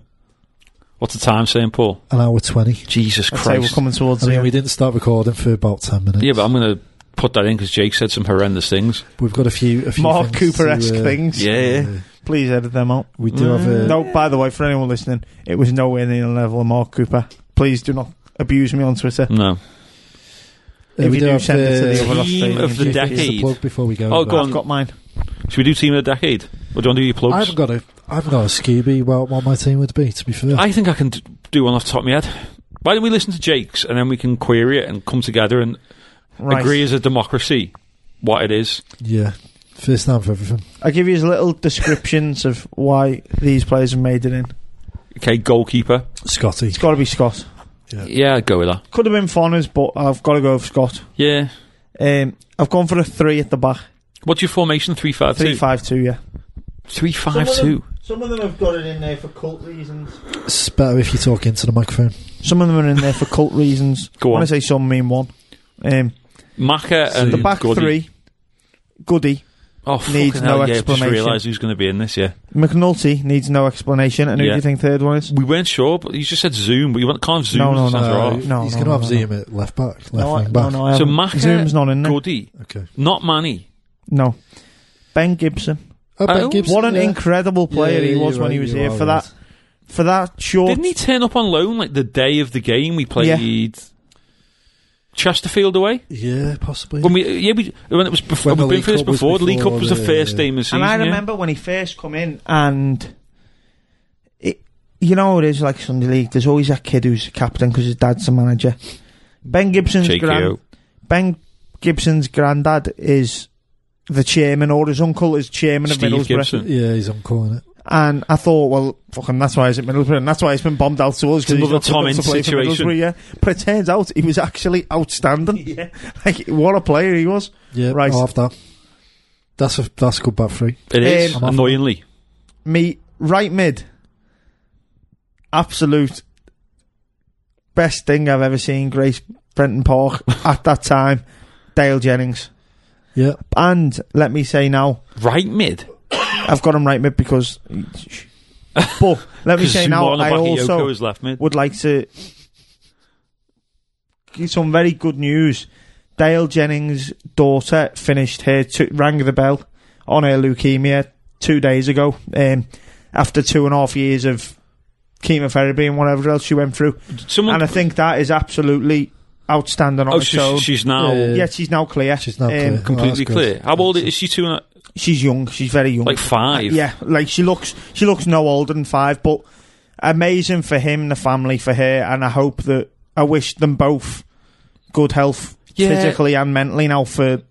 Speaker 4: What's the time saying, Paul?
Speaker 5: An hour twenty.
Speaker 4: Jesus
Speaker 6: I'd say we're
Speaker 4: Christ.
Speaker 6: coming towards.
Speaker 5: I
Speaker 6: the uh,
Speaker 5: mean,
Speaker 6: end.
Speaker 5: we didn't start recording for about ten minutes.
Speaker 4: Yeah, but I'm going to put that in because Jake said some horrendous things.
Speaker 5: we've got a few, a few
Speaker 6: Mark
Speaker 5: things to,
Speaker 6: Cooper esque
Speaker 5: uh,
Speaker 6: things.
Speaker 4: Yeah.
Speaker 5: uh,
Speaker 6: Please edit them out.
Speaker 5: we do have a.
Speaker 6: Mm.
Speaker 5: uh,
Speaker 6: No, by the way, for anyone listening,
Speaker 4: Mm.
Speaker 6: it was nowhere near the level of Mark Cooper. Please do not abuse me on Twitter.
Speaker 4: No.
Speaker 5: Uh,
Speaker 6: If
Speaker 5: we
Speaker 6: you
Speaker 5: do
Speaker 6: do
Speaker 5: have uh,
Speaker 6: send it to the
Speaker 5: the
Speaker 6: other
Speaker 4: Team
Speaker 6: Australian
Speaker 4: of the
Speaker 6: team.
Speaker 5: Just
Speaker 4: decade.
Speaker 5: a plug before we go.
Speaker 4: Oh,
Speaker 5: but-
Speaker 4: go
Speaker 6: I've got mine.
Speaker 4: Should we do team of the decade? Or do you want to do your
Speaker 5: I
Speaker 4: plugs?
Speaker 5: haven't got a. I haven't got a skibby about what my team would be. To be fair,
Speaker 4: I think I can d- do one off the top of my head. Why don't we listen to Jake's and then we can query it and come together and
Speaker 6: Right.
Speaker 4: agree as a democracy what it is?
Speaker 5: yeah, first time for everything.
Speaker 6: I'll give you his little descriptions of why these players have made it in.
Speaker 4: Okay, goalkeeper.
Speaker 5: Scotty,
Speaker 6: It's got to be Scott.
Speaker 4: Yeah, I'd go with that.
Speaker 6: Could have been Fonners, but I've got to go with Scott.
Speaker 4: Yeah.
Speaker 6: Um, I've gone for a three at the back.
Speaker 4: What's your formation? Three five
Speaker 6: Three
Speaker 4: two.
Speaker 6: five two. yeah.
Speaker 4: Three five two.
Speaker 6: Some of them have got it in there for cult reasons.
Speaker 5: it's better if you talk into the microphone.
Speaker 6: Some of them are in there for cult reasons.
Speaker 4: Go
Speaker 6: When I
Speaker 4: on.
Speaker 6: say some, I mean one. Um,
Speaker 4: Maka and
Speaker 6: the back
Speaker 4: Gordy.
Speaker 6: three, Goody.
Speaker 4: Oh, fucking
Speaker 6: needs
Speaker 4: hell,
Speaker 6: no
Speaker 4: yeah, Just
Speaker 6: explanation.
Speaker 4: realised who's going to be in this. Yeah,
Speaker 6: McNulty needs no explanation. And who
Speaker 4: Yeah.
Speaker 6: do you think third one is?
Speaker 4: we weren't sure, but you just said Zoom, but you want- can't have Zoom.
Speaker 6: No, no,
Speaker 4: as a
Speaker 6: no.
Speaker 4: centre half.
Speaker 6: right. No,
Speaker 5: Uh, he's
Speaker 6: no,
Speaker 5: going to
Speaker 6: no,
Speaker 5: have
Speaker 6: no.
Speaker 5: Ziem at left back, left
Speaker 6: no, I-
Speaker 5: wing back.
Speaker 6: no, no, I
Speaker 4: So
Speaker 6: haven't.
Speaker 4: Maka,
Speaker 6: Zoom's not in there.
Speaker 4: Goody,
Speaker 5: Okay.
Speaker 4: not Manny.
Speaker 6: No. Ben Gibson.
Speaker 5: Oh, Ben
Speaker 4: Oh,
Speaker 5: Gibson,
Speaker 6: What an
Speaker 5: yeah.
Speaker 6: incredible player
Speaker 5: Yeah,
Speaker 6: he was
Speaker 5: you're
Speaker 6: when he
Speaker 5: right,
Speaker 6: was
Speaker 5: you
Speaker 6: here
Speaker 5: are
Speaker 6: for
Speaker 5: right.
Speaker 6: that for that short
Speaker 4: Didn't he turn up on loan like the day of the game we played Chesterfield away?
Speaker 5: Yeah, possibly.
Speaker 4: When we yeah we when it was before
Speaker 5: When the
Speaker 4: when we'd been
Speaker 5: League
Speaker 4: for this
Speaker 5: Cup was
Speaker 4: before, the League Cup
Speaker 5: before
Speaker 4: was the,
Speaker 5: the-
Speaker 4: first game of the season.
Speaker 6: And I
Speaker 4: yeah.
Speaker 6: remember when he first come in, and it, you know how it is like Sunday League. There's always that kid who's a captain because his dad's a manager. Ben Gibson's
Speaker 4: JKO.
Speaker 6: grand, Ben Gibson's granddad is the chairman, or his uncle is chairman
Speaker 4: Steve
Speaker 6: of Middlesbrough.
Speaker 4: Gibson.
Speaker 5: yeah, he's on calling it.
Speaker 6: And I thought, well, fucking, that's why he's at Middlesbrough, and that's why he's been bombed out to us. 'cause he's
Speaker 4: another
Speaker 6: not good
Speaker 4: Tom
Speaker 6: enough
Speaker 4: Ince
Speaker 6: to play for
Speaker 4: situation.
Speaker 6: Middlesbrough, Yeah, but it turns out he was actually outstanding. Yeah, like what a player he was.
Speaker 5: Yeah,
Speaker 6: Right.
Speaker 5: I'll have that. That's a that's a good back three.
Speaker 4: It is
Speaker 6: Um,
Speaker 4: annoyingly.
Speaker 6: me right mid. Absolute best thing I've ever seen. Grace Brenton Park at that time. Dale Jennings.
Speaker 5: Yeah,
Speaker 6: And let me say now,
Speaker 4: Right mid.
Speaker 6: I've got him right mid because. But let me
Speaker 4: Because
Speaker 6: say
Speaker 4: Zuma
Speaker 6: now,
Speaker 4: on the
Speaker 6: I
Speaker 4: back of Yoko
Speaker 6: also
Speaker 4: is left mid.
Speaker 6: would like to give some very good news. Dale Jennings' daughter finished her two, rang the bell on her leukemia two days ago. Um, after two and a half years of chemotherapy and whatever else she went through,
Speaker 4: Someone
Speaker 6: and I think that is absolutely outstanding on
Speaker 4: Oh,
Speaker 6: its own.
Speaker 4: she's, she's now
Speaker 5: Yeah, yeah,
Speaker 6: yeah, she's now clear.
Speaker 5: she's not
Speaker 6: Um,
Speaker 5: clear.
Speaker 4: completely
Speaker 5: Oh, that's
Speaker 4: clear.
Speaker 5: good.
Speaker 4: How old is she? Two and a,
Speaker 6: She's young. She's very young.
Speaker 4: like five.
Speaker 6: Yeah, like she looks she looks no older than five, but amazing for him, the family, for her, and I hope that I wish them both good health
Speaker 4: Yeah.
Speaker 6: physically and mentally now for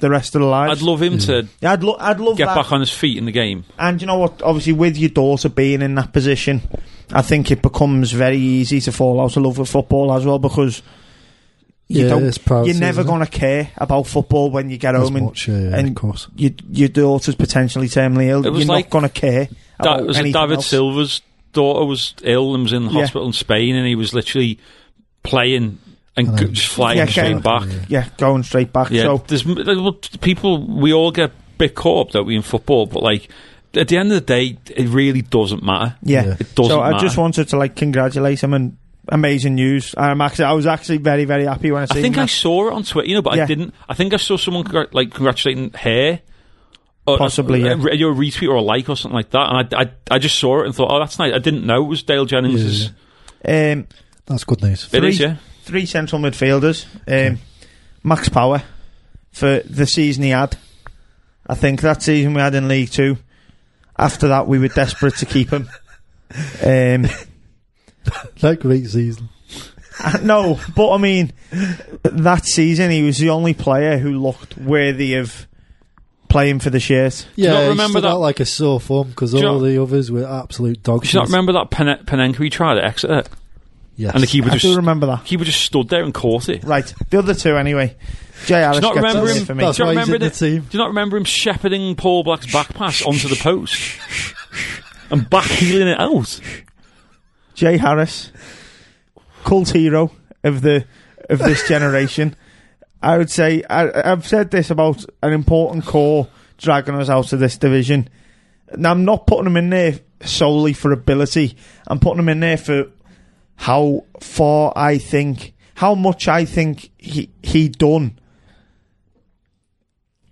Speaker 6: the rest of their lives.
Speaker 4: I'd love him to
Speaker 6: yeah, I'd, lo- I'd love
Speaker 4: get
Speaker 6: that.
Speaker 4: back on his feet in the game.
Speaker 6: And you know what? Obviously, with your daughter being in that position, I think it becomes very easy to fall out of love with football as well because you
Speaker 5: yeah,
Speaker 6: don't.
Speaker 5: it's priority,
Speaker 6: you're never
Speaker 5: isn't it?
Speaker 6: going to care about football when you get
Speaker 5: As
Speaker 6: home and
Speaker 5: much, yeah, yeah,
Speaker 6: and
Speaker 5: of course.
Speaker 6: your your daughter's potentially terminally ill.
Speaker 4: It was
Speaker 6: You're
Speaker 4: like
Speaker 6: not going to care.
Speaker 4: Da-
Speaker 6: about
Speaker 4: was it
Speaker 6: anything
Speaker 4: David
Speaker 6: else.
Speaker 4: Silva's daughter was ill and was in
Speaker 6: Yeah.
Speaker 4: hospital in Spain, and he was literally playing
Speaker 5: I
Speaker 4: and
Speaker 5: know.
Speaker 4: go- just flying
Speaker 6: Yeah,
Speaker 4: straight
Speaker 6: getting-
Speaker 4: back.
Speaker 5: Yeah.
Speaker 6: Yeah, going straight back.
Speaker 4: Yeah,
Speaker 6: So
Speaker 4: there's m- there- well, t- people. We all get a bit caught up, don't we, in football? But like at the end of the day, it really doesn't matter.
Speaker 6: yeah.
Speaker 5: Yeah.
Speaker 4: It doesn't
Speaker 6: So I
Speaker 4: matter.
Speaker 6: just wanted to like congratulate him and amazing news. I'm actually, I was actually very very happy when I
Speaker 4: I
Speaker 6: seen
Speaker 4: think I
Speaker 6: that.
Speaker 4: saw it on Twitter, you know, but I
Speaker 6: Yeah.
Speaker 4: didn't. I think I saw someone congr- like congratulating her. Or,
Speaker 6: Possibly,
Speaker 4: uh,
Speaker 6: yeah.
Speaker 4: uh, re- your retweet or a like or something like that, and I, I, I just saw it and thought, oh, that's nice. I didn't know it was Dale Jennings.
Speaker 5: Yeah.
Speaker 6: um,
Speaker 5: That's good news.
Speaker 4: It is,
Speaker 6: Three-
Speaker 4: yeah.
Speaker 6: three central midfielders. Um,
Speaker 5: Okay.
Speaker 6: Max Power for the season he had. I think that season we had in League Two. After that, we were desperate to keep him. Um,
Speaker 5: That great season.
Speaker 6: Uh, no, but I mean, that season he was the only player who looked worthy of playing for the shirt.
Speaker 5: Yeah,
Speaker 4: not
Speaker 5: he
Speaker 4: remember
Speaker 5: stood out
Speaker 4: that-
Speaker 5: like a sore thumb because
Speaker 4: Do you
Speaker 5: all
Speaker 4: not-
Speaker 5: the others were absolute dog
Speaker 4: Do you not remember that Pen- Penenka he tried at Exeter?
Speaker 5: Yes.
Speaker 4: And the keeper
Speaker 6: I
Speaker 4: just
Speaker 6: do remember that.
Speaker 4: keeper just stood there and caught it.
Speaker 6: Right, the other two anyway. Jay Harris
Speaker 4: not
Speaker 6: gets
Speaker 4: remember
Speaker 6: it
Speaker 4: him-
Speaker 6: for me.
Speaker 5: That's
Speaker 4: Do you
Speaker 5: why he's
Speaker 4: remember
Speaker 5: in the
Speaker 4: the-
Speaker 5: team.
Speaker 4: Do you not remember him shepherding Paul Black's back pass onto the post and backheeling it out?
Speaker 6: Jay Harris, cult hero of the of this generation. I would say I, I've said this about an important core dragging us out of this division. Now I'm not putting them in there solely for ability. I'm putting them in there for how far I think, how much I think he he done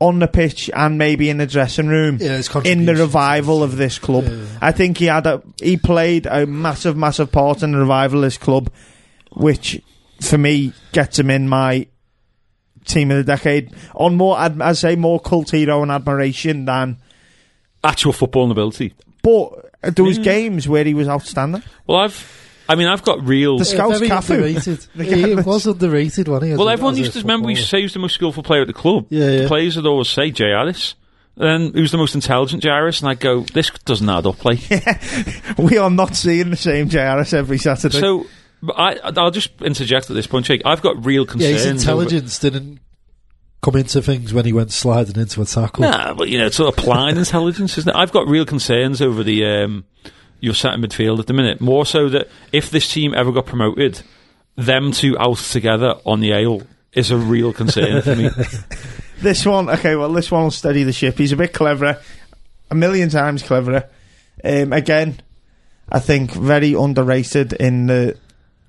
Speaker 6: on the pitch and maybe in the dressing room
Speaker 5: Yeah, it's
Speaker 6: in the
Speaker 5: contribution.
Speaker 6: revival of this club.
Speaker 5: Yeah.
Speaker 6: I think he had a he played a massive, massive part in the revival of this club, which for me gets him in my team of the decade on more, ad- I say, more cult hero and admiration than.
Speaker 4: Actual footballing ability.
Speaker 6: But uh, there was
Speaker 4: Hmm.
Speaker 6: games where he was outstanding.
Speaker 4: Well, I've, I mean, I've got real.
Speaker 6: The Scouts
Speaker 5: Very
Speaker 6: Cafu.
Speaker 5: underrated. he was underrated, wasn't he? as
Speaker 4: Well,
Speaker 5: a-
Speaker 4: everyone
Speaker 5: as a
Speaker 4: used to remember we
Speaker 5: footballer?
Speaker 4: saves the most skillful player at the club.
Speaker 5: Yeah,
Speaker 4: The
Speaker 5: yeah.
Speaker 4: players would always say Jay Harris. Then who's the most intelligent, Jay Harris? And I'd go, this doesn't add up, like.
Speaker 6: We are not seeing the same JRS every Saturday.
Speaker 4: so but I, I'll just interject at this point, Jake. I've got real
Speaker 5: Yeah,
Speaker 4: concerns.
Speaker 5: his intelligence didn't come into things when he went sliding into a tackle.
Speaker 4: Over, nah, but you know, it's sort of applied intelligence, isn't it? I've got real concerns over the um, you're sat in midfield at the minute. More so that if this team ever got promoted, them two out together on the ale is a real concern for me.
Speaker 6: This one, okay, well, this one will steady the ship. He's a bit cleverer, a million times cleverer. Um, again, I think very underrated in the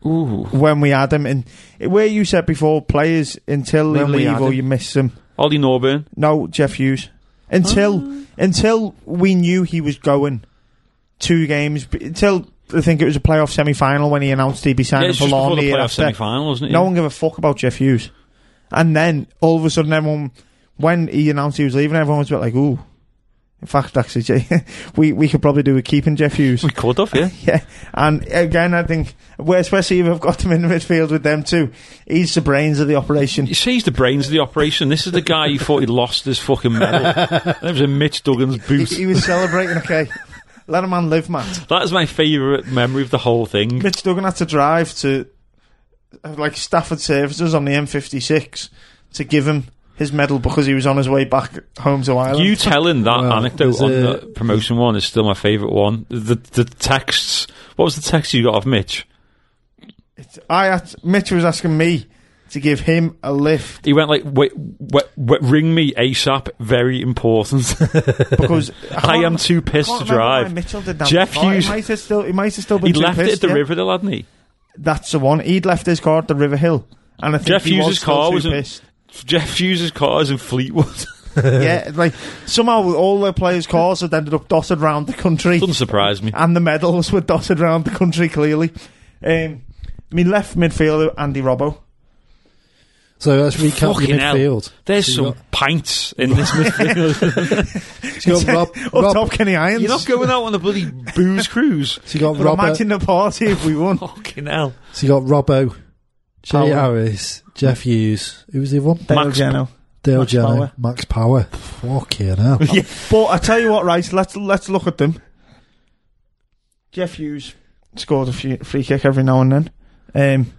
Speaker 4: Ooh.
Speaker 6: when we had him. And where you said before, players until they
Speaker 4: When we
Speaker 6: leave
Speaker 4: had
Speaker 6: or
Speaker 4: him.
Speaker 6: you miss them.
Speaker 4: Ollie Norburn.
Speaker 6: No, Jeff Hughes. Until until we knew he was going two games, b- until I think it was a playoff semi final when he announced he'd be
Speaker 4: Yeah,
Speaker 6: signing
Speaker 4: it's
Speaker 6: for
Speaker 4: just before the
Speaker 6: Longley.
Speaker 4: playoff
Speaker 6: after.
Speaker 4: semi final, wasn't it?
Speaker 6: No one gave a fuck about Jeff Hughes. And then all of a sudden, everyone, when he announced he was leaving, everyone was a bit like, "Ooh." In fact, actually, Jay- we we could probably do with keeping Jeff Hughes.
Speaker 4: we could have, yeah.
Speaker 6: yeah, and again, I think, well, especially if I've got him in the midfield with them too, he's the brains of the operation.
Speaker 4: You see, he's the brains of the operation. This is the guy who thought he lost his fucking medal. that was in Mitch Duggan's
Speaker 6: He,
Speaker 4: boot.
Speaker 6: he was celebrating. Okay, let a man live, Matt.
Speaker 4: That is my favourite memory of the whole thing.
Speaker 6: Mitch Duggan had to drive to uh, like Stafford Services on the M56 to give him his medal because he was on his way back home to Ireland.
Speaker 4: You telling that
Speaker 5: Well,
Speaker 4: anecdote
Speaker 5: there's
Speaker 4: on
Speaker 5: a-
Speaker 4: the promotion one is still my favourite one. The the texts. What was the text you got of Mitch?
Speaker 6: I had, Mitch was asking me to give him a lift
Speaker 4: He went like, wait, wait, wait, "Ring me ASAP. Very important.
Speaker 6: because
Speaker 4: I am
Speaker 6: can't-
Speaker 4: too pissed
Speaker 6: can't
Speaker 4: to
Speaker 6: remember why
Speaker 4: drive."
Speaker 6: Mitchell did that
Speaker 4: Jeff
Speaker 6: before.
Speaker 4: Hughes-
Speaker 6: He might have still. He might have still been.
Speaker 4: He
Speaker 6: too
Speaker 4: left it at
Speaker 6: pissed,
Speaker 4: the
Speaker 6: yeah.
Speaker 4: Riverdale, hadn't he?
Speaker 6: That's the one. He'd left his car at the River Hill, and I think
Speaker 4: Jeff
Speaker 6: he was
Speaker 4: Hughes'
Speaker 6: still
Speaker 4: car
Speaker 6: too
Speaker 4: was in-
Speaker 6: pissed.
Speaker 4: Jeff Hughes' cars in Fleetwood.
Speaker 6: yeah, like somehow all their players' cars had ended up dotted round the country,
Speaker 4: Doesn't surprise me.
Speaker 6: and the medals were dotted round the country. Clearly, um, I mean, left midfielder Andy Robbo.
Speaker 5: So let's recap
Speaker 4: Fucking
Speaker 5: your
Speaker 4: hell.
Speaker 5: midfield.
Speaker 4: There's
Speaker 5: So
Speaker 4: some pints in this midfield.
Speaker 5: You got, so you got Rob,
Speaker 6: Up
Speaker 5: Rob,
Speaker 6: top, Kenny Irons.
Speaker 4: You're not going out on a bloody booze cruise.
Speaker 5: so you got
Speaker 6: but
Speaker 5: Robert,
Speaker 6: imagine the party if we won.
Speaker 4: Fucking hell.
Speaker 5: so you got Robbo, Jay
Speaker 6: Power.
Speaker 5: Harris, Jeff Hughes. Who was the other one?
Speaker 6: Dale
Speaker 4: Max-
Speaker 6: Geno.
Speaker 5: Dale
Speaker 6: Max
Speaker 5: Jenner,
Speaker 6: Power.
Speaker 5: Max Power. Fucking hell.
Speaker 6: But I tell you what, right? Let's let's look at them. Jeff Hughes scored a few, free kick every now and then. Um,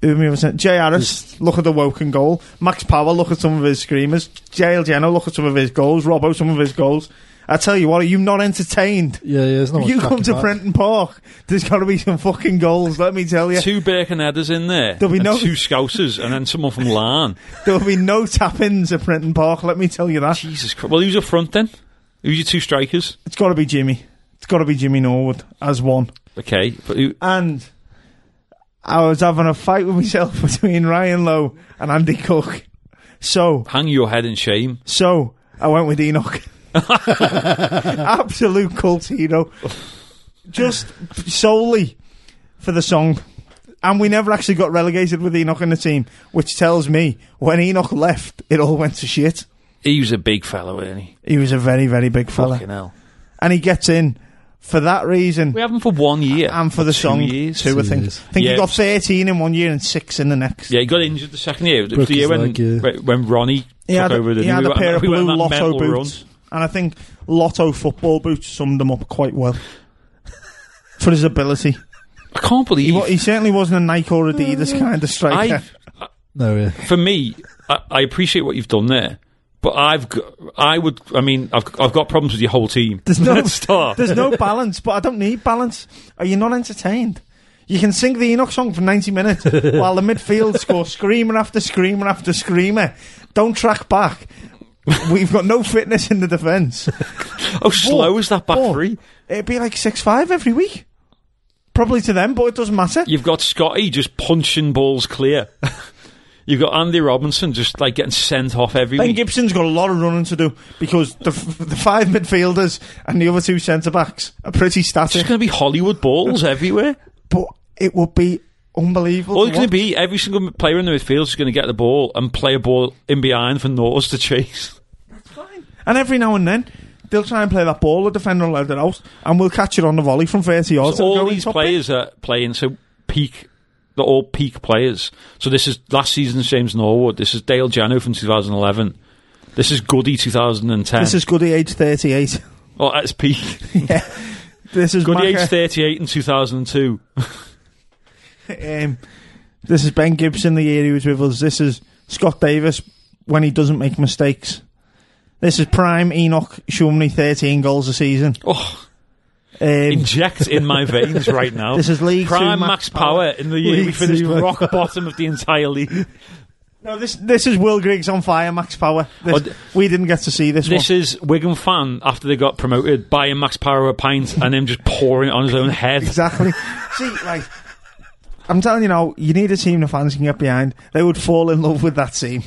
Speaker 6: who am I missing? Jay Harris, look at the Woken goal. Max Power, look at some of his screamers. Jail Jeno, look at some of his goals. Robbo, some of his goals. I tell you what, are you not entertained?
Speaker 5: Yeah, yeah, there's no
Speaker 6: If you come to Brenton Park, there's got to be some fucking goals, let me tell you.
Speaker 4: Two Birkin headers in there.
Speaker 6: There'll be
Speaker 4: and
Speaker 6: no-
Speaker 4: two Scousers and then someone from Larn.
Speaker 6: There'll be no tap ins at Brenton Park, let me tell you that.
Speaker 4: Jesus Christ. Well, who's up front then? Who's your two strikers?
Speaker 6: It's got to be Jimmy. It's got to be Jimmy Norwood as one.
Speaker 4: Okay, but who,
Speaker 6: and I was having a fight with myself between Ryan Lowe and Andy Cook. So,
Speaker 4: hang your head in shame.
Speaker 6: so I went with Enoch. Absolute cult hero. Just solely for the song. And we never actually got relegated with Enoch in the team, which tells me when Enoch left, it all went to shit.
Speaker 4: He was a big fellow, wasn't he?
Speaker 6: He was a very, very big fella.
Speaker 4: Fucking hell.
Speaker 6: And he gets in for that reason.
Speaker 4: We have him for one year.
Speaker 6: and for
Speaker 4: Or
Speaker 6: the
Speaker 4: two
Speaker 6: song
Speaker 4: years.
Speaker 6: too. I think.
Speaker 5: Yes.
Speaker 6: I think
Speaker 4: Yeah.
Speaker 6: he got thirteen in one year and six in the next.
Speaker 4: Yeah, he got injured the second year. It was
Speaker 5: Broke
Speaker 4: the year
Speaker 5: his
Speaker 4: when,
Speaker 5: leg, yeah.
Speaker 4: when- when Ronnie
Speaker 6: He
Speaker 4: took
Speaker 6: had,
Speaker 4: over.
Speaker 6: a,
Speaker 4: didn't
Speaker 6: he had
Speaker 4: We
Speaker 6: a
Speaker 4: went-
Speaker 6: pair of
Speaker 4: we went
Speaker 6: blue
Speaker 4: on that
Speaker 6: lotto
Speaker 4: mental run.
Speaker 6: boots, and I think lotto football boots summed him up quite well for his ability.
Speaker 4: I can't
Speaker 6: He,
Speaker 4: believe
Speaker 6: wa- he certainly wasn't a Nike or Adidas kind of striker.
Speaker 4: I
Speaker 5: No, yeah.
Speaker 4: for me, I, I appreciate what you've done there, but I've got, I would, I mean, I've, I've got problems with your whole team.
Speaker 6: There's no-
Speaker 4: Let's start.
Speaker 6: There's no balance, but I don't need balance. Are you not entertained? You can sing the Enoch song for 90 minutes while the midfield score screamer after screamer after screamer. Don't track back. We've got no fitness in the defence.
Speaker 4: How slow is that back
Speaker 6: Four.
Speaker 4: three?
Speaker 6: It'd be like six five every week. Probably to them, but it doesn't matter.
Speaker 4: You've got Scotty just punching balls clear. You've got Andy Robinson just like getting sent off every
Speaker 6: Ben
Speaker 4: week.
Speaker 6: Gibson's got a lot of running to do because the f- the five midfielders and the other two centre backs are pretty
Speaker 4: It's
Speaker 6: static.
Speaker 4: going to be Hollywood balls everywhere.
Speaker 6: But it would be unbelievable.
Speaker 4: All
Speaker 6: to
Speaker 4: it's going
Speaker 6: watch.
Speaker 4: to be, every single player in the midfield is going to get the ball and play a ball in behind for Norris to chase.
Speaker 6: fine. And every now and then, they'll try and play that ball, the defender will let it out, and we'll catch it on the volley from 30 yards.
Speaker 4: So
Speaker 6: It'll
Speaker 4: all
Speaker 6: go in
Speaker 4: these
Speaker 6: top
Speaker 4: players are playing so peak. They're all peak players. So this is last season's James Norwood. This is Dale Jano from 2011. This is Goody 2010.
Speaker 6: bin. This is Goody, age 38.
Speaker 4: oh, that's peak.
Speaker 6: This is
Speaker 4: Goody age
Speaker 6: Maka.
Speaker 4: 38 in 2002.
Speaker 6: Um, this is Ben Gibson the year he was with us. This is Scott Davis when he doesn't make mistakes. This is prime Enoch Shumley, 13 goals a season.
Speaker 4: Oh,
Speaker 6: Um,
Speaker 4: inject in my veins right now.
Speaker 6: this is League
Speaker 4: Prime
Speaker 6: Two
Speaker 4: Max Power in the year we
Speaker 6: League
Speaker 4: finished
Speaker 6: Two Max
Speaker 4: rock bottom of the entire league.
Speaker 6: No, this this is Will Griggs on fire, Max Power. This-
Speaker 4: Oh, d-
Speaker 6: we didn't get to see this,
Speaker 4: This is Wigan fan after they got promoted buying Max Power a pint and him just pouring it on his own head.
Speaker 6: one. Exactly. see, like, I'm telling you now, you need a team the fans can get behind. They would fall in love with that team.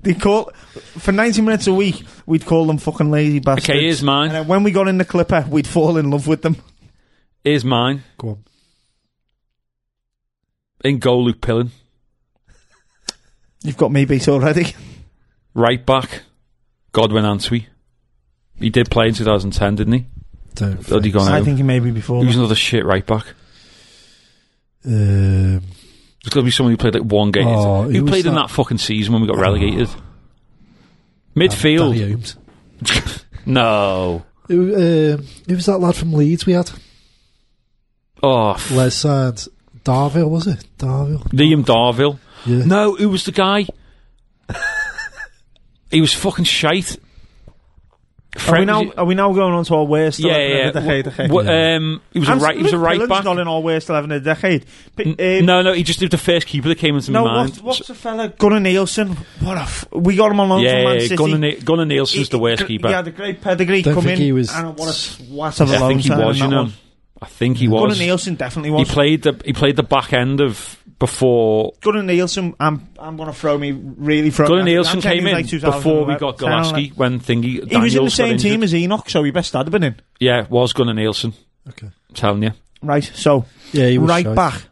Speaker 6: They call for 90 minutes a week. We'd call them fucking lazy bastards.
Speaker 4: Okay, here's mine.
Speaker 6: And then when we got in the Clipper, we'd fall in love with them.
Speaker 4: Here's mine.
Speaker 5: Go on.
Speaker 4: In goal, Luke Pillen.
Speaker 6: You've got me beat already.
Speaker 4: Right back, Godwin Antwi. He did play in 2010, didn't he?
Speaker 5: Don't
Speaker 4: Bloody
Speaker 5: think so.
Speaker 4: gone
Speaker 6: I
Speaker 4: home.
Speaker 6: think you may be before.
Speaker 4: Who's
Speaker 6: that.
Speaker 4: another shit right back?
Speaker 5: Um,
Speaker 4: There's going to be someone who played like one game.
Speaker 5: Oh, who
Speaker 4: who
Speaker 5: was
Speaker 4: played in
Speaker 5: that?
Speaker 4: that fucking season when we got relegated? Midfield.
Speaker 5: Danny Holmes.
Speaker 4: No.
Speaker 5: Who, um, who was that lad from Leeds we had?
Speaker 4: Oh, f-
Speaker 5: Les signed Darville, was it? Darville.
Speaker 4: Liam Darville.
Speaker 5: Yeah.
Speaker 4: No, who was the guy? he was fucking shite.
Speaker 6: Are Oh, we
Speaker 4: Fred-
Speaker 6: now? Are we now going on to our worst?
Speaker 4: yeah,
Speaker 6: eleven
Speaker 4: yeah.
Speaker 6: of the decade?
Speaker 4: Wh- wh- um, he was a
Speaker 6: I'm
Speaker 4: right. He was a right
Speaker 6: surprised Pillen's
Speaker 4: back.
Speaker 6: Not in our worst eleven of the decade. But, um,
Speaker 4: No, no, he just did the first keeper that came into
Speaker 6: No,
Speaker 4: my mind.
Speaker 6: what, what's the fella? Gunnar Nielsen. What a f- we got him on loan from Man
Speaker 4: yeah,
Speaker 6: City.
Speaker 4: Gunnar, Ni- Gunnar Nielsen's the worst keeper.
Speaker 6: He had a great pedigree.
Speaker 5: Don't
Speaker 6: come
Speaker 5: think
Speaker 6: in,
Speaker 5: he was-
Speaker 6: And what a swat of a
Speaker 4: I
Speaker 6: loan
Speaker 4: think he
Speaker 6: signing
Speaker 4: was, you
Speaker 6: that
Speaker 4: know.
Speaker 6: was.
Speaker 4: I think he
Speaker 6: Gunnar
Speaker 4: was. He
Speaker 6: Nielsen definitely was.
Speaker 4: played the he played the back end of before
Speaker 6: Gunnar Nielsen. I'm I'm going to throw me really throw.
Speaker 4: Gunnar
Speaker 6: I'm
Speaker 4: Nielsen
Speaker 6: telling
Speaker 4: came
Speaker 6: you,
Speaker 4: in
Speaker 6: like
Speaker 4: before we got
Speaker 6: 2011.
Speaker 4: Golaski when thingy.
Speaker 6: He was in the
Speaker 4: Daniels got
Speaker 6: same team
Speaker 4: injured.
Speaker 6: as Enoch, so he best had been in.
Speaker 4: Yeah, it was Gunnar Nielsen.
Speaker 5: Okay.
Speaker 4: I'm telling you.
Speaker 6: Right, so
Speaker 5: Yeah, he was
Speaker 6: right
Speaker 5: shite.
Speaker 6: back.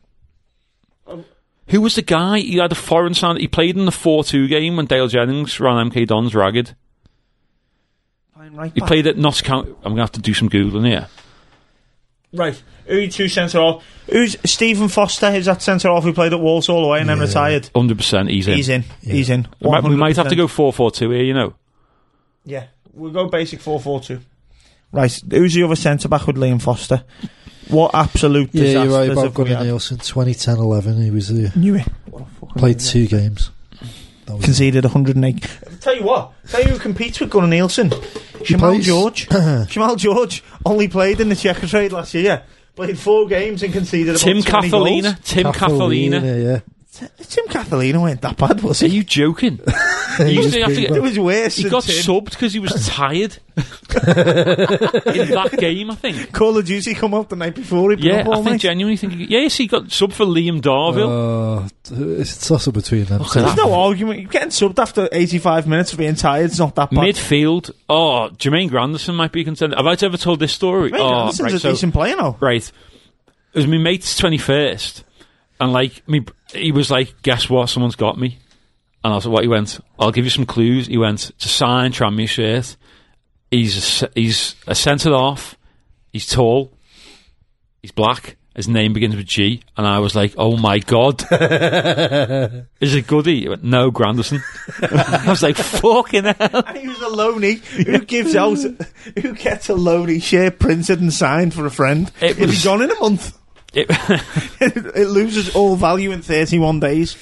Speaker 4: Who was the guy? He had a foreign sound. He played in the 4 2 game when Dale Jennings ran MK Dons ragged.
Speaker 6: Fine, right
Speaker 4: He
Speaker 6: back.
Speaker 4: played at Notts County. I'm going to have to do some Googling here.
Speaker 6: Right. Who are your two centre off? Who's Stephen Foster? Is that centre off who played at Walsall away and then
Speaker 5: Yeah.
Speaker 6: retired?
Speaker 4: 100% he's in.
Speaker 6: He's in.
Speaker 5: Yeah.
Speaker 6: He's in.
Speaker 4: We might, we might have to
Speaker 6: 100%.
Speaker 4: go 4 4 2 here, you know.
Speaker 6: Yeah, we'll go basic four four two. Right. Who's the other centre back with Liam Foster? What absolute
Speaker 5: Yeah,
Speaker 6: disaster
Speaker 5: you're right about
Speaker 6: have we
Speaker 5: Gunnar
Speaker 6: had?
Speaker 5: Nielsen. 2010 11, he was there.
Speaker 6: Knew it. What a fucking
Speaker 5: Played
Speaker 6: idiot.
Speaker 5: two games. That was
Speaker 6: Conceded 108. Tell you what, tell you who competes with Gunnar Nielsen. Jamal
Speaker 5: plays-
Speaker 6: George. Jamal George only played in the Czech trade last year. Played four games and conceded about
Speaker 4: Tim
Speaker 6: 20 goals.
Speaker 4: Cathalina. Tim Cathalina.
Speaker 5: Yeah.
Speaker 6: Tim Catalina weren't that bad, was
Speaker 4: Are
Speaker 6: he?
Speaker 4: you joking? he, used
Speaker 5: was
Speaker 4: to have to
Speaker 5: pretty
Speaker 4: get-
Speaker 6: It was worse.
Speaker 4: he
Speaker 6: than
Speaker 4: got
Speaker 6: Tim.
Speaker 4: subbed because he was tired in that game, I think.
Speaker 6: Call of Duty come up the night before. He put
Speaker 4: Yeah,
Speaker 6: up all
Speaker 4: I think
Speaker 6: night.
Speaker 4: genuinely think. He, yes, he got subbed for Liam Darville.
Speaker 5: Uh, it's a toss up between them.
Speaker 4: Look at that.
Speaker 6: There's no argument. You're getting subbed after 85 minutes for being tired. It's not that bad.
Speaker 4: Midfield. Oh, Jermaine Granderson might be contender. Have I ever told this story?
Speaker 6: Mate,
Speaker 4: oh,
Speaker 6: Anderson's
Speaker 4: right,
Speaker 6: a
Speaker 4: so-
Speaker 6: decent player now.
Speaker 4: right. It was my mate's twenty first, and like me, he was like, "Guess what? Someone's got me." And I was like, "What?" He went, "I'll give you some clues." He went, "It's a sign, Tranmere shirt. He's a, se- he's a centre off. He's tall. He's black. His name begins with G." And I was like, "Oh my god, is it Goody?" He went, "No, Granderson." I was like, "Fucking hell!"
Speaker 6: And he was a loanee. Who gives out? Who gets a loanee share printed and signed for a friend?
Speaker 4: It
Speaker 6: It'll be
Speaker 4: was-
Speaker 6: gone in a month.
Speaker 4: It-
Speaker 6: it loses all value in 31 days.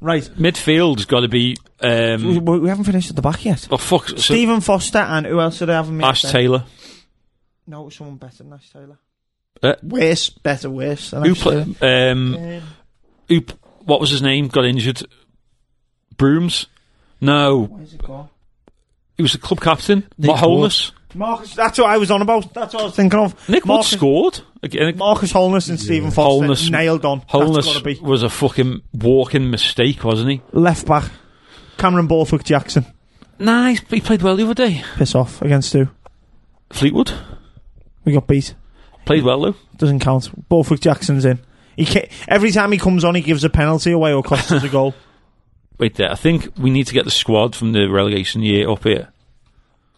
Speaker 6: Right.
Speaker 4: Midfield's got to be.
Speaker 6: We,
Speaker 4: Um,
Speaker 6: we haven't finished at the back yet.
Speaker 4: oh fuck, so-
Speaker 6: Stephen Foster and who else did I have in mind?
Speaker 4: Ash Taylor.
Speaker 6: No, someone better than Ash Taylor.
Speaker 4: Uh,
Speaker 6: Worse, better, worse. Than
Speaker 4: Who
Speaker 6: Ash Taylor.
Speaker 4: played? Um, who, p- what was his name? Got injured. Brooms. No,
Speaker 6: Where's it gone?
Speaker 4: he was the club captain.
Speaker 5: Nick
Speaker 4: Mark Holness.
Speaker 6: Marcus, that's what I was on about. That's what I was thinking of.
Speaker 4: Nick Wood
Speaker 6: Marcus,
Speaker 4: scored again.
Speaker 6: Marcus Holness and Stephen Foster
Speaker 4: Holness-
Speaker 6: nailed on. That's
Speaker 4: Holness
Speaker 6: gotta be.
Speaker 4: was a fucking walking mistake, wasn't he?
Speaker 6: Left back, Cameron Borthwick Jackson.
Speaker 4: Nah, he's, he played well the other day.
Speaker 6: Piss off against who?
Speaker 4: Fleetwood
Speaker 6: We got beat.
Speaker 4: played well though.
Speaker 6: Doesn't count. Borthwick Jackson's in. He ca- every time he comes on, he gives a penalty away or costs us a goal.
Speaker 4: Wait there. I think we need to get the squad from the relegation year up here.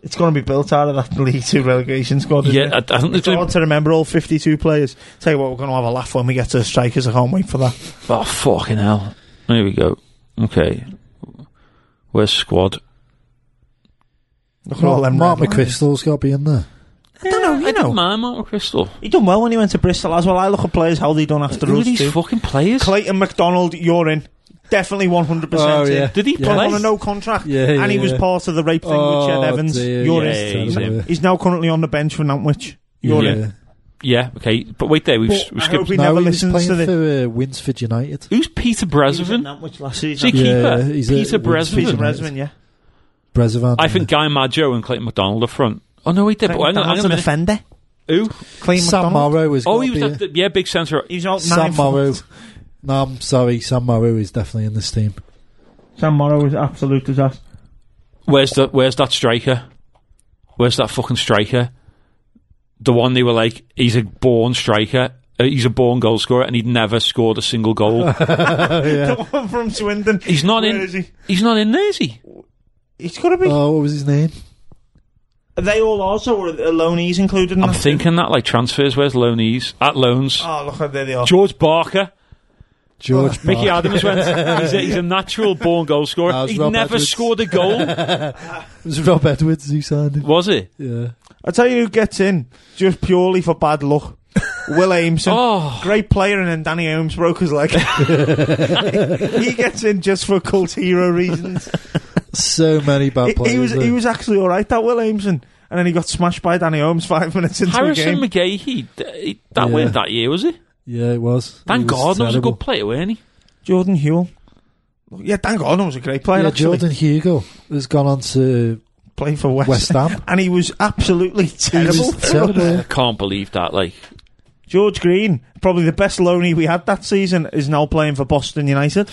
Speaker 6: It's going to be built out of that League Two relegation squad. isn't
Speaker 4: Yeah,
Speaker 6: it?
Speaker 4: I, I think there's
Speaker 6: It's hard
Speaker 4: going
Speaker 6: to remember all 52 players. Tell you what, we're going to have a laugh when we get to the strikers. I can't wait for that.
Speaker 4: Oh, fucking hell. There we go. Okay. Where's squad?
Speaker 6: Look at all
Speaker 5: Mark,
Speaker 6: them.
Speaker 5: Mark
Speaker 6: red lines.
Speaker 5: McChrystal's got to be in there.
Speaker 6: I don't know, you know.
Speaker 4: My Mark Crystal.
Speaker 6: He done well when he went to Bristol as well. I look at players how they done after
Speaker 4: Who are
Speaker 6: us
Speaker 4: these
Speaker 6: too.
Speaker 4: fucking players?
Speaker 6: Clayton McDonald, you're in. Definitely 100%.
Speaker 5: Oh,
Speaker 6: in.
Speaker 5: yeah.
Speaker 4: Did he
Speaker 5: Yeah.
Speaker 4: play?
Speaker 6: On a no contract,
Speaker 5: Yeah, yeah,
Speaker 6: and he was
Speaker 5: yeah.
Speaker 6: part of the rape thing
Speaker 5: Oh,
Speaker 6: with Ched Evans.
Speaker 5: dear,
Speaker 6: You're
Speaker 4: yeah,
Speaker 6: in.
Speaker 4: yeah,
Speaker 6: He's
Speaker 4: yeah.
Speaker 6: now- He's now currently on the bench for Nantwich. You're in.
Speaker 4: Yeah. Yeah, okay. But wait there, we've,
Speaker 5: Well,
Speaker 4: we
Speaker 6: I
Speaker 4: skipped.
Speaker 6: hope he
Speaker 5: No,
Speaker 6: never
Speaker 5: he was
Speaker 6: listens
Speaker 5: playing
Speaker 6: to this.
Speaker 5: for uh, Winsford United.
Speaker 4: Who's Peter
Speaker 6: He was at
Speaker 4: Brezovan?
Speaker 6: Nantwich last
Speaker 4: Is he a
Speaker 6: season.
Speaker 5: Yeah,
Speaker 4: keeper?
Speaker 5: yeah, he's a-
Speaker 4: Peter
Speaker 5: he's a
Speaker 6: Peter
Speaker 4: Brezovan.
Speaker 5: keeper.
Speaker 6: Resman, yeah.
Speaker 5: Brezovan.
Speaker 4: I think Guy Maggio and Clayton McDonald are front. Oh, no, wait there. But hang on, hang
Speaker 6: McDonald's
Speaker 4: on a
Speaker 6: an
Speaker 4: minute.
Speaker 6: offender.
Speaker 4: Who?
Speaker 6: Clayton
Speaker 5: Sam
Speaker 6: McDonald.
Speaker 5: Morrow is.
Speaker 4: Oh,
Speaker 5: gotta
Speaker 4: he was
Speaker 5: be
Speaker 4: that, yeah, big centre.
Speaker 6: He's out
Speaker 5: in. Sam
Speaker 6: nine for-
Speaker 5: Morrow. No, I'm sorry. Sam Morrow is definitely in this team.
Speaker 6: Sam Morrow was absolute disaster.
Speaker 4: Where's the Where's that striker? Where's that fucking striker? The one they were like, he's a born striker. uh, He's a born goal scorer, and he'd never scored a single goal.
Speaker 5: Oh,
Speaker 6: The one from Swindon.
Speaker 4: He's not
Speaker 6: Where
Speaker 4: in.
Speaker 6: is he?
Speaker 4: He's not in there, is he?
Speaker 6: He's got to be.
Speaker 5: Oh, what was his name?
Speaker 6: they all also were loanees included. In
Speaker 4: I'm
Speaker 6: that?
Speaker 4: thinking that like transfers. Where's loanees at loans?
Speaker 6: Oh look, how there they are.
Speaker 4: George Barker,
Speaker 5: George.
Speaker 4: Mickey
Speaker 5: Park.
Speaker 4: Adams went. He's a, he's a natural born goal scorer.
Speaker 5: No, it's
Speaker 4: he
Speaker 5: Rob
Speaker 4: never
Speaker 5: Edwards.
Speaker 4: scored a goal,
Speaker 5: It was Rob Edwards who signed him.
Speaker 4: was it?
Speaker 5: Yeah.
Speaker 6: I tell you who gets in just purely for bad luck. Will Ameson,
Speaker 4: Oh.
Speaker 6: great player, and then Danny Holmes broke his leg. he gets in just for cult hero reasons.
Speaker 5: So many bad
Speaker 6: He,
Speaker 5: players.
Speaker 6: he was
Speaker 5: there.
Speaker 6: he was actually all right. That Will Ameson, and then he got smashed by Danny Holmes five minutes into
Speaker 4: Harrison
Speaker 6: the game.
Speaker 4: McGahee. He, he- that
Speaker 5: Yeah.
Speaker 4: went that year, was he?
Speaker 5: yeah, it was. He
Speaker 4: Thank
Speaker 5: was
Speaker 4: God, that was a
Speaker 5: terrible.
Speaker 4: good player, weren't he?
Speaker 6: Jordan Hewell. Yeah, Dan Gordon was a great player.
Speaker 5: Yeah,
Speaker 6: actually.
Speaker 5: Jordan Hugo has gone on to
Speaker 6: playing for West,
Speaker 5: West Ham.
Speaker 6: and he was absolutely
Speaker 5: He
Speaker 6: terrible.
Speaker 5: was terrible. yeah.
Speaker 4: I can't believe that. Like,
Speaker 6: George Green, probably the best loanee we had that season, is now playing for Boston United.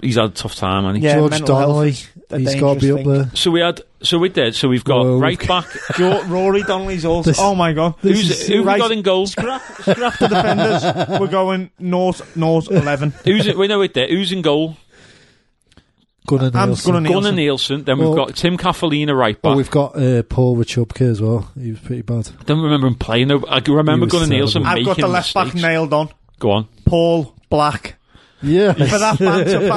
Speaker 4: he's had a tough time, and he
Speaker 6: Yeah,
Speaker 5: George
Speaker 6: mental health
Speaker 5: Donnelly.
Speaker 6: is a
Speaker 5: He's got to be up
Speaker 6: dangerous
Speaker 5: there.
Speaker 4: So we had. So we did. So we've got
Speaker 5: Whoa.
Speaker 4: right back.
Speaker 6: Jo- Rory Donnelly's also.
Speaker 5: This-
Speaker 6: oh my god,
Speaker 4: Who's, who
Speaker 6: right.
Speaker 4: we got in goal?
Speaker 6: Scrap the defenders. We're going north, north eleven.
Speaker 4: Who's it? We know it there. Who's in goal?
Speaker 5: Gunnar
Speaker 6: I'm
Speaker 5: Nielsen.
Speaker 6: Gunnar Nielsen.
Speaker 4: Gunnar Nielsen. Then we've
Speaker 5: Well-
Speaker 4: got Tim Cafolina right
Speaker 5: Oh,
Speaker 4: back.
Speaker 5: we've got uh, Paul Wachubka as well. He was pretty bad.
Speaker 4: I don't remember him playing. though. I can remember
Speaker 5: He was
Speaker 4: Gunnar Nielsen
Speaker 6: I've
Speaker 4: making
Speaker 6: got the left back
Speaker 4: mistakes.
Speaker 6: nailed on.
Speaker 4: Go on.
Speaker 6: Paul Black
Speaker 5: Yeah.
Speaker 6: for that banter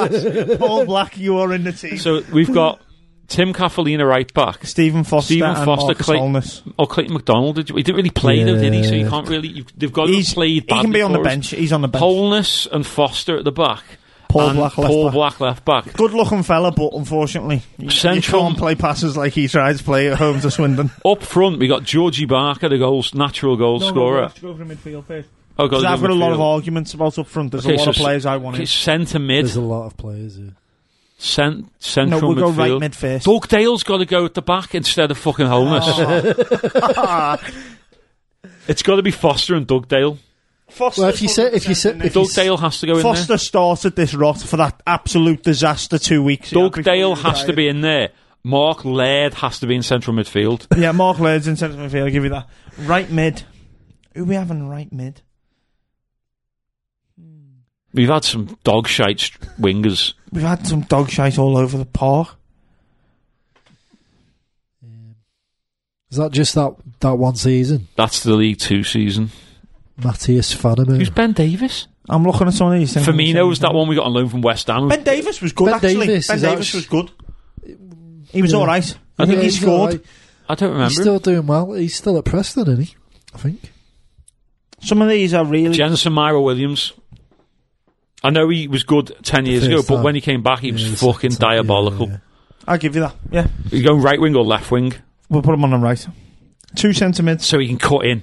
Speaker 6: pass. Paul Black, you are in the team.
Speaker 4: So we've got Tim Cafolina right back.
Speaker 6: Stephen Foster
Speaker 4: Stephen
Speaker 6: and
Speaker 4: Foster,
Speaker 6: Marcus
Speaker 4: Clay-
Speaker 6: Holness.
Speaker 4: Oh, Clayton McDonald. Did you, he didn't really play though, did he? So you
Speaker 5: Yeah.
Speaker 4: can't really. You, they've got to
Speaker 6: He's,
Speaker 4: have played.
Speaker 6: he can
Speaker 4: badly
Speaker 6: be on the
Speaker 4: for us.
Speaker 6: bench. He's on the bench.
Speaker 4: Holness and Foster at the back.
Speaker 6: Paul
Speaker 4: and
Speaker 6: Black, left
Speaker 4: Paul
Speaker 6: back.
Speaker 4: Black left back.
Speaker 6: Good looking fella, but unfortunately, you, you
Speaker 4: Central-
Speaker 6: can't play passes like he tried to play at home to Swindon.
Speaker 4: Up front, we got Georgie Barker, the goals, natural goal scorer. Oh, God,
Speaker 6: Because I've
Speaker 4: he's in
Speaker 6: got a lot of
Speaker 4: midfield.
Speaker 6: arguments about up front. There's
Speaker 4: Okay,
Speaker 6: a lot
Speaker 4: so
Speaker 6: of players I want
Speaker 4: Okay,
Speaker 6: in.
Speaker 4: centre mid,
Speaker 5: There's a lot of players. Yeah.
Speaker 4: cent-
Speaker 6: No,
Speaker 4: central
Speaker 6: we'll go
Speaker 4: midfield.
Speaker 6: right mid first.
Speaker 4: Doug Dale's got to go at the back instead of fucking Holmes.
Speaker 6: Oh.
Speaker 4: It's got to be Foster and Doug Dale.
Speaker 6: Foster
Speaker 5: Well, if you say if you say if you
Speaker 4: Doug
Speaker 5: s-
Speaker 4: Dale has to go in there.
Speaker 6: Foster started this rot for that absolute disaster two weeks ago.
Speaker 4: Doug Dale has to be in there. Mark Laird has to be in central midfield.
Speaker 6: Yeah, Mark Laird's in centre midfield, I'll give you that. Right mid. Who we having right mid?
Speaker 4: We've had some dog shite st- wingers.
Speaker 6: We've had some dog shite all over the park.
Speaker 5: is that just that that one season?
Speaker 4: That's the League Two season.
Speaker 5: Matthias
Speaker 4: Who's
Speaker 5: Fanaman.
Speaker 4: Ben Davis?
Speaker 6: I'm looking at some of these things.
Speaker 4: Firmino's that one we got on loan from West Ham.
Speaker 6: Ben Davis was good,
Speaker 5: Ben
Speaker 6: actually.
Speaker 5: Davis
Speaker 6: ben
Speaker 5: is
Speaker 6: Davis
Speaker 5: actu-
Speaker 6: was good. He was
Speaker 5: Yeah.
Speaker 6: alright. I think he scored.
Speaker 4: I don't remember.
Speaker 5: He's still doing well. He's still at Preston, isn't he? I think.
Speaker 6: Some of these are really.
Speaker 4: Jensen Myra Williams. I know he was good ten years ago,
Speaker 5: First
Speaker 4: but
Speaker 5: time.
Speaker 4: when he came back, he
Speaker 5: Yeah,
Speaker 4: was
Speaker 5: the
Speaker 4: fucking
Speaker 5: second time. Yeah,
Speaker 4: diabolical.
Speaker 5: yeah.
Speaker 6: I'll give you that. Yeah.
Speaker 4: He's going right wing or left wing,
Speaker 6: We'll put him on the right. Two centre mids.
Speaker 4: so he can cut in.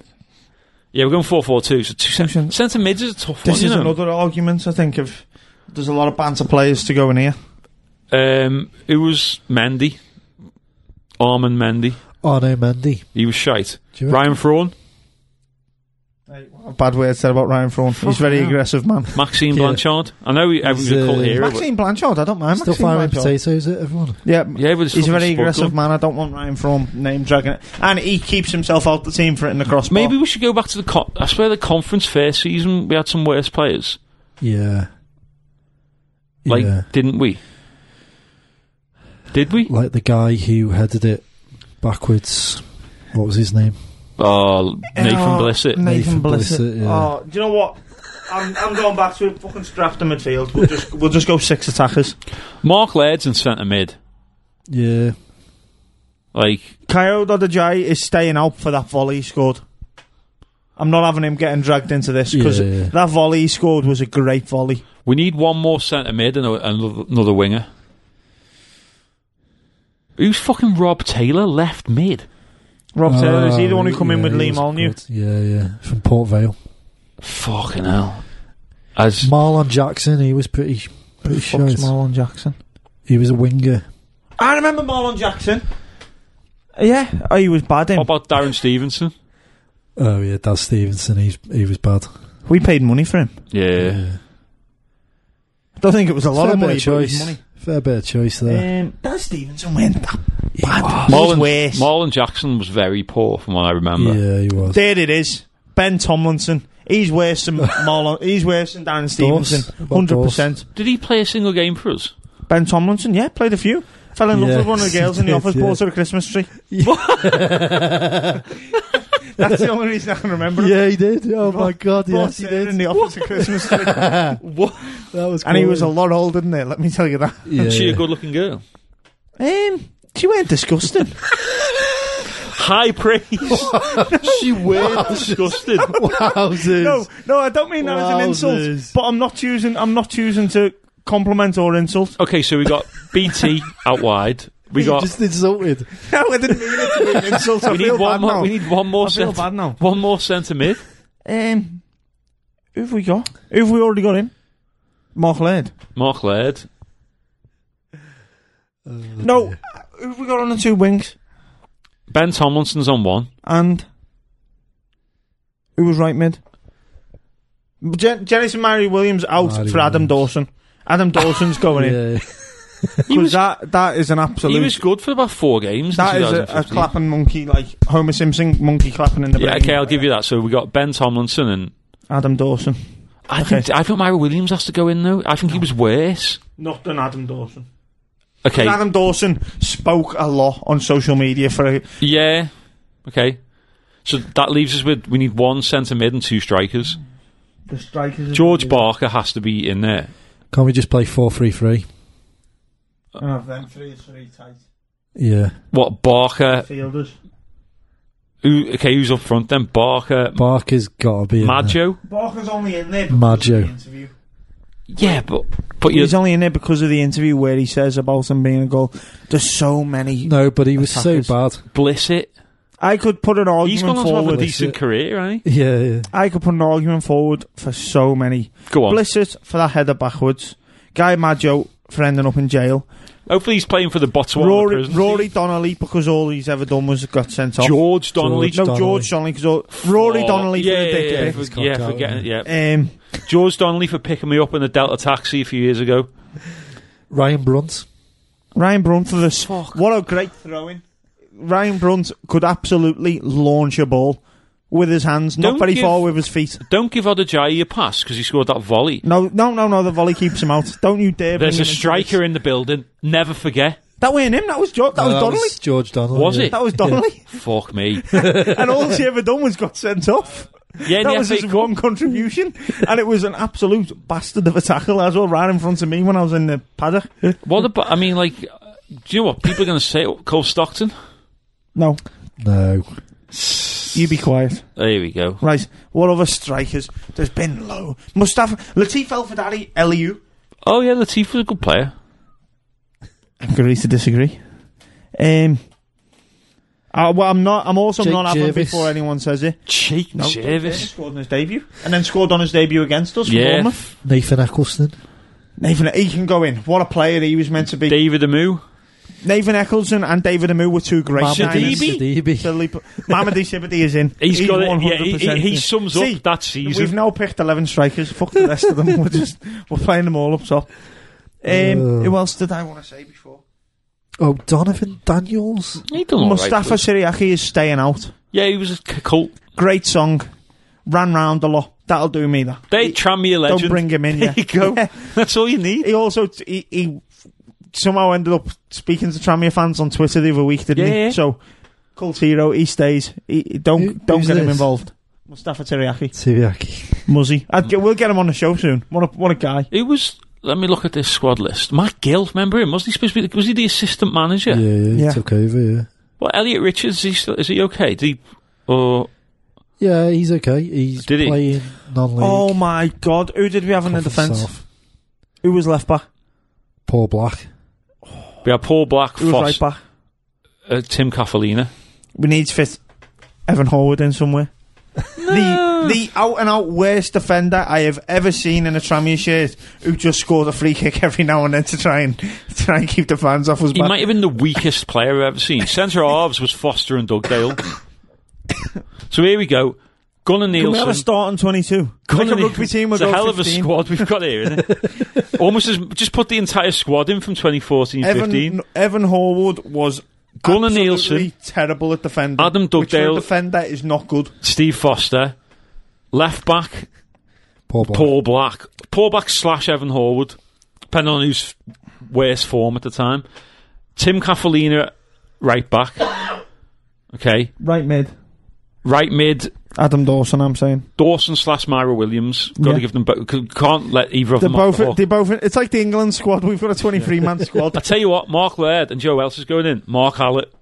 Speaker 4: Yeah, we're going four four two. So two
Speaker 6: Section-
Speaker 4: cent- centre mids is a tough one.
Speaker 6: This is
Speaker 4: you know?
Speaker 6: another argument, I think, of there's a lot of banter players to go in here.
Speaker 4: Um, it was Mendy, Armand Mendy.
Speaker 5: Arno Mendy.
Speaker 4: He was shite.
Speaker 5: Do you
Speaker 4: Ryan Fraun.
Speaker 6: A bad word said about Ryan Thorne. He's very
Speaker 4: hell.
Speaker 6: aggressive, man.
Speaker 4: Maxime
Speaker 5: Yeah.
Speaker 4: Blanchard. I know he, everyone's
Speaker 5: He's,
Speaker 4: a
Speaker 5: uh,
Speaker 4: cult hero. But,
Speaker 6: Maxine Blanchard, I don't mind
Speaker 5: Still
Speaker 6: Maxine
Speaker 5: firing
Speaker 6: Blanchard.
Speaker 5: potatoes at everyone.
Speaker 6: Yeah,
Speaker 4: yeah, but it's
Speaker 6: He's a
Speaker 4: fucking
Speaker 6: very
Speaker 4: sport
Speaker 6: aggressive
Speaker 4: club.
Speaker 6: man. I don't want Ryan from name dragging it. And he keeps himself out the team for it in the crossbar.
Speaker 4: Maybe we should go back to the. Co- I swear, the conference fair season we had some worse players.
Speaker 5: Yeah.
Speaker 4: Like,
Speaker 5: yeah.
Speaker 4: didn't we? Did we?
Speaker 5: like the guy who headed it backwards. What was his name?
Speaker 4: Oh, Nathan
Speaker 6: Oh,
Speaker 4: Blissett.
Speaker 5: Nathan
Speaker 6: Nathan Blissett.
Speaker 5: Blissett, yeah.
Speaker 6: Oh, do you know what? I'm, I'm going back to fucking strap the midfield. We'll just we'll just go six attackers.
Speaker 4: Mark Laird's in centre mid.
Speaker 5: Yeah.
Speaker 4: Like,
Speaker 6: Kyle Dodajai is staying out for that volley he scored. I'm not having him getting dragged into this because
Speaker 5: Yeah, yeah.
Speaker 6: that volley he scored was a great volley.
Speaker 4: we need one more centre mid and a, another, another winger. Who's fucking Rob Taylor left mid?
Speaker 6: Rob Taylor is Ah, he the one who
Speaker 5: Oh,
Speaker 6: come in
Speaker 5: yeah,
Speaker 6: with
Speaker 5: he
Speaker 6: Lee
Speaker 5: was
Speaker 6: Molyneux?
Speaker 5: good. Yeah, yeah. From Port Vale.
Speaker 4: Fucking hell. As
Speaker 5: Marlon Jackson, he was pretty pretty shite.
Speaker 6: Marlon Jackson?
Speaker 5: He was a winger.
Speaker 6: I remember Marlon Jackson. Yeah, oh, he was bad.
Speaker 4: how
Speaker 6: Him.
Speaker 4: about Darren Stevenson?
Speaker 5: Oh yeah, Daz Stevenson, he's he was bad.
Speaker 6: We paid money for him.
Speaker 4: Yeah.
Speaker 6: I don't think it was a lot
Speaker 5: Fair
Speaker 6: of
Speaker 5: bit
Speaker 6: money.
Speaker 5: of
Speaker 6: but it was
Speaker 5: choice.
Speaker 6: money.
Speaker 5: Fair bit of choice there.
Speaker 6: Um, Daz Stevenson went that bad.
Speaker 4: Marlon,
Speaker 6: Worse.
Speaker 4: Marlon Jackson was very poor from what I remember.
Speaker 5: yeah, he was.
Speaker 6: There it is. Ben Tomlinson. He's worse than Marlon. He's worse than Darren Stevenson.
Speaker 5: About
Speaker 6: Hundred percent.
Speaker 4: Did he play a single game for us?
Speaker 6: Ben Tomlinson. Yeah, played a few. Fell in love
Speaker 5: Yeah,
Speaker 6: with one of the girls in the
Speaker 5: he
Speaker 6: office.
Speaker 5: did,
Speaker 6: Bought her a Christmas tree. That's the only reason I can remember. him.
Speaker 5: Yeah, he did. Oh my god,
Speaker 6: Bought
Speaker 5: yes, he
Speaker 6: her
Speaker 5: did.
Speaker 6: in the office a Christmas tree.
Speaker 5: That was
Speaker 6: and he was a
Speaker 5: glorious.
Speaker 6: lot older than it. Let me tell you that.
Speaker 5: yeah.
Speaker 4: She a good looking girl.
Speaker 6: Um, she went disgusting.
Speaker 4: High praise.
Speaker 5: She wins.
Speaker 4: Disgusted.
Speaker 5: Wowzers.
Speaker 6: no, no, I don't mean that as an insult.
Speaker 5: Wowzers.
Speaker 6: But I'm not choosing. I'm not choosing to compliment or insult.
Speaker 4: Okay, so we got BT out wide. We
Speaker 5: He
Speaker 4: got.
Speaker 5: just insulted.
Speaker 6: No, I didn't mean it to be an insult. I
Speaker 4: we
Speaker 6: feel
Speaker 4: need one
Speaker 6: bad
Speaker 4: more.
Speaker 6: now.
Speaker 4: We need one more.
Speaker 6: I feel
Speaker 4: cent-
Speaker 6: bad now.
Speaker 4: One more centre mid.
Speaker 6: Um, who have we got? Who have we already got in? Mark Laird.
Speaker 4: Mark Laird.
Speaker 6: No, who have we got on the two wings?
Speaker 4: Ben Tomlinson's on one.
Speaker 6: And who was right mid? Jen- Jennison Mary Williams out
Speaker 5: Mary
Speaker 6: for Adam
Speaker 5: Williams.
Speaker 6: Dawson. Adam Dawson's going in
Speaker 5: Yeah.
Speaker 4: He
Speaker 6: because
Speaker 4: was,
Speaker 6: that that is an
Speaker 4: he
Speaker 6: absolute.
Speaker 4: was good for about four games. in
Speaker 6: that is a, a
Speaker 4: 2015.
Speaker 6: clapping monkey, like Homer Simpson monkey clapping in the
Speaker 4: Yeah,
Speaker 6: brain.
Speaker 4: okay, I'll give you that. So we got Ben Tomlinson and
Speaker 6: Adam Dawson.
Speaker 4: I think I think Myra Williams has to go in though. I think he was worse.
Speaker 6: Not than Adam Dawson.
Speaker 4: Okay,
Speaker 6: Adam Dawson spoke a lot on social media for a,
Speaker 4: yeah, okay. So that leaves us with we need one centre mid and two strikers.
Speaker 6: the strikers.
Speaker 4: George Barker has to be in there.
Speaker 5: Can't we just play four three three?
Speaker 6: And have them three is three tight
Speaker 5: Yeah.
Speaker 4: What Barker?
Speaker 6: fielders.
Speaker 4: Who, okay, who's up front then? Barker,
Speaker 5: Barker's gotta be in there.
Speaker 4: Maggio.
Speaker 6: Barker's only in there
Speaker 5: because of the Maggio.
Speaker 6: interview.
Speaker 4: Yeah, but but you
Speaker 6: He's only in there because of the interview where he says about him being a goal. There's so many.
Speaker 5: No, but he was
Speaker 6: Attackers.
Speaker 5: so bad.
Speaker 4: bliss it.
Speaker 6: I could put an
Speaker 4: He's gone
Speaker 6: argument
Speaker 4: on to have a
Speaker 6: forward.
Speaker 4: decent career, right?
Speaker 5: Yeah, yeah.
Speaker 6: I could put an argument forward for so many.
Speaker 4: Go on.
Speaker 6: Blissett for that header backwards. Guy Maggio for ending up in jail.
Speaker 4: Hopefully, he's playing for the Botswana
Speaker 6: Rory,
Speaker 4: prison.
Speaker 6: Rory Donnelly because all he's ever done was got sent off.
Speaker 4: George Donnelly.
Speaker 5: George
Speaker 6: no,
Speaker 5: Donnelly.
Speaker 6: George Donnelly. 'cause all, Rory
Speaker 4: Oh,
Speaker 6: Donnelly
Speaker 4: yeah,
Speaker 6: for the dick
Speaker 4: yeah, yeah,
Speaker 6: pic.
Speaker 4: for-
Speaker 5: He's
Speaker 4: yeah,
Speaker 5: cocked out,
Speaker 4: forgetting it, yeah.
Speaker 6: Um,
Speaker 4: George Donnelly for picking me up in the Delta taxi a few years ago.
Speaker 5: Ryan Brunt.
Speaker 6: Ryan Brunt for this. What a great throwing. Ryan Brunt could absolutely launch a ball with his hands, not
Speaker 4: Don't
Speaker 6: very
Speaker 4: give-
Speaker 6: far with his feet.
Speaker 4: Don't give Odajayi a pass because he scored that volley.
Speaker 6: No, no, no, no. The volley keeps him out. Don't you dare!
Speaker 4: There's a
Speaker 6: bring him into
Speaker 4: striker
Speaker 6: this.
Speaker 4: in the building. Never forget.
Speaker 6: That weren't him. That was jo- that
Speaker 5: No,
Speaker 6: was Donnelly.
Speaker 5: George Donnelly.
Speaker 4: Was
Speaker 5: yeah.
Speaker 4: it?
Speaker 6: Oh, That was Donnelly.
Speaker 4: Fuck me.
Speaker 6: and all he ever done was got sent off.
Speaker 4: Yeah, in
Speaker 6: that
Speaker 4: the
Speaker 6: was
Speaker 4: FA
Speaker 6: his
Speaker 4: Cup.
Speaker 6: one contribution, and it was an absolute bastard of a tackle as well, right in front of me when I was in the paddock.
Speaker 4: What about? I mean, like, uh, do you know what people are going to say? Cole Stockton.
Speaker 6: No,
Speaker 5: No.
Speaker 6: you be quiet.
Speaker 4: There we go.
Speaker 6: Right, what other strikers? There's been low. Mustafa Latif El Fadari, Eliu.
Speaker 4: Oh yeah, Latif was a good player.
Speaker 6: Agree to disagree. Um, uh, well, I'm not. I'm also
Speaker 5: Jake
Speaker 6: not having it
Speaker 5: Jervis.
Speaker 6: before anyone says it.
Speaker 4: Jake Jervis.
Speaker 6: scored on his debut, and then scored on his debut against us. for
Speaker 4: Yeah.
Speaker 6: Bournemouth.
Speaker 5: Nathan Eccleston.
Speaker 6: Nathan, he can go in. What a player he was meant to be.
Speaker 4: David Amu.
Speaker 6: Nathan Eccleston and David Amu were two great
Speaker 5: Mamadi
Speaker 6: signings.
Speaker 5: Sidibe.
Speaker 6: Silly p- Mamadi Sibidi is in.
Speaker 4: He's got it. Yeah, he,
Speaker 6: 100%
Speaker 4: he, he
Speaker 6: in.
Speaker 4: sums
Speaker 6: See,
Speaker 4: up that season.
Speaker 6: We've now picked eleven strikers. Fuck the rest of them. We're just we're playing them all up top. Um,
Speaker 5: Uh.
Speaker 6: who else did I want to say before?
Speaker 5: Oh, Donovan Daniels.
Speaker 4: He done all right
Speaker 6: Mustafa
Speaker 4: for us.
Speaker 6: Siriaki is staying out.
Speaker 4: Yeah, he was a c- cult.
Speaker 6: Great song. Ran round a lot. That'll do me. That
Speaker 4: They tram me a legend.
Speaker 6: don't bring him in.
Speaker 4: there
Speaker 6: Yeah.
Speaker 4: you go.
Speaker 6: Yeah.
Speaker 4: That's all you need.
Speaker 6: He also he, he somehow ended up speaking to Tramia fans on Twitter the other week, didn't
Speaker 4: Yeah, yeah.
Speaker 6: he? So cult hero. He stays. He, he- don't
Speaker 5: Who-
Speaker 6: don't
Speaker 5: who's
Speaker 6: get him
Speaker 5: this?
Speaker 6: involved. Mustafa Teriaki.
Speaker 5: Siriaki.
Speaker 6: Muzzy. I'd get, we'll get him on the show soon. What a, what a guy.
Speaker 4: It was. Let me look at this squad list. Matt Gill, remember him? Wasn't he supposed to be? Was he the assistant manager?
Speaker 5: Yeah, yeah, he
Speaker 6: Yeah.
Speaker 5: took over, yeah.
Speaker 4: Well, Elliot Richards, is he still, is he okay? Did he? oh, Or
Speaker 5: Yeah, he's okay. He's
Speaker 4: Did he?
Speaker 5: playing non league.
Speaker 6: Oh my god. Who did we have in the defence? Who was left back?
Speaker 5: Paul Black.
Speaker 4: we had Paul Black,
Speaker 6: Who was
Speaker 4: Foss,
Speaker 6: right back?
Speaker 4: uh, Tim Cafolina.
Speaker 6: We need to fit Evan Horwood in somewhere. the the out and out worst defender I have ever seen in a Tramier shirt, who just scored a free kick every now and then to try and try and keep the fans off his
Speaker 4: He
Speaker 6: back.
Speaker 4: might have been the weakest player I've ever seen. Centre halves was Foster and Dugdale. so here we go. Gunnar
Speaker 6: Can we have a
Speaker 4: Nielsen.
Speaker 6: start on twenty two? Like a
Speaker 4: Gunnar Nielsen.
Speaker 6: rugby team will
Speaker 4: It's a
Speaker 6: go
Speaker 4: hell of a
Speaker 6: 15.
Speaker 4: squad we've got here, isn't it? Almost as just put the entire squad in from 2014 15.
Speaker 6: Evan Evan Horwood was
Speaker 4: Gunnar
Speaker 6: absolutely
Speaker 4: Nielsen.
Speaker 6: terrible at defender.
Speaker 4: Adam
Speaker 6: Which for a
Speaker 4: Dugdale.
Speaker 6: defender is not good.
Speaker 4: Steve Foster. Left back,
Speaker 5: Paul Black.
Speaker 4: Paul Black. Paul Black slash Evan Horwood, depending on who's worst form at the time. Tim Cafolina, right back. Okay.
Speaker 6: Right mid.
Speaker 4: Right mid,
Speaker 6: Adam Dawson, I'm saying.
Speaker 4: Dawson slash Myra Williams. Got to
Speaker 6: Yeah.
Speaker 4: give them both. Can't let either of
Speaker 6: They're
Speaker 4: them off
Speaker 6: both,
Speaker 4: the hook.
Speaker 6: they're both, it's like the England squad. We've got a 23 man squad.
Speaker 4: I tell you what, Mark Laird and Joe Else is going in. Mark Hallett,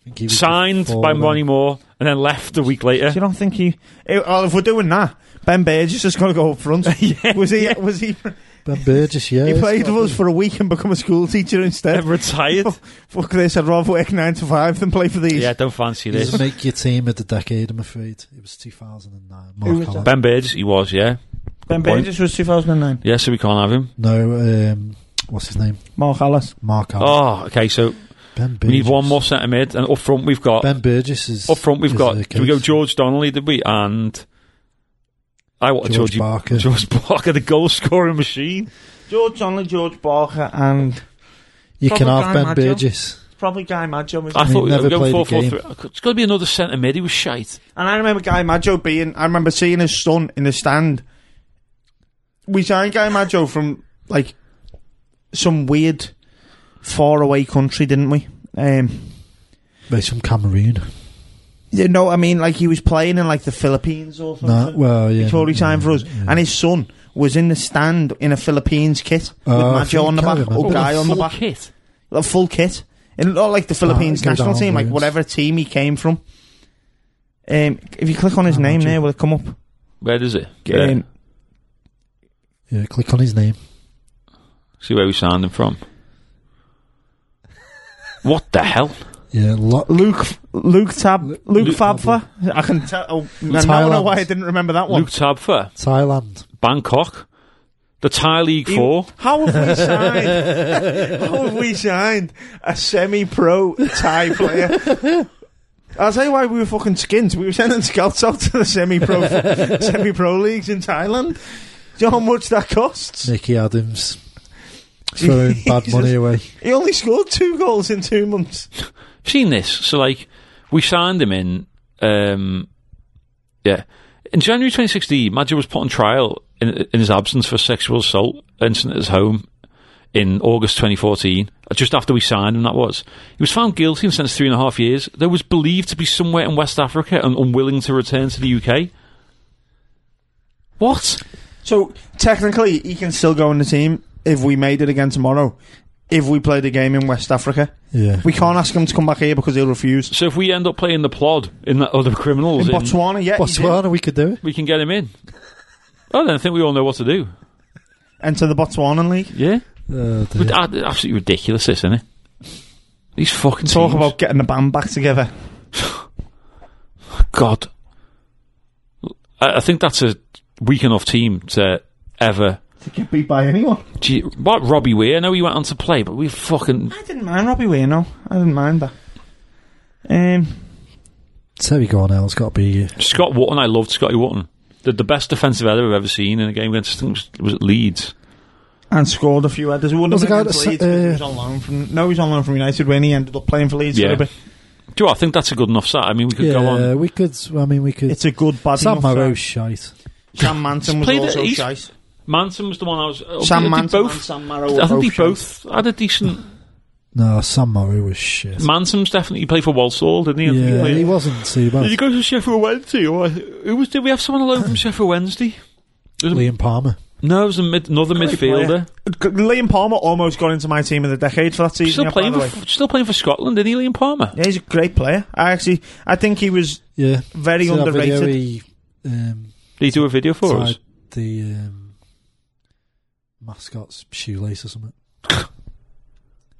Speaker 5: I think he was uh,
Speaker 4: signed
Speaker 5: before
Speaker 4: by
Speaker 5: then.
Speaker 4: Ronnie Moore, and then left a week later.
Speaker 6: Do you don't think he? eh, Well, if we're doing that, Ben Burgess has got to go up front. was he? Was he?
Speaker 5: Ben Burgess, yeah.
Speaker 6: He
Speaker 5: he's
Speaker 6: played
Speaker 5: got
Speaker 6: with us for a week and become a school teacher instead.
Speaker 4: And retired.
Speaker 6: Oh, Fuck this! I'd rather work nine to five than play for these.
Speaker 4: yeah, don't fancy
Speaker 5: He
Speaker 4: this.
Speaker 5: didn't make your team at the decade, I'm afraid. It was 2009.
Speaker 6: Who
Speaker 5: Mark
Speaker 6: was that?
Speaker 5: Allen.
Speaker 4: Ben Burgess, he was, yeah.
Speaker 6: ben
Speaker 4: Good point.
Speaker 6: Burgess was 2009.
Speaker 4: Yeah, so we can't have him.
Speaker 5: No, um, what's his name?
Speaker 6: Mark Hallis.
Speaker 5: Mark Allen.
Speaker 4: Oh, okay, so
Speaker 5: ben
Speaker 4: we
Speaker 5: Burgess.
Speaker 4: need one more centre mid, and up front we've got.
Speaker 5: Ben Burgess is.
Speaker 4: up front we've
Speaker 5: is
Speaker 4: got.
Speaker 5: the
Speaker 4: Did we go
Speaker 5: coach.
Speaker 4: George Donnelly, did we? And. I want
Speaker 5: George
Speaker 4: Georgie,
Speaker 5: Barker.
Speaker 4: George Barker, the goal scoring machine.
Speaker 6: George Donnelly, George Barker, and
Speaker 5: You can have
Speaker 6: Proper guy,
Speaker 5: Ben
Speaker 6: Maggio.
Speaker 5: Burgess.
Speaker 6: probably Guy Maggio.
Speaker 4: I
Speaker 5: He
Speaker 4: thought we
Speaker 5: never
Speaker 4: were going
Speaker 5: played a
Speaker 4: 4 4
Speaker 5: game.
Speaker 4: 3. It's got to be another centre mid. He was shite.
Speaker 6: And I remember Guy Maggio being. I remember seeing his son in the stand. We signed Guy Maggio from like some weird, far away country, didn't we? Um,
Speaker 5: He's from Cameroon.
Speaker 6: You know, I mean, like he was playing in like the Philippines or
Speaker 5: No,
Speaker 6: something.
Speaker 5: well, yeah.
Speaker 6: before he signed for us,
Speaker 5: yeah.
Speaker 6: and his son was in the stand in a Philippines kit with
Speaker 5: Oh, I
Speaker 6: Maggio
Speaker 5: think
Speaker 6: on the
Speaker 5: I
Speaker 6: back,
Speaker 5: remember
Speaker 6: or
Speaker 5: that.
Speaker 6: guy on the
Speaker 4: Full
Speaker 6: back,
Speaker 4: kit.
Speaker 6: a full kit, and not like
Speaker 5: Ah,
Speaker 6: the Philippines
Speaker 5: go
Speaker 6: national
Speaker 5: down
Speaker 6: team, like
Speaker 5: blues.
Speaker 6: whatever team he came from. Um, if you click on his
Speaker 5: Ah,
Speaker 6: name
Speaker 5: Maggio.
Speaker 6: there, will it come up? Um,
Speaker 4: Where does it? There.
Speaker 5: Yeah, click on his name.
Speaker 4: See where we signed him from. what the hell?
Speaker 5: Yeah, Lo-
Speaker 6: Luke, Luke Tab, Luke,
Speaker 4: Luke
Speaker 6: Fabfa. I can tell. Oh, I don't know
Speaker 5: Thailand.
Speaker 6: why I didn't remember that one.
Speaker 4: Luke Tabfer,
Speaker 5: Thailand.
Speaker 4: Bangkok, the Thai League
Speaker 6: He-
Speaker 4: Four.
Speaker 6: How have we signed? how have we signed a semi-pro Thai player? I'll tell you why we were fucking skins. We were sending scouts out to the semi-pro semi-pro leagues in Thailand. Do you know how much that costs?
Speaker 5: Nicky Adams. Throwing bad money away.
Speaker 6: He only scored two goals in two months.
Speaker 4: Seen this? So like, we signed him in. Um, yeah, in January 2016, Maggio was put on trial in, in his absence for sexual assault incident at his home in August 2014. Just after we signed him, that was. He was found guilty and sentenced to three and a half years. There was believed to be somewhere in West Africa and unwilling to return to the UK. What?
Speaker 6: So technically, he can still go in the team if we made it again tomorrow. If we played a game in West Africa,
Speaker 5: Yeah.
Speaker 6: we can't ask him to come back here because he'll refuse.
Speaker 4: So if we end up playing the plod in that other criminals,
Speaker 6: In
Speaker 4: in-
Speaker 6: Botswana, yeah, he's in.
Speaker 5: Botswana, we could do it.
Speaker 4: we can get him in. Oh, then I think we all know what to do.
Speaker 6: enter the Botswanan league.
Speaker 4: Yeah,
Speaker 5: Oh, dear.
Speaker 4: Rid- uh, absolutely ridiculous, this, isn't it? These fucking
Speaker 6: Talk
Speaker 4: teams.
Speaker 6: about getting the band back together.
Speaker 4: God. I, I think that's a weak enough team to ever
Speaker 6: to get beat by anyone.
Speaker 4: Gee, what Robbie Weir? I know he went on to play, but we fucking
Speaker 6: I didn't mind Robbie Weir, no. I didn't mind that. Um,
Speaker 5: Terry Gornell's got to be.
Speaker 4: Scott Wharton. I loved Scotty Wharton. Did the best defensive header I've ever seen in a game against I think it was, was it Leeds.
Speaker 6: and scored a few headers. It wouldn't
Speaker 5: Was
Speaker 6: have
Speaker 5: the
Speaker 6: been
Speaker 5: guy
Speaker 6: against
Speaker 5: that
Speaker 6: Leeds
Speaker 5: sa-
Speaker 6: 'cause he
Speaker 5: uh,
Speaker 6: was on loan from. No, he was on loan from United when he ended up playing for Leeds.
Speaker 4: Yeah.
Speaker 6: Yeah. But
Speaker 4: Do you know what? I think that's a good enough stat. I mean, we could go on.
Speaker 5: Yeah, we could. I mean, we could.
Speaker 6: it's a good bad
Speaker 5: Sam
Speaker 6: enough
Speaker 5: Marrow's
Speaker 6: side.
Speaker 5: shite.
Speaker 6: Sam Manson was
Speaker 4: Played it-
Speaker 6: also
Speaker 4: he's-
Speaker 6: shite.
Speaker 4: Manson was the one I was. uh,
Speaker 6: Sam
Speaker 4: they
Speaker 6: Manson and
Speaker 4: both.
Speaker 6: Sam Marrow. were
Speaker 4: I think they
Speaker 6: shite.
Speaker 4: both had a decent.
Speaker 5: No, Sam Morrow was shit.
Speaker 4: Manson's definitely he played for Walsall, didn't he? I think he
Speaker 5: yeah,
Speaker 4: played-
Speaker 5: he wasn't too
Speaker 4: Did you
Speaker 5: bad.
Speaker 4: go to Sheffield Wednesday? Or who was? Did we have someone alone from Sheffield Wednesday?
Speaker 5: Liam Palmer.
Speaker 4: No, it was a mid, another midfielder.
Speaker 6: G- Liam Palmer almost got into my team of the decade for that season.
Speaker 4: Still
Speaker 6: yeah,
Speaker 4: playing,
Speaker 6: by the
Speaker 4: for,
Speaker 6: way.
Speaker 4: still playing for Scotland, didn't he, Liam Palmer?
Speaker 6: Yeah, he's a great player. I actually, I think he was
Speaker 5: Yeah.
Speaker 6: very
Speaker 5: See that video
Speaker 6: underrated.
Speaker 5: he, um,
Speaker 4: Did he do a video for us?
Speaker 5: tied the um, mascot's shoelace or something.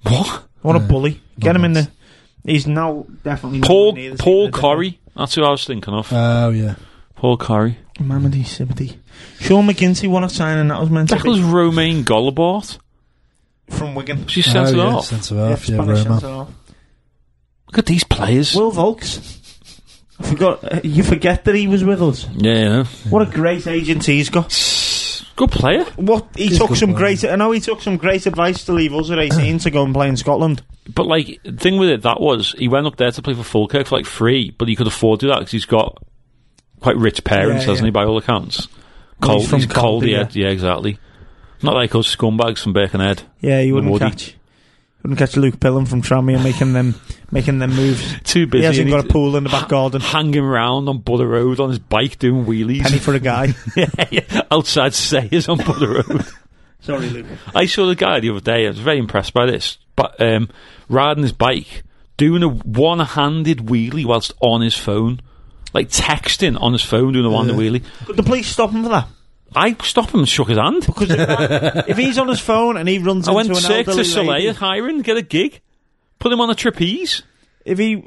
Speaker 4: What?
Speaker 6: What a
Speaker 5: Yeah.
Speaker 6: bully! Get him in
Speaker 5: Nonsense.
Speaker 6: the. He's now definitely nowhere
Speaker 4: Paul
Speaker 6: near the team
Speaker 4: Paul
Speaker 6: of the
Speaker 4: Corrie. That's who I was thinking of.
Speaker 5: Oh yeah,
Speaker 4: Paul Corrie.
Speaker 6: decade. Mamadi Sibidi. Sean McGinty won a sign, and that was meant to
Speaker 4: That was
Speaker 6: be
Speaker 4: Romain Golibort.
Speaker 6: from Wigan.
Speaker 4: She sent
Speaker 5: oh,
Speaker 4: it
Speaker 5: yeah,
Speaker 4: off.
Speaker 5: centre half. Yeah,
Speaker 6: Spanish
Speaker 5: Roma.
Speaker 6: centre-half.
Speaker 4: Look at these players.
Speaker 6: Will Volks. I forgot. uh, you forget that he was with us.
Speaker 4: yeah, you know.
Speaker 6: What a great agent he's got.
Speaker 4: good player.
Speaker 6: What he
Speaker 5: He's
Speaker 6: took
Speaker 5: good
Speaker 6: some
Speaker 5: player.
Speaker 6: great. I know he took some great advice to leave us at eighteen to go and play in Scotland.
Speaker 4: But like, the thing with it that was he went up there to play for Falkirk for like free, but he could afford to do that because he's got quite rich parents,
Speaker 6: Yeah,
Speaker 4: hasn't
Speaker 6: yeah.
Speaker 4: he? By all accounts, cold.
Speaker 6: from
Speaker 4: He's cold.
Speaker 6: Caldy,
Speaker 4: Yeah, yeah, exactly. Not like us scumbags from Birkenhead.
Speaker 6: Yeah, he wouldn't
Speaker 4: Woody.
Speaker 6: catch. Wouldn't catch Luke Pillam from Tramia making them making them moves.
Speaker 4: Too busy.
Speaker 6: He hasn't
Speaker 4: and
Speaker 6: got a
Speaker 4: he's
Speaker 6: pool in the back garden.
Speaker 4: Hanging around on Butter Road on his bike doing
Speaker 6: Penny
Speaker 4: wheelies.
Speaker 6: for a guy.
Speaker 4: yeah, yeah, outside Sayers on Butter Road.
Speaker 6: Sorry, Luke.
Speaker 4: I saw the guy the other day. I was very impressed by this. But um, riding his bike, doing a one-handed wheelie whilst on his phone, like texting on his phone, doing a one-handed wheelie.
Speaker 6: But the police stop him for that.
Speaker 4: I stopped him and shook his hand.
Speaker 6: Because if, if he's on his phone and he runs
Speaker 4: I went
Speaker 6: into an
Speaker 4: Cirque
Speaker 6: elderly
Speaker 4: to Soleil
Speaker 6: lady,
Speaker 4: at Hiron, get a gig, put him on a trapeze.
Speaker 6: if he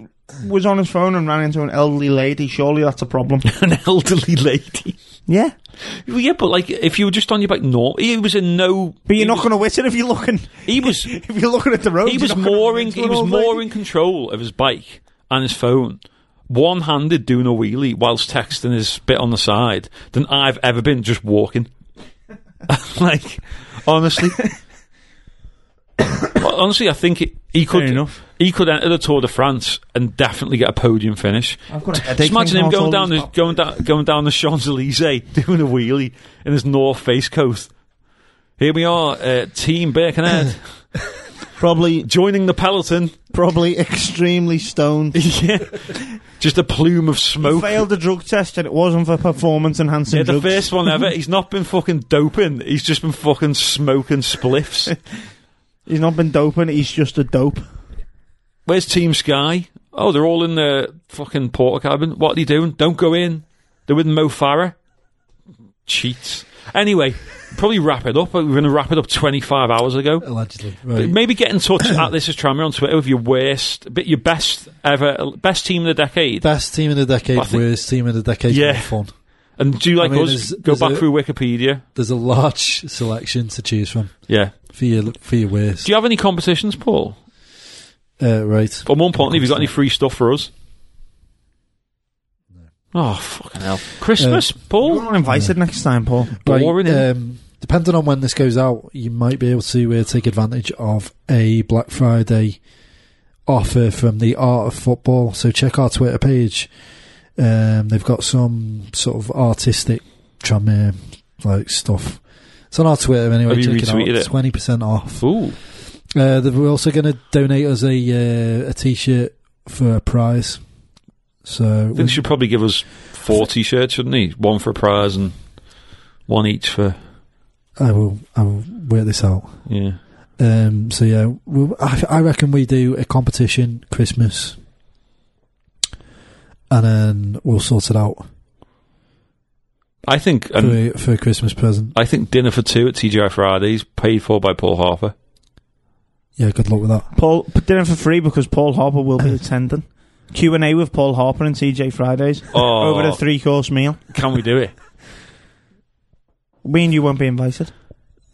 Speaker 6: was on his phone and ran into an elderly lady, surely that's a problem.
Speaker 4: An elderly lady.
Speaker 6: yeah,
Speaker 4: Well, yeah, but like if you were just on your bike, no, he was in no.
Speaker 6: but you're
Speaker 4: he
Speaker 6: not
Speaker 4: was-
Speaker 6: going to wit it if you're looking.
Speaker 4: He was
Speaker 6: If you're looking at the road,
Speaker 4: he was more in he was more in control of his bike and his phone, one handed doing a wheelie whilst texting his bit on the side than I've ever been just walking. like honestly, honestly, I think it, he could
Speaker 6: enough.
Speaker 4: he could enter the Tour de France and definitely get a podium finish.
Speaker 6: I've got a
Speaker 4: Just
Speaker 6: headache
Speaker 4: imagine him
Speaker 6: thinking
Speaker 4: going
Speaker 6: about all
Speaker 4: down,
Speaker 6: these
Speaker 4: the, going down going down the Champs Elysees doing a wheelie in his North Face coat. Here we are, uh, Team Birkenhead
Speaker 6: Probably,
Speaker 4: joining the peloton.
Speaker 6: probably extremely stoned.
Speaker 4: yeah, just a plume of
Speaker 6: He
Speaker 4: smoke.
Speaker 6: failed a drug test and it wasn't for performance enhancing
Speaker 4: Yeah, the
Speaker 6: drugs.
Speaker 4: first one ever. He's not been fucking doping. He's just been fucking smoking spliffs.
Speaker 6: He's not been doping. He's just a dope.
Speaker 4: Where's Team Sky? Oh, they're all in the fucking porter cabin. What are they doing? Don't go in. They're with Mo Farah. Cheats. Anyway, probably wrap it up. We We're going to wrap it up 25 hours ago.
Speaker 5: Allegedly,
Speaker 4: But
Speaker 5: right?
Speaker 4: Maybe get in touch at this is Trammer on Twitter with your worst, but your best ever, best team of the decade.
Speaker 5: Best team in the decade,
Speaker 4: I think-
Speaker 5: worst team in the decade.
Speaker 4: Yeah.
Speaker 5: Yeah, fun.
Speaker 4: And do like
Speaker 5: I mean,
Speaker 4: us,
Speaker 5: there's-
Speaker 4: go
Speaker 5: there's
Speaker 4: back
Speaker 5: a-
Speaker 4: through Wikipedia.
Speaker 5: There's a large selection to choose from
Speaker 4: Yeah.
Speaker 5: for your for your worst.
Speaker 4: Do you have any competitions, Paul?
Speaker 5: Uh, right.
Speaker 4: But more importantly, have you got any free stuff for us? Oh, fucking hell. Christmas,
Speaker 5: Uh,
Speaker 6: You're
Speaker 4: Paul?
Speaker 6: not invited next time, Paul.
Speaker 5: Right,
Speaker 4: Boring, innit?
Speaker 5: um, depending on when this goes out, you might be able to uh, take advantage of a Black Friday offer from the Art of Football. So check our Twitter page. Um, they've got some sort of artistic tram uh, like stuff. It's on our Twitter anyway.
Speaker 4: Have you
Speaker 5: check
Speaker 4: retweeted it?
Speaker 5: it out. Twenty percent off.
Speaker 4: Ooh.
Speaker 5: Uh, they are also going to donate us a uh, a t shirt for a prize. So
Speaker 4: I think he should probably give us four t shirts, shouldn't he? One for a prize and one each for.
Speaker 5: I will I will work this out.
Speaker 4: Yeah.
Speaker 5: Um, so yeah, we I, I reckon we do a competition Christmas, and then we'll sort it out
Speaker 4: I think
Speaker 5: for,
Speaker 4: and
Speaker 5: for a Christmas present.
Speaker 4: I think dinner for two at TGI Fridays, paid for by Paul Harper.
Speaker 5: Yeah, good luck with that.
Speaker 6: Paul, put dinner for free because Paul Harper will be attending. Q and A with Paul Harper and TJ Fridays
Speaker 4: Oh,
Speaker 6: over a three course meal.
Speaker 4: can we do it?
Speaker 6: Me and you won't be invited.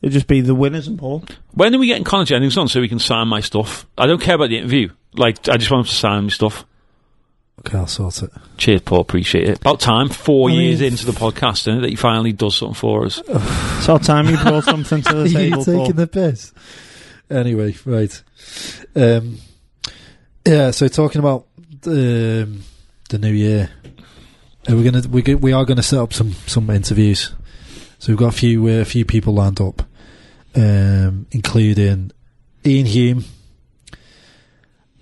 Speaker 6: It'd just be the winners and Paul.
Speaker 4: When are we getting Connor Jennings on so we can sign my stuff? I don't care about the interview. Like, I just want him to sign my stuff.
Speaker 5: Okay, I'll sort it.
Speaker 4: Cheers, Paul. Appreciate it. About time, four
Speaker 6: I mean-
Speaker 4: years into the podcast, isn't it, that he finally does something for us.
Speaker 6: It's our time you brought something to the
Speaker 5: Are you
Speaker 6: table. Paul.
Speaker 5: taking the piss? Anyway, right. Um, yeah. So talking about um, the new year, uh, we're gonna we go- we are gonna set up some some interviews. So we've got a few uh, few people lined up, um, including Ian Hume.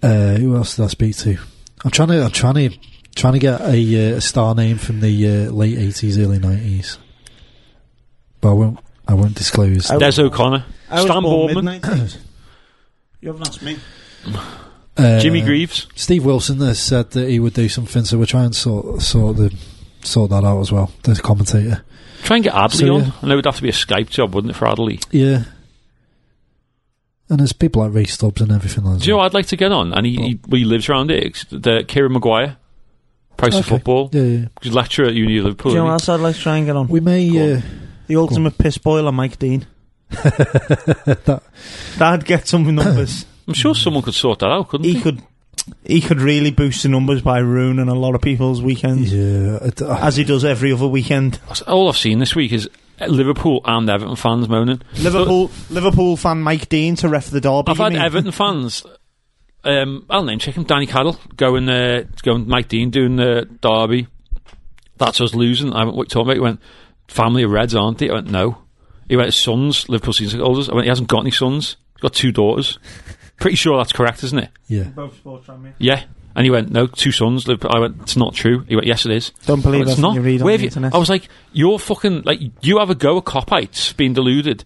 Speaker 5: Uh, who else did I speak to? I'm trying to I'm trying to trying to get a, uh, a star name from the uh, late 80s, early 90s, but I won't I won't disclose.
Speaker 6: I-
Speaker 4: Des O'Connor,
Speaker 6: I was
Speaker 4: Stan
Speaker 6: born
Speaker 4: Boardman,
Speaker 6: mid-nineties. you haven't asked me.
Speaker 5: Uh,
Speaker 4: Jimmy Greaves.
Speaker 5: Steve Wilson has said that he would do something, so we're trying to sort sort the sort that out as well. The commentator,
Speaker 4: Try and get Adley
Speaker 5: So,
Speaker 4: on.
Speaker 5: yeah.
Speaker 4: I know it'd have to be a Skype job, wouldn't it, for Adley?
Speaker 5: yeah. And there's people like Ray Stubbs and everything like that.
Speaker 4: Do you know what I'd like to get on? And he, he, well, he lives around here. It's the Kieran Maguire, Price of
Speaker 5: Okay.
Speaker 4: Football,
Speaker 5: Yeah, yeah.
Speaker 4: he's a lecturer at Uni of Liverpool.
Speaker 6: Do you know what
Speaker 4: isn't
Speaker 6: else I'd like to try and get on?
Speaker 5: We may. Uh,
Speaker 6: The ultimate piss boiler, Mike Dean.
Speaker 5: that,
Speaker 6: That'd get some numbers.
Speaker 4: he? I'm sure someone could sort that out, couldn't
Speaker 6: he
Speaker 4: he?
Speaker 6: could, he could really boost the numbers by ruining a lot of people's weekends,
Speaker 5: yeah. I d- I-
Speaker 6: as he does every other weekend.
Speaker 4: All I've seen this week is Liverpool and Everton fans moaning.
Speaker 6: Liverpool, Liverpool fan Mike Dean to ref the derby.
Speaker 4: I've
Speaker 6: you
Speaker 4: had
Speaker 6: mean?
Speaker 4: Everton fans. Um, I'll name check him. Danny Caddle going, uh, going. Mike Dean doing the derby. That's us losing. I went, what are you talking about? He went, family of Reds, aren't they? I went, no. He went, his sons, Liverpool season ticket holders. I went, he hasn't got any sons. He's got two daughters. Pretty sure that's correct, isn't it?
Speaker 5: yeah.
Speaker 6: Both sports fan, yeah.
Speaker 4: Yeah. And he went, no, two sons. Liverpool. I went, it's not true. He went, yes, it is.
Speaker 6: Don't believe
Speaker 4: it's
Speaker 6: everything
Speaker 4: not.
Speaker 6: you read on
Speaker 4: Where
Speaker 6: the
Speaker 4: have you-
Speaker 6: internet.
Speaker 4: I was like, you're fucking like you have a go at cop outs being deluded.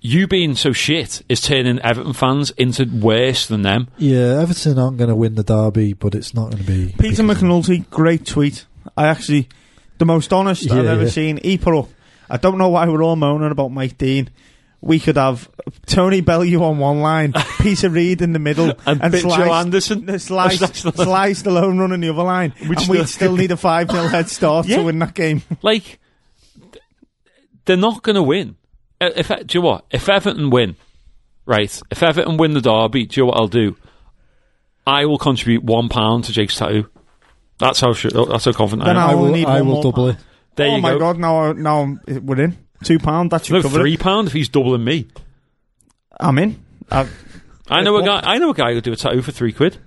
Speaker 4: You being so shit is turning Everton fans into worse than them.
Speaker 5: Yeah, Everton aren't going to win the derby, but it's not going to be.
Speaker 6: Peter McNulty, great tweet. I actually, the most honest I've
Speaker 5: Yeah,
Speaker 6: ever
Speaker 5: yeah.
Speaker 6: seen. He put up, I don't know why we're all moaning about Mike Dean. We could have Tony Bellew on one line, Peter Reid in the middle,
Speaker 4: And,
Speaker 6: and
Speaker 4: Bit Joe
Speaker 6: Slice,
Speaker 4: Anderson.
Speaker 6: Slice,
Speaker 4: That's the-
Speaker 6: Slice Stallone running the other line.
Speaker 4: We'd
Speaker 6: and we'd
Speaker 4: still-
Speaker 6: still need a 5 0 head start
Speaker 4: Yeah.
Speaker 6: to win that game.
Speaker 4: Like th- they're not going to win. Uh, If do you know what? If Everton win, right? If Everton win the derby, do you know what I'll do? I will contribute one pound to Jake's tattoo. That's how sure, that's how confident
Speaker 6: Then
Speaker 4: I am.
Speaker 6: I'll-
Speaker 5: I
Speaker 6: only
Speaker 5: will.
Speaker 6: need
Speaker 5: I
Speaker 6: one
Speaker 5: will
Speaker 6: more
Speaker 5: double it.
Speaker 4: There
Speaker 6: oh
Speaker 4: you
Speaker 6: my
Speaker 4: go.
Speaker 6: God, now, now I'm- we're in. £2, pound, that should
Speaker 4: No,
Speaker 6: cover
Speaker 4: three
Speaker 6: it.
Speaker 4: pound if he's doubling me.
Speaker 6: I'm in. I,
Speaker 4: I know a
Speaker 6: If
Speaker 4: guy.
Speaker 6: what-
Speaker 4: I know a guy who'd do a tattoo for three quid.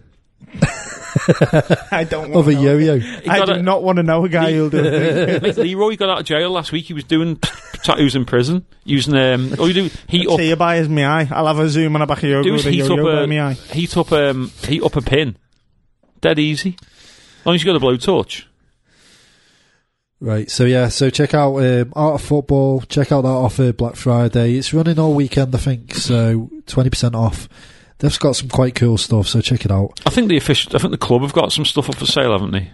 Speaker 6: I don't want
Speaker 5: Of a
Speaker 6: to know.
Speaker 5: yo-yo.
Speaker 4: He
Speaker 6: I
Speaker 4: got
Speaker 6: do
Speaker 4: a-
Speaker 6: not want to know a guy who'll do it.
Speaker 4: Mate, Leroy got out of jail last week. He was doing tattoos in prison using um. All you do heat up.
Speaker 6: See you by is me eye. I'll have a zoom and a back of yoga
Speaker 4: Do
Speaker 6: with
Speaker 4: is
Speaker 6: a
Speaker 4: heat up
Speaker 6: yo-yo by
Speaker 4: a
Speaker 6: me eye.
Speaker 4: heat up um heat up a pin. Dead easy. As long as you got a blowtorch.
Speaker 5: Right, so yeah, so check out um, Art of Football, check out that offer Black Friday. It's running all weekend, I think, so 20% off. They've got some quite cool stuff, so check it out.
Speaker 4: I think the official. I think the club have got some stuff up for sale, haven't they?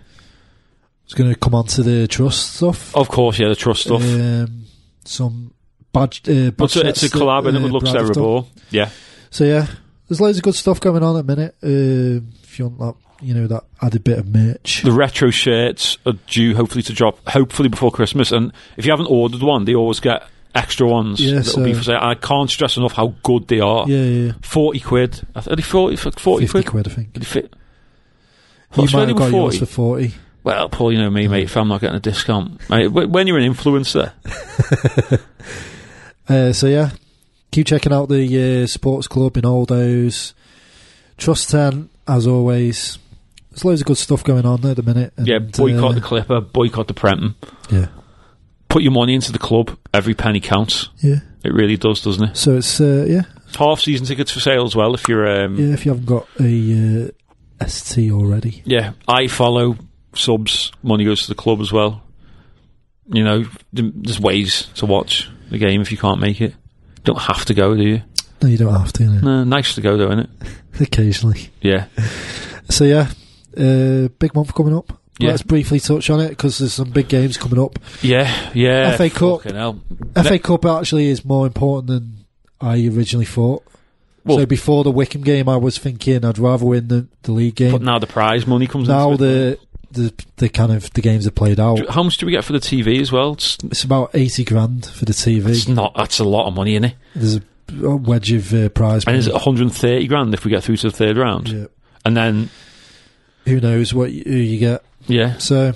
Speaker 5: It's going to come on to the trust stuff.
Speaker 4: Of course, yeah, the trust Oh, stuff.
Speaker 5: Um, some badge. Uh, badge
Speaker 4: but it's a
Speaker 5: sets that,
Speaker 4: collab and it
Speaker 5: uh,
Speaker 4: would look
Speaker 5: Brad have done.
Speaker 4: terrible. Yeah,
Speaker 5: So yeah, there's loads of good stuff going on at the minute. Um if you want that, you know, that added bit of merch.
Speaker 4: the retro shirts are due hopefully to drop hopefully before Christmas. And if you haven't ordered one, they always get extra ones
Speaker 5: Yeah,
Speaker 4: that'll be
Speaker 5: so-
Speaker 4: for sale. I can't stress enough how good they are.
Speaker 5: yeah, yeah, yeah.
Speaker 4: Forty quid. I th- Are they forty? f- 40
Speaker 5: 50 quid,
Speaker 4: quid.
Speaker 5: I think.
Speaker 4: Are they fi-
Speaker 5: You
Speaker 4: What's
Speaker 5: might
Speaker 4: really
Speaker 5: have
Speaker 4: with
Speaker 5: got yours
Speaker 4: 40?
Speaker 5: for 40.
Speaker 4: Well, Paul, you know me, mate. If I'm not getting a discount, mate, wh- when you're an influencer,
Speaker 5: Uh, so yeah, keep checking out the uh, sports club in all those. Trust Ten, as always. There's loads of good stuff going on there at the minute. and,
Speaker 4: yeah, boycott
Speaker 5: uh,
Speaker 4: the Clipper, boycott the Prenton.
Speaker 5: yeah,
Speaker 4: Put your money into the club. Every penny counts.
Speaker 5: yeah.
Speaker 4: It really does, doesn't it?
Speaker 5: So it's uh, yeah,
Speaker 4: half season tickets for sale as well if you're um, yeah.
Speaker 5: yeah. If you haven't got a uh, ST already,
Speaker 4: i follow subs money goes to the club as well you know th- there's ways to watch the game if you can't make it don't have to go do you
Speaker 5: no, you don't have to. No.
Speaker 4: no nice to go though isn't it
Speaker 5: Occasionally.
Speaker 4: yeah
Speaker 5: So yeah, uh, big month coming up.
Speaker 4: Yeah.
Speaker 5: Let's briefly touch on it because there's some big games coming up.
Speaker 4: yeah yeah
Speaker 5: FA Cup.
Speaker 4: fucking hell.
Speaker 5: FA Cup actually is more important than I originally thought.
Speaker 4: Well-
Speaker 5: so before the Wickham game, I was thinking I'd rather win the, the league game.
Speaker 4: but now the prize money comes
Speaker 5: now
Speaker 4: into it.
Speaker 5: the the the kind of the games are played out.
Speaker 4: Do- How much do we get for the TV as well? It's,
Speaker 5: It's about eighty grand for the
Speaker 4: it's
Speaker 5: TV.
Speaker 4: not. That's a lot of money, is it?
Speaker 5: There's a a wedge of uh, prize.
Speaker 4: And is it
Speaker 5: money.
Speaker 4: 130 grand if we get through to the third round?
Speaker 5: Yeah.
Speaker 4: And then,
Speaker 5: Who knows what you, who you get?
Speaker 4: yeah,
Speaker 5: So,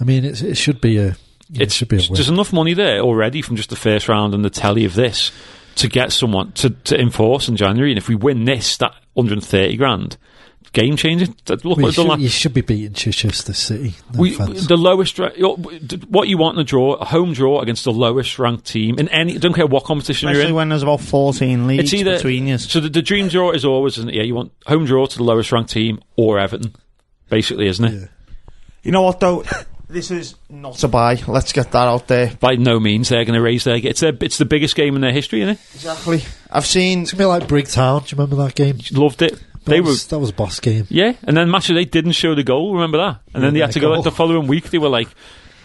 Speaker 5: I mean, it's, it should be a yeah, it
Speaker 4: it's
Speaker 5: should be a win.
Speaker 4: there's enough money there already from just the first round and the tally of this to get someone to, to enforce in January. And if we win this, that 130 grand game changing. Look
Speaker 5: I mean,
Speaker 4: what
Speaker 5: you,
Speaker 4: it's done
Speaker 5: should,
Speaker 4: last
Speaker 5: you should be beating Chichester City. No
Speaker 4: We,
Speaker 5: offense.
Speaker 4: the lowest, ra- you know, what you want in a draw, a home draw against the lowest ranked team in any. Don't care what competition you're
Speaker 6: Especially
Speaker 4: in.
Speaker 6: when there's about 14 leagues
Speaker 4: It's either
Speaker 6: between you.
Speaker 4: so the, the dream draw is always, isn't it? yeah, you want home draw to the lowest ranked team or Everton, basically, isn't it?
Speaker 5: Yeah.
Speaker 6: You know what, though? this is not a buy. Let's get that out there.
Speaker 4: By no means they're going to raise their. It's their, it's the biggest game in their history, isn't it?
Speaker 6: Exactly. I've seen.
Speaker 5: It's gonna be like Brigtown. Do you remember that game?
Speaker 4: Loved it.
Speaker 5: That
Speaker 4: they were
Speaker 5: was, that was a boss game.
Speaker 4: yeah, and then match of the day didn't show the goal. Remember that? And then they had to go like, the following week. They were like.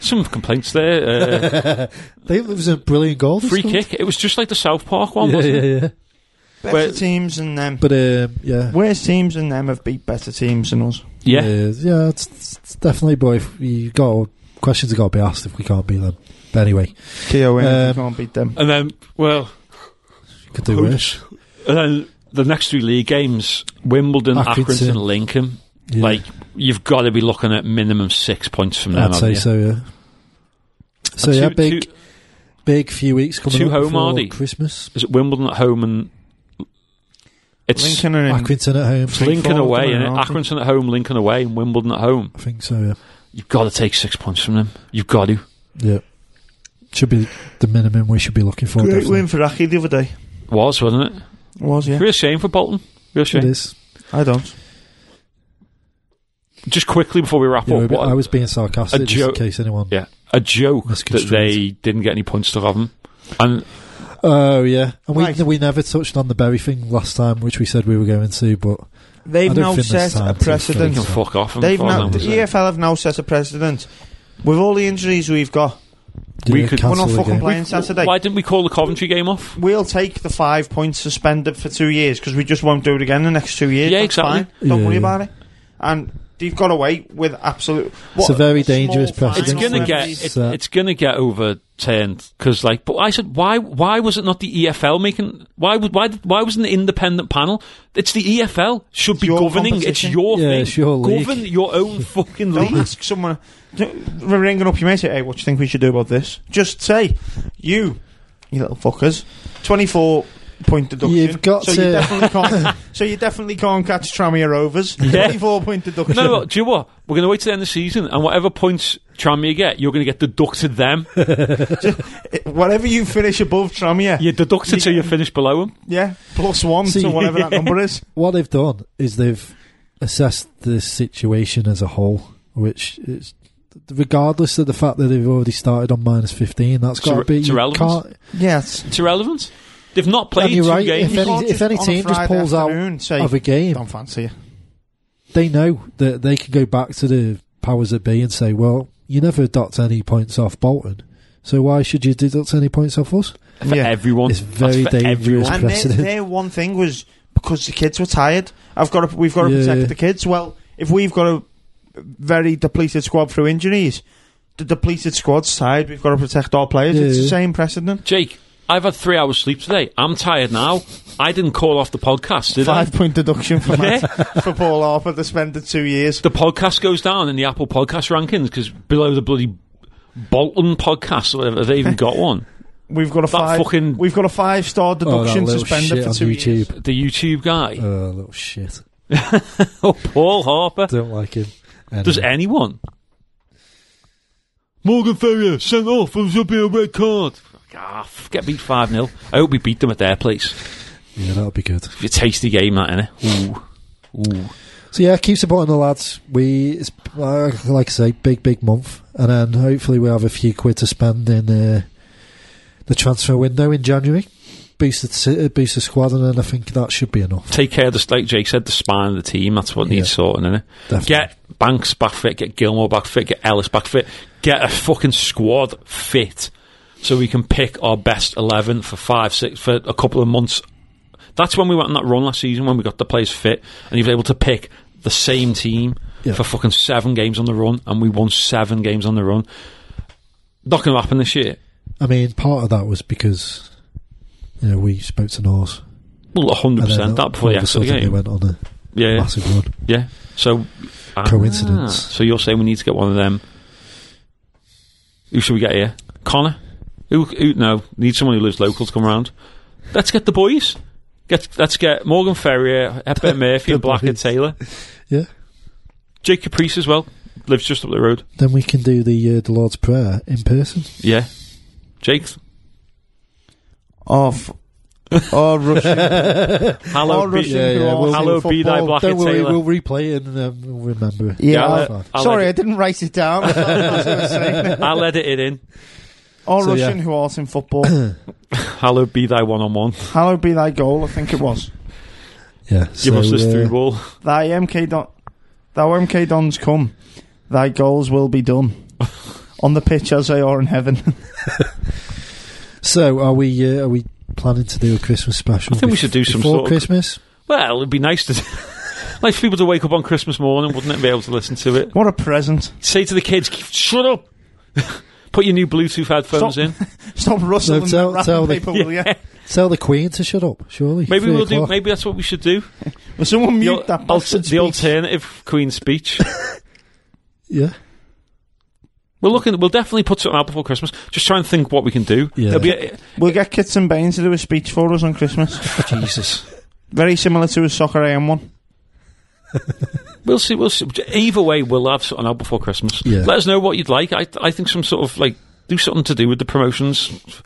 Speaker 4: Some complaints there. Uh,
Speaker 5: They, it was a brilliant goal. they
Speaker 4: free
Speaker 5: scored.
Speaker 4: kick. It was just like the South Park one,
Speaker 5: Yeah,
Speaker 4: wasn't
Speaker 5: yeah,
Speaker 4: it?
Speaker 5: yeah.
Speaker 6: Better
Speaker 4: Well-
Speaker 6: teams than them.
Speaker 5: But um, yeah,
Speaker 6: Worse teams than them have beat better teams than us.
Speaker 4: Yeah.
Speaker 5: It is. yeah, it's, it's definitely. But if you got questions, have got to be asked if we can't beat them. But anyway,
Speaker 6: KO
Speaker 5: Um,
Speaker 6: can't beat them.
Speaker 4: And then, well,
Speaker 5: could do
Speaker 4: Who's-
Speaker 5: worse.
Speaker 4: And then the next three league games: Wimbledon,
Speaker 5: Accrington.
Speaker 4: Accrington, and Lincoln.
Speaker 5: Yeah,
Speaker 4: Like you've got to be looking at minimum six points from them.
Speaker 5: I'd say
Speaker 4: haven't
Speaker 5: so. Yeah.
Speaker 4: you?
Speaker 5: So
Speaker 4: And
Speaker 5: yeah,
Speaker 4: two-
Speaker 5: big
Speaker 4: two-
Speaker 5: big few weeks coming
Speaker 4: two
Speaker 5: up
Speaker 4: home,
Speaker 5: before
Speaker 4: Hardy.
Speaker 5: Christmas.
Speaker 4: is it Wimbledon at home and it's Lincoln,
Speaker 6: Lincoln are in.
Speaker 5: Accrington at home.
Speaker 6: Lincoln
Speaker 4: away
Speaker 6: away,
Speaker 4: and
Speaker 6: aren't they?
Speaker 4: Accrington at home, Lincoln away, and Wimbledon at home.
Speaker 5: I think so. Yeah,
Speaker 4: You've got to take six points from them. You've got to.
Speaker 5: yeah. Should be the minimum we should be looking for.
Speaker 6: Great
Speaker 5: definitely.
Speaker 6: win for Aki the other day.
Speaker 4: Was wasn't it?
Speaker 6: It was, yeah.
Speaker 4: Real shame for Bolton. Real
Speaker 5: It
Speaker 4: shame.
Speaker 5: is.
Speaker 6: I don't.
Speaker 4: Just quickly before we wrap
Speaker 5: You know,
Speaker 4: up, what
Speaker 5: I
Speaker 4: a-
Speaker 5: was being sarcastic,
Speaker 4: a
Speaker 5: just in
Speaker 4: joke.
Speaker 5: case anyone.
Speaker 4: yeah, a joke that
Speaker 5: Misconstrued.
Speaker 4: they didn't get any points to have them. And
Speaker 5: Oh yeah, and we
Speaker 6: Right.
Speaker 5: we never touched on the berry thing last time, which we said we were going to, but I
Speaker 6: They've
Speaker 5: don't
Speaker 6: now
Speaker 5: think there's
Speaker 6: set a
Speaker 5: time to
Speaker 4: you
Speaker 6: precedent.
Speaker 5: think
Speaker 4: can fuck off. and
Speaker 6: They've
Speaker 4: fall
Speaker 6: now,
Speaker 4: down
Speaker 6: the
Speaker 4: with it.
Speaker 6: EFL have now set a precedent. With all the injuries we've got,
Speaker 5: you
Speaker 4: We
Speaker 5: know,
Speaker 4: could-
Speaker 6: we're
Speaker 5: cancel
Speaker 6: not
Speaker 5: the
Speaker 6: fucking
Speaker 5: game.
Speaker 6: playing Saturday.
Speaker 4: Why didn't we call the Coventry game off?
Speaker 6: We'll take the five points suspended for two years because we just won't do it again the next two years.
Speaker 4: Yeah,
Speaker 6: That's
Speaker 4: exactly.
Speaker 6: fine. Don't
Speaker 5: Yeah,
Speaker 6: worry
Speaker 5: yeah.
Speaker 6: about it. And they've got away with absolute.
Speaker 5: It's a very dangerous
Speaker 6: small
Speaker 5: precedent.
Speaker 4: It's
Speaker 5: It's
Speaker 4: gonna
Speaker 6: final
Speaker 5: not
Speaker 4: get
Speaker 5: easy.
Speaker 4: it's,
Speaker 6: remedies.
Speaker 4: it's gonna get overturned because like. But I said, why why was it not the EFL making? Why would why did- why wasn't the independent panel? It's the EFL should be
Speaker 6: your
Speaker 4: governing. It's
Speaker 6: competition.
Speaker 4: your
Speaker 5: Yeah,
Speaker 4: thing.
Speaker 5: it's your league.
Speaker 4: Govern your own fucking
Speaker 6: Don't
Speaker 4: league.
Speaker 6: ask someone. don't- We're ringing up your mate. say, Hey, what do you think we should do about this? Just say, you, you little fuckers, twenty-four point deduction.
Speaker 5: You've got
Speaker 6: so
Speaker 5: to-
Speaker 6: You definitely can't, so you definitely can't catch Tramier overs.
Speaker 4: Yeah.
Speaker 6: Twenty-four point deduction.
Speaker 4: No, no, do you know what? We're going to wait till the end of the season, and whatever points Tranmere get, you're going to get deducted them.
Speaker 6: It- Whatever you finish above Tramier, yeah,
Speaker 4: You're deducted till you finish below them.
Speaker 6: plus one
Speaker 5: See,
Speaker 6: to whatever that number is.
Speaker 5: What they've done is they've assessed the situation as a whole, which is regardless of the fact that they've already started on minus fifteen. That's
Speaker 4: It's
Speaker 5: got to
Speaker 4: irre-
Speaker 5: be
Speaker 4: it's
Speaker 5: you
Speaker 4: irrelevant.
Speaker 5: can't-
Speaker 6: Yes.
Speaker 4: It's irrelevant. They've not played
Speaker 5: And you're
Speaker 4: two
Speaker 5: right,
Speaker 4: games.
Speaker 5: If any- if any team just pulls out
Speaker 6: say,
Speaker 5: of a game.
Speaker 6: don't fancy you.
Speaker 5: They know that they can go back to the powers that be and say, "Well, you never docked any points off Bolton." So why should you deduct any points off us?
Speaker 4: for
Speaker 6: Yeah.
Speaker 4: everyone,
Speaker 5: It's
Speaker 4: That's
Speaker 5: very
Speaker 4: for
Speaker 5: dangerous.
Speaker 4: everyone.
Speaker 6: And their,
Speaker 5: precedent.
Speaker 6: their one thing was because the kids were tired. I've got to, we've got to
Speaker 5: Yeah,
Speaker 6: protect
Speaker 5: yeah.
Speaker 6: the kids. Well, if we've got a very depleted squad through injuries, the depleted squad's tired. We've got to protect our players.
Speaker 5: Yeah,
Speaker 6: it's the
Speaker 5: yeah.
Speaker 6: same precedent.
Speaker 4: Jake, I've had three hours sleep today. I'm tired now. I didn't call off the podcast, did I?
Speaker 6: Five point deduction for
Speaker 4: Yeah.
Speaker 6: Matt, for Paul Harper to spend the two years.
Speaker 4: The podcast goes down in the Apple podcast rankings because below the bloody Bolton podcast or whatever, they even got one.
Speaker 6: We've got a
Speaker 4: That
Speaker 6: five.
Speaker 4: fucking-
Speaker 6: We've got a five star
Speaker 5: Oh, that
Speaker 6: deduction
Speaker 5: little
Speaker 6: suspended
Speaker 5: shit
Speaker 6: for
Speaker 5: on
Speaker 6: two years.
Speaker 5: YouTube.
Speaker 4: The YouTube guy,
Speaker 5: Oh, little shit.
Speaker 4: oh Paul Harper.
Speaker 5: Don't like him. uh,
Speaker 4: Does
Speaker 5: Anyway.
Speaker 4: anyone? Morgan Ferrier sent off. It should be a red card. Ah, f- get beat five 0 I hope we beat them at their place.
Speaker 5: yeah, that'll be good.
Speaker 4: It's a tasty game, that innit? Ooh, ooh.
Speaker 5: So yeah, keep supporting the lads. We it's uh, like I say, big big month, and then hopefully we have a few quid to spend in uh, the transfer window in January. Boost the ci- uh, boost the squad, and then I think that should be enough.
Speaker 4: Take care of the like Jake said, the spine of the team. That's what needs
Speaker 5: Yeah.
Speaker 4: sorting, innit?
Speaker 5: Definitely.
Speaker 4: Get Banks back fit, get Gilmore back fit, get Ellis back fit, get a fucking squad fit so we can pick our best 11 for five, six, for a couple of months. That's when we went on that run last season when we got the players fit and you were able to pick the same team.
Speaker 5: Yeah.
Speaker 4: for fucking seven games on the run, and we won seven games on the run. Not going to happen this year.
Speaker 5: I mean, part of that was because you know we spoke to Norse.
Speaker 4: Well, hundred
Speaker 5: and then
Speaker 4: percent that before
Speaker 5: all
Speaker 4: the
Speaker 5: of a
Speaker 4: actual
Speaker 5: sudden They
Speaker 4: game.
Speaker 5: went on a
Speaker 4: Yeah, yeah,
Speaker 5: massive run.
Speaker 4: yeah. So ah,
Speaker 5: Coincidence.
Speaker 4: so you're saying we need to get one of them? Who should we get here? Connor? Who? who no, need someone who lives local to come round. Let's get the boys. Get let's get Morgan Ferrier, Hepburn Murphy,
Speaker 5: The
Speaker 4: and Black and
Speaker 5: boys.
Speaker 4: Taylor.
Speaker 5: Yeah.
Speaker 4: Jake Caprice as well lives just up the road.
Speaker 5: Then we can do the uh, the Lord's Prayer in person.
Speaker 4: Yeah, Jake.
Speaker 6: Oh, f- oh Russian.
Speaker 4: Hello,
Speaker 6: All Russian
Speaker 5: Yeah, yeah,
Speaker 6: people
Speaker 5: we'll-
Speaker 6: are
Speaker 4: Hello,
Speaker 6: watching
Speaker 4: be thy
Speaker 6: football.
Speaker 4: black
Speaker 5: Don't
Speaker 4: and
Speaker 5: worry,
Speaker 4: Taylor.
Speaker 5: we'll replay it and um, we'll remember it.
Speaker 6: Yeah,
Speaker 4: I'll,
Speaker 5: Fine.
Speaker 4: I'll
Speaker 6: Sorry, I
Speaker 4: edit,
Speaker 6: didn't write it down. I thought that's what I was saying.
Speaker 4: I'll edit it in.
Speaker 6: All
Speaker 5: So,
Speaker 6: Oh, Russian
Speaker 5: yeah.
Speaker 6: who are in football.
Speaker 4: Hello, be thy one on one.
Speaker 6: Hallowed be thy goal, I think it was.
Speaker 5: Yeah,
Speaker 4: Give
Speaker 5: so,
Speaker 4: us this
Speaker 5: uh,
Speaker 4: through ball.
Speaker 6: Thy MK Don, thou MK Dons come, thy goals will be done on the pitch as they are in heaven.
Speaker 5: So, are we uh, are we planning to do a Christmas special?
Speaker 4: I think we
Speaker 5: bef-
Speaker 4: should do some
Speaker 5: before
Speaker 4: sort of-
Speaker 5: Christmas.
Speaker 4: Well, it'd be nice to. nice for people to wake up on Christmas morning, wouldn't it? and Be able to listen to it.
Speaker 6: What a present.
Speaker 4: Say to the kids, shut up. Put your new Bluetooth headphones
Speaker 6: Stop.
Speaker 4: in.
Speaker 6: Stop rustling
Speaker 5: No, tell-
Speaker 6: wrapping
Speaker 5: tell the-
Speaker 6: paper, will you?
Speaker 5: Tell the Queen to shut up. Surely,
Speaker 4: Maybe
Speaker 5: Three
Speaker 4: we'll do.
Speaker 5: o'clock.
Speaker 4: Maybe that's what we should do.
Speaker 6: Will someone
Speaker 4: The,
Speaker 6: mute
Speaker 4: al-
Speaker 6: that
Speaker 4: al-
Speaker 6: bastard
Speaker 4: the
Speaker 6: speech?
Speaker 4: alternative Queen speech.
Speaker 5: Yeah,
Speaker 4: We're looking. We'll definitely put something out before Christmas. Just try and think what we can do.
Speaker 5: Yeah.
Speaker 4: It'll be a-
Speaker 6: We'll get Kits and Baines to do a speech for us on Christmas.
Speaker 5: Jesus.
Speaker 6: Very similar to a Soccer AM one.
Speaker 4: we'll see. We'll see. Either way, we'll have something out before Christmas.
Speaker 5: Yeah.
Speaker 4: Let us know what you'd like. I, I think some sort of like do something to do with the promotions,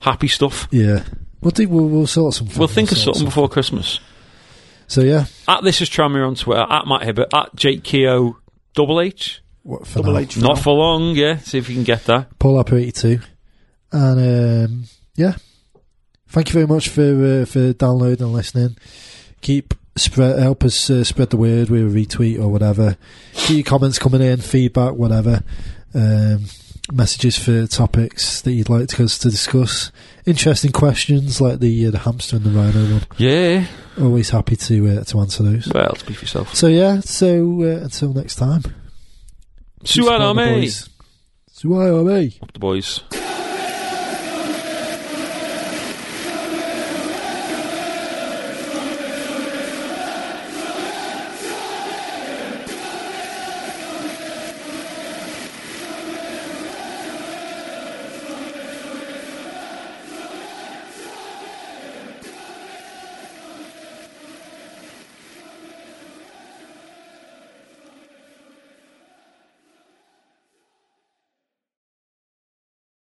Speaker 4: happy stuff.
Speaker 5: Yeah, we'll do. We'll, we'll sort something.
Speaker 4: We'll think of
Speaker 5: sort
Speaker 4: something before Christmas.
Speaker 5: So yeah,
Speaker 4: At this is Tramir on Twitter. At Matt Hibbert. At Jake Keogh. Double H.
Speaker 5: what for
Speaker 6: Double
Speaker 5: now?
Speaker 6: H. for
Speaker 4: Not
Speaker 6: now.
Speaker 4: for long. Yeah. See if you can get that.
Speaker 5: Paul Harper eighty two, and um, yeah, thank you very much for uh, for downloading and listening. Keep spread help us uh, spread the word with a retweet or whatever. Keep your comments coming in, feedback, whatever. Um, messages for topics that you'd like us to discuss. Interesting questions like the uh, the hamster and the rhino one.
Speaker 4: Yeah.
Speaker 5: Always happy to uh, to answer those.
Speaker 4: Well, speak for yourself.
Speaker 5: So yeah, so uh, until next time.
Speaker 4: Suarame.
Speaker 5: Suarame.
Speaker 4: Up the boys.